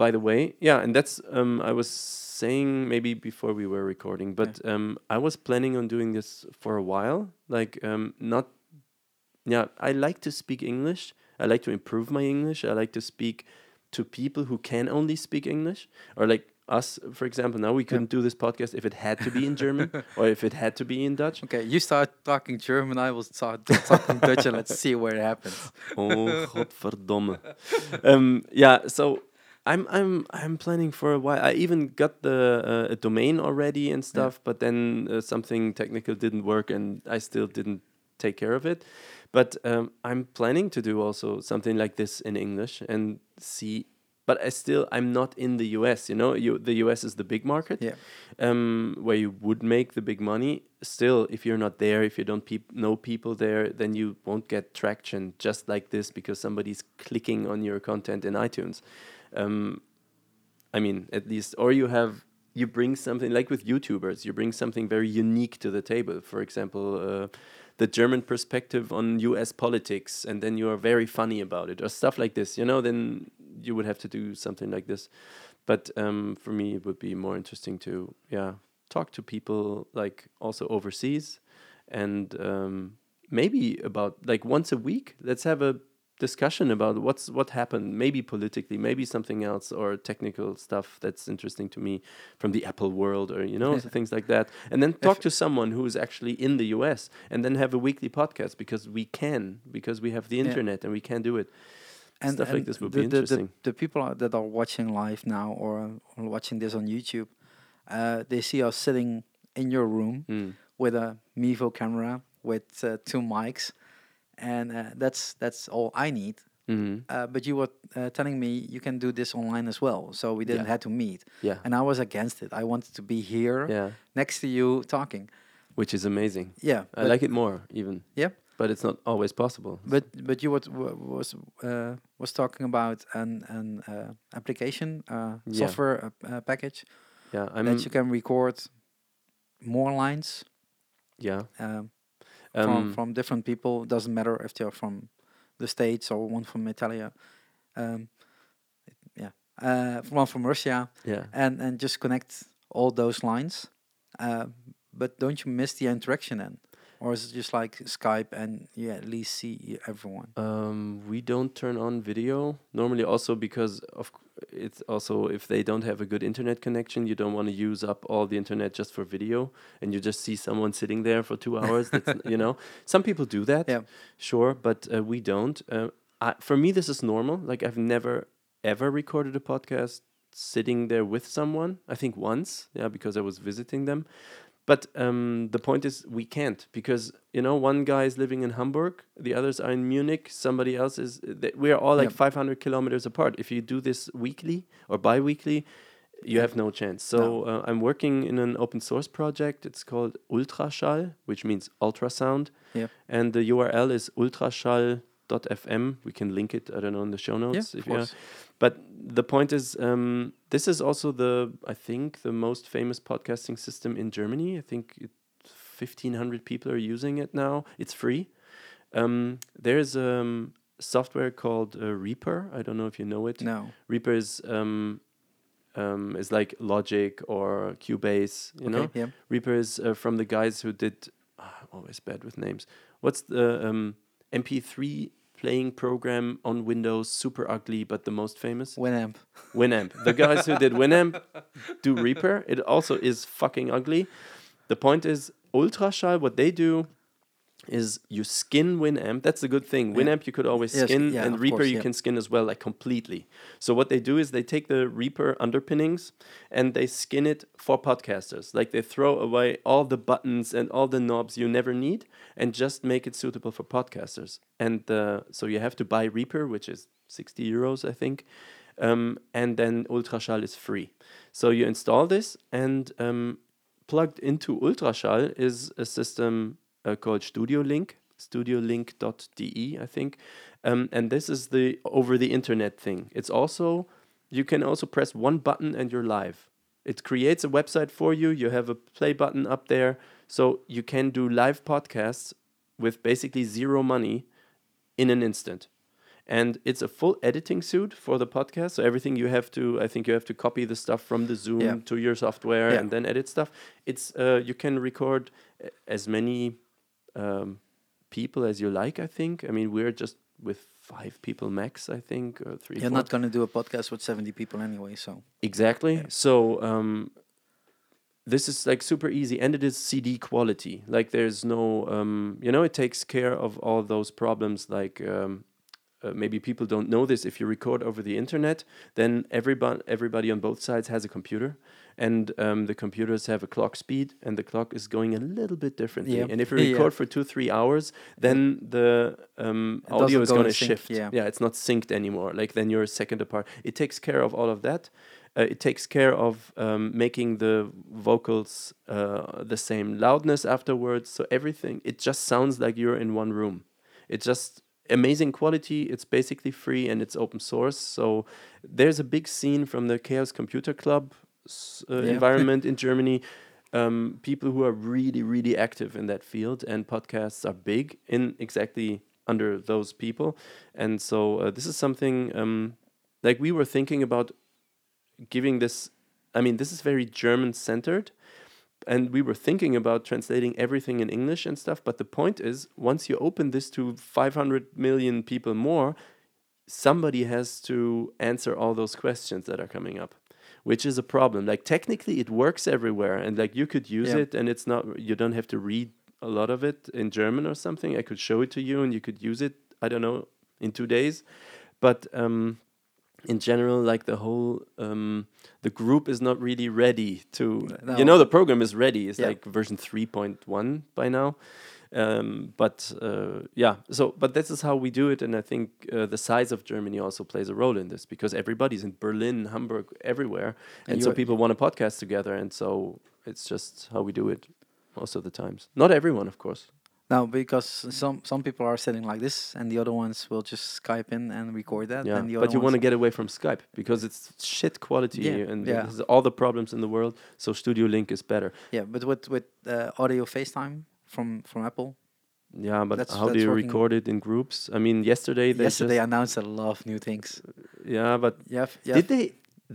Speaker 2: by the way yeah and that's um i was saying maybe before we were recording but um i was planning on doing this for a while like um not yeah i like to speak english i like to improve my english i like to speak to people who can only speak english or like us for example now we couldn't do this podcast if it had to be in german or if it had to be in dutch
Speaker 1: Okay, you start talking German, I will start talking Dutch, and let's see where it happens.
Speaker 2: oh godverdomme. um yeah so i'm i'm i'm planning for a while i even got the uh, a domain already and stuff but then uh, something technical didn't work and i still didn't take care of it but um, i'm planning to do also something like this in english and see but i still i'm not in the us you know you the us is the big market
Speaker 1: Yeah.
Speaker 2: um, where you would make the big money. Still, if you're not there, if you don't peop- know people there, then you won't get traction just like this because somebody's clicking on your content in iTunes. Um, I mean, at least, or you have you bring something like with YouTubers, you bring something very unique to the table. For example. Uh, the German perspective on U.S. politics, and then you are very funny about it, or stuff like this. You know, then you would have to do something like this but um, for me it would be more interesting to yeah talk to people like also overseas and um, maybe about like once a week let's have a discussion about what's what happened maybe politically maybe something else or technical stuff that's interesting to me from the apple world or you know so things like that and then talk to someone who is actually in the us and then have a weekly podcast because we can because we have the internet and we can do it Stuff like this would
Speaker 1: the,
Speaker 2: be
Speaker 1: the- the-
Speaker 2: interesting.
Speaker 1: The, people are, that are watching live now or, or watching this on YouTube, uh, they see us sitting in your room
Speaker 2: Hmm.
Speaker 1: with a Mevo camera with uh, two mics, and uh, that's that's all I need
Speaker 2: Mhm.
Speaker 1: Uh, but you were uh, telling me you can do this online as well, so we didn't
Speaker 2: Yeah.
Speaker 1: have to meet.
Speaker 2: Yeah.
Speaker 1: And I was against it. I wanted to be here,
Speaker 2: Yeah.
Speaker 1: next to you, talking.
Speaker 2: Which is amazing.
Speaker 1: Yeah,
Speaker 2: I like it more even.
Speaker 1: Yeah,
Speaker 2: But it's not always possible.
Speaker 1: but but you what wa- was uh, was talking about an an uh, application uh,
Speaker 2: Yeah. Um,
Speaker 1: software uh, uh, package
Speaker 2: yeah, I'm
Speaker 1: that you can record more lines
Speaker 2: yeah.
Speaker 1: um, from
Speaker 2: Um,
Speaker 1: from different people. Doesn't matter if they're from the states or one from Italia, um, yeah, uh, one from Russia.
Speaker 2: yeah.
Speaker 1: and and just connect all those lines. Uh, but don't you miss the interaction then, or is it just like Skype and you at least see everyone?
Speaker 2: Um, we don't turn on video normally, also because of c- it's also if they don't have a good internet connection, you don't want to use up all the internet just for video, and you just see someone sitting there for two hours. That's, n- you know, some people do that,
Speaker 1: Yeah.
Speaker 2: sure, but uh, we don't. Uh, I, for me, this is normal. Like I've never ever recorded a podcast sitting there with someone. I think once, yeah, because I was visiting them. But um, the point is, we can't because you know one guy is living in Hamburg, the others are in Munich. Somebody else is. th- We are all like
Speaker 1: Yep.
Speaker 2: 500 kilometers apart. If you do this weekly or bi-weekly, you have no chance. So
Speaker 1: No.
Speaker 2: uh, I'm working in an open source project. It's called Ultraschall, which means ultrasound.
Speaker 1: Yeah.
Speaker 2: And the URL is ultraschall.fm. We can link it. I don't know in the show notes.
Speaker 1: of
Speaker 2: you-
Speaker 1: course.
Speaker 2: but the point is, um, this is also the I think the most famous podcasting system in Germany. I think it, 1,500 people are using it now. It's free. Um, there's um, software called uh, Reaper. I don't know if you know it.
Speaker 1: No,
Speaker 2: Reaper is um, um, is like Logic or Cubase. You know,
Speaker 1: okay, yeah,
Speaker 2: Reaper is uh, from the guys who did. ah, I'm always bad with names. What's the um, MP3 playing program on Windows? Super ugly, but the most famous.
Speaker 1: Winamp.
Speaker 2: Winamp. The guys who did Winamp do Reaper. It also is fucking ugly. The point is, Ultraschall, what they do is you skin Winamp. That's the good thing.
Speaker 1: Yeah.
Speaker 2: Winamp you could always
Speaker 1: Yes,
Speaker 2: skin,
Speaker 1: yeah,
Speaker 2: and
Speaker 1: of
Speaker 2: Reaper
Speaker 1: course,
Speaker 2: you
Speaker 1: yeah.
Speaker 2: can skin as well, like completely. So what they do is they take the Reaper underpinnings and they skin it for podcasters. Like they throw away all the buttons and all the knobs you never need, and just make it suitable for podcasters. And uh, so you have to buy Reaper, which is 60 euros, I think. Um, and then Ultraschall is free. So you install this, and um, plugged into Ultraschall is a system uh, called Studio Link, studiolink.de, E, I think. Um, and this is the over the internet thing. It's also, you can also press one button and you're live. It creates a website for you. You have a play button up there. So you can do live podcasts with basically zero money in an instant. And it's a full editing suite for the podcast. So everything you have to, I think you have to copy the stuff from the Zoom
Speaker 1: Yeah.
Speaker 2: to your software
Speaker 1: Yeah.
Speaker 2: and then edit stuff. It's uh, you can record a- as many um, people as you like. I think. I mean, we're just with five people max. I think or three.
Speaker 1: You're
Speaker 2: four.
Speaker 1: not gonna do a podcast with seventy people anyway, so
Speaker 2: Exactly. So um, this is like super easy, and it is CD quality. Like there's no, um, you know, it takes care of all those problems. Like um, uh, maybe people don't know this. If you record over the internet, then everybody everybody on both sides has a computer, and um, the computers have a clock speed, and the clock is going a little bit differently.
Speaker 1: Yeah.
Speaker 2: And if you
Speaker 1: Yeah.
Speaker 2: record for two three hours, then the um,
Speaker 1: It
Speaker 2: audio
Speaker 1: doesn't
Speaker 2: is
Speaker 1: go in
Speaker 2: going to
Speaker 1: sync,
Speaker 2: shift.
Speaker 1: yeah.
Speaker 2: yeah, it's not synced anymore. Like then you're a second apart. It takes care of all of that. Uh, it takes care of um, making the vocals uh, the same loudness afterwards. So everything, it just sounds like you're in one room. It's just amazing quality. It's basically free and it's open source. So there's a big scene from the Chaos Computer Club s- uh,
Speaker 1: Yeah.
Speaker 2: environment in Germany. Um, people who are really, really active in that field, and podcasts are big in exactly under those people. And so uh, this is something um, like we were thinking about giving this. I mean, this is very German centered, and we were thinking about translating everything in English and stuff. But the point is, once you open this to 500 million people more, somebody has to answer all those questions that are coming up, which is a problem. Like technically, it works everywhere, and like you could use
Speaker 1: Yeah.
Speaker 2: it, and it's not you don't have to read a lot of it in German or something. I could show it to you, and you could use it. I don't know in two days, but. Um, in general, like the whole um, the group is not really ready to.
Speaker 1: No.
Speaker 2: You know, the program is ready. It's
Speaker 1: Yeah.
Speaker 2: like version three point one by now, um, but uh, yeah so but this is how we do it and i think uh, the size of germany also plays a role in this because everybody's in berlin hamburg everywhere
Speaker 1: And
Speaker 2: and, so
Speaker 1: you-
Speaker 2: people want to podcast together and so it's just how we do it most of the times not everyone of course
Speaker 1: No, because some some people are sitting like this, and the other ones will just Skype in and record that.
Speaker 2: yeah
Speaker 1: and the
Speaker 2: but
Speaker 1: other
Speaker 2: you want to
Speaker 1: ones-
Speaker 2: get away from skype because it's shit quality
Speaker 1: Yeah,
Speaker 2: and
Speaker 1: yeah.
Speaker 2: there's all the problems in the world so studio link is better
Speaker 1: yeah, but with with uh, audio FaceTime from from Apple.
Speaker 2: yeah but
Speaker 1: That's-
Speaker 2: how
Speaker 1: that's
Speaker 2: do you
Speaker 1: working.
Speaker 2: record it in groups i mean yesterday they
Speaker 1: Yesterday announced a lot of new things.
Speaker 2: just- yeah but
Speaker 1: Yeah, yeah.
Speaker 2: Did they?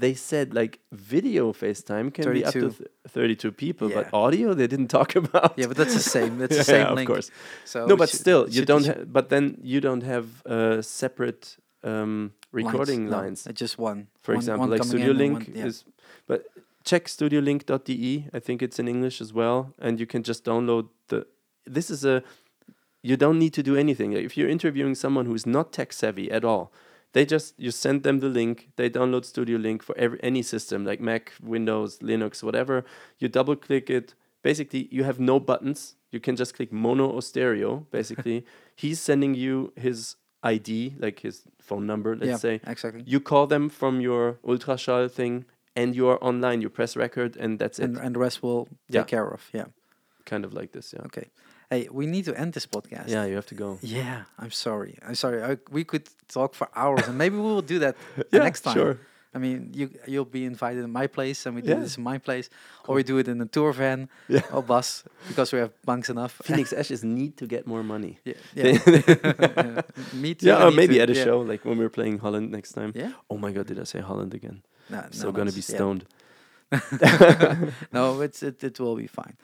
Speaker 2: They said like video FaceTime can be up to
Speaker 1: 32.
Speaker 2: th- 32 people, but
Speaker 1: Yeah.
Speaker 2: audio they didn't talk about.
Speaker 1: Yeah, but oh, that's the same. That's
Speaker 2: Yeah,
Speaker 1: the same
Speaker 2: of
Speaker 1: link.
Speaker 2: course.
Speaker 1: So
Speaker 2: no, but
Speaker 1: should-
Speaker 2: still, you
Speaker 1: should-
Speaker 2: don't.
Speaker 1: should-
Speaker 2: Ha- but then you don't have uh, separate um, recording
Speaker 1: no,
Speaker 2: lines.
Speaker 1: uh, just one.
Speaker 2: For
Speaker 1: One-
Speaker 2: example,
Speaker 1: one
Speaker 2: like
Speaker 1: coming in and
Speaker 2: StudioLink
Speaker 1: one- yeah.
Speaker 2: is, but check StudioLink.de. E, I think it's in English as well, and you can just download the. This is a. You don't need to do anything. Like, If you're interviewing someone who's not tech savvy at all, they just you send them the link. They download StudioLink for every any system like Mac, Windows, Linux, whatever. You double click it. Basically, you have no buttons. You can just click mono or stereo. Basically, he's sending you his ID, like his phone number, let's
Speaker 1: yeah,
Speaker 2: say,
Speaker 1: exactly.
Speaker 2: you call them from your ultraschall thing and you are online you press record and that's it
Speaker 1: and, and the rest will
Speaker 2: Yeah.
Speaker 1: take care of. Yeah.
Speaker 2: kind of like this yeah
Speaker 1: Okay. Hey, we need to end this podcast.
Speaker 2: yeah you have to go
Speaker 1: Yeah, I'm sorry. I'm sorry. I, we could talk for hours, and maybe we will do that
Speaker 2: Yeah,
Speaker 1: next time.
Speaker 2: sure.
Speaker 1: I mean, you you'll be invited in my place, and we do
Speaker 2: Yeah.
Speaker 1: this in my place, or we do it in a tour van
Speaker 2: Yeah.
Speaker 1: or bus because we have bunks enough.
Speaker 2: phoenix ashes need to get more money
Speaker 1: yeah, yeah. me too. I
Speaker 2: yeah or
Speaker 1: need
Speaker 2: maybe
Speaker 1: to-
Speaker 2: at a
Speaker 1: yeah.
Speaker 2: show like when we're playing holland next time
Speaker 1: Yeah.
Speaker 2: oh my god did i say holland again
Speaker 1: No, no,
Speaker 2: I'm so gonna
Speaker 1: that's-
Speaker 2: be
Speaker 1: yeah.
Speaker 2: stoned
Speaker 1: no, it's it, it will be fine.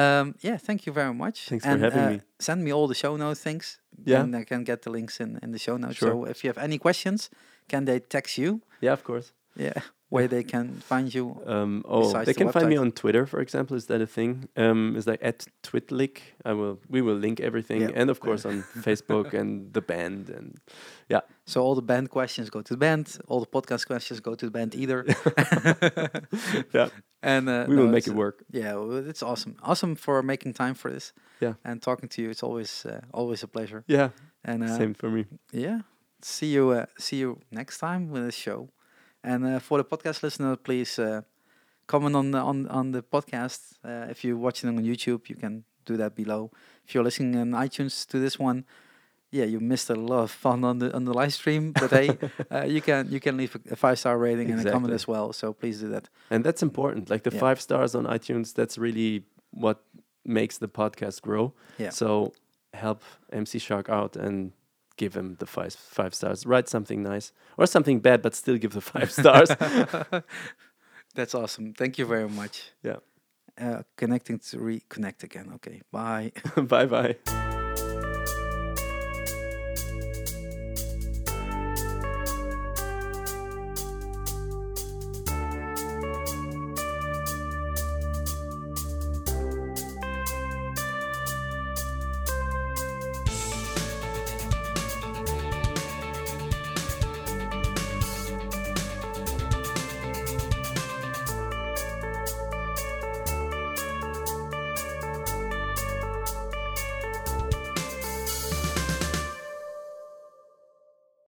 Speaker 1: Um, yeah, thank you very much.
Speaker 2: Thanks for
Speaker 1: and,
Speaker 2: having
Speaker 1: uh,
Speaker 2: me.
Speaker 1: Send me all the show notes things.
Speaker 2: Yeah.
Speaker 1: and I can get the links in in the show notes.
Speaker 2: Sure.
Speaker 1: So if you have any questions, can they text you?
Speaker 2: yeah, of course
Speaker 1: Yeah, where they can find you.
Speaker 2: um oh
Speaker 1: Besides
Speaker 2: they
Speaker 1: the
Speaker 2: can find me
Speaker 1: website.
Speaker 2: on twitter for example is that a thing um is like at twitlick i will we will link everything
Speaker 1: Yeah.
Speaker 2: and of course on facebook and the band and yeah
Speaker 1: So all the band questions go to the band. All the podcast questions go to the band either.
Speaker 2: yeah
Speaker 1: and uh,
Speaker 2: we will
Speaker 1: no,
Speaker 2: make it
Speaker 1: it's-
Speaker 2: work
Speaker 1: Yeah, well, it's awesome. Awesome for making time for this.
Speaker 2: Yeah.
Speaker 1: and talking to you. It's always uh, always a pleasure.
Speaker 2: yeah
Speaker 1: And uh,
Speaker 2: same for me
Speaker 1: yeah see you uh, see you next time with the show and uh, for the podcast listener please uh, comment on the on, on the podcast uh, if you're watching it on youtube you can do that below if you're listening on itunes to this one yeah you missed a lot of fun on the on the live stream but hey uh, you can you can leave a five star rating and a comment
Speaker 2: Exactly.
Speaker 1: as well so please do that
Speaker 2: And that's important. Like the
Speaker 1: Yeah.
Speaker 2: five stars on iTunes, that's really what makes the podcast grow.
Speaker 1: Yeah.
Speaker 2: So help MC Shark out and give him the five five stars. Write something nice or something bad, but still give the five stars.
Speaker 1: that's awesome thank you very much
Speaker 2: Yeah.
Speaker 1: uh, connecting to reconnect again okay bye
Speaker 2: bye bye.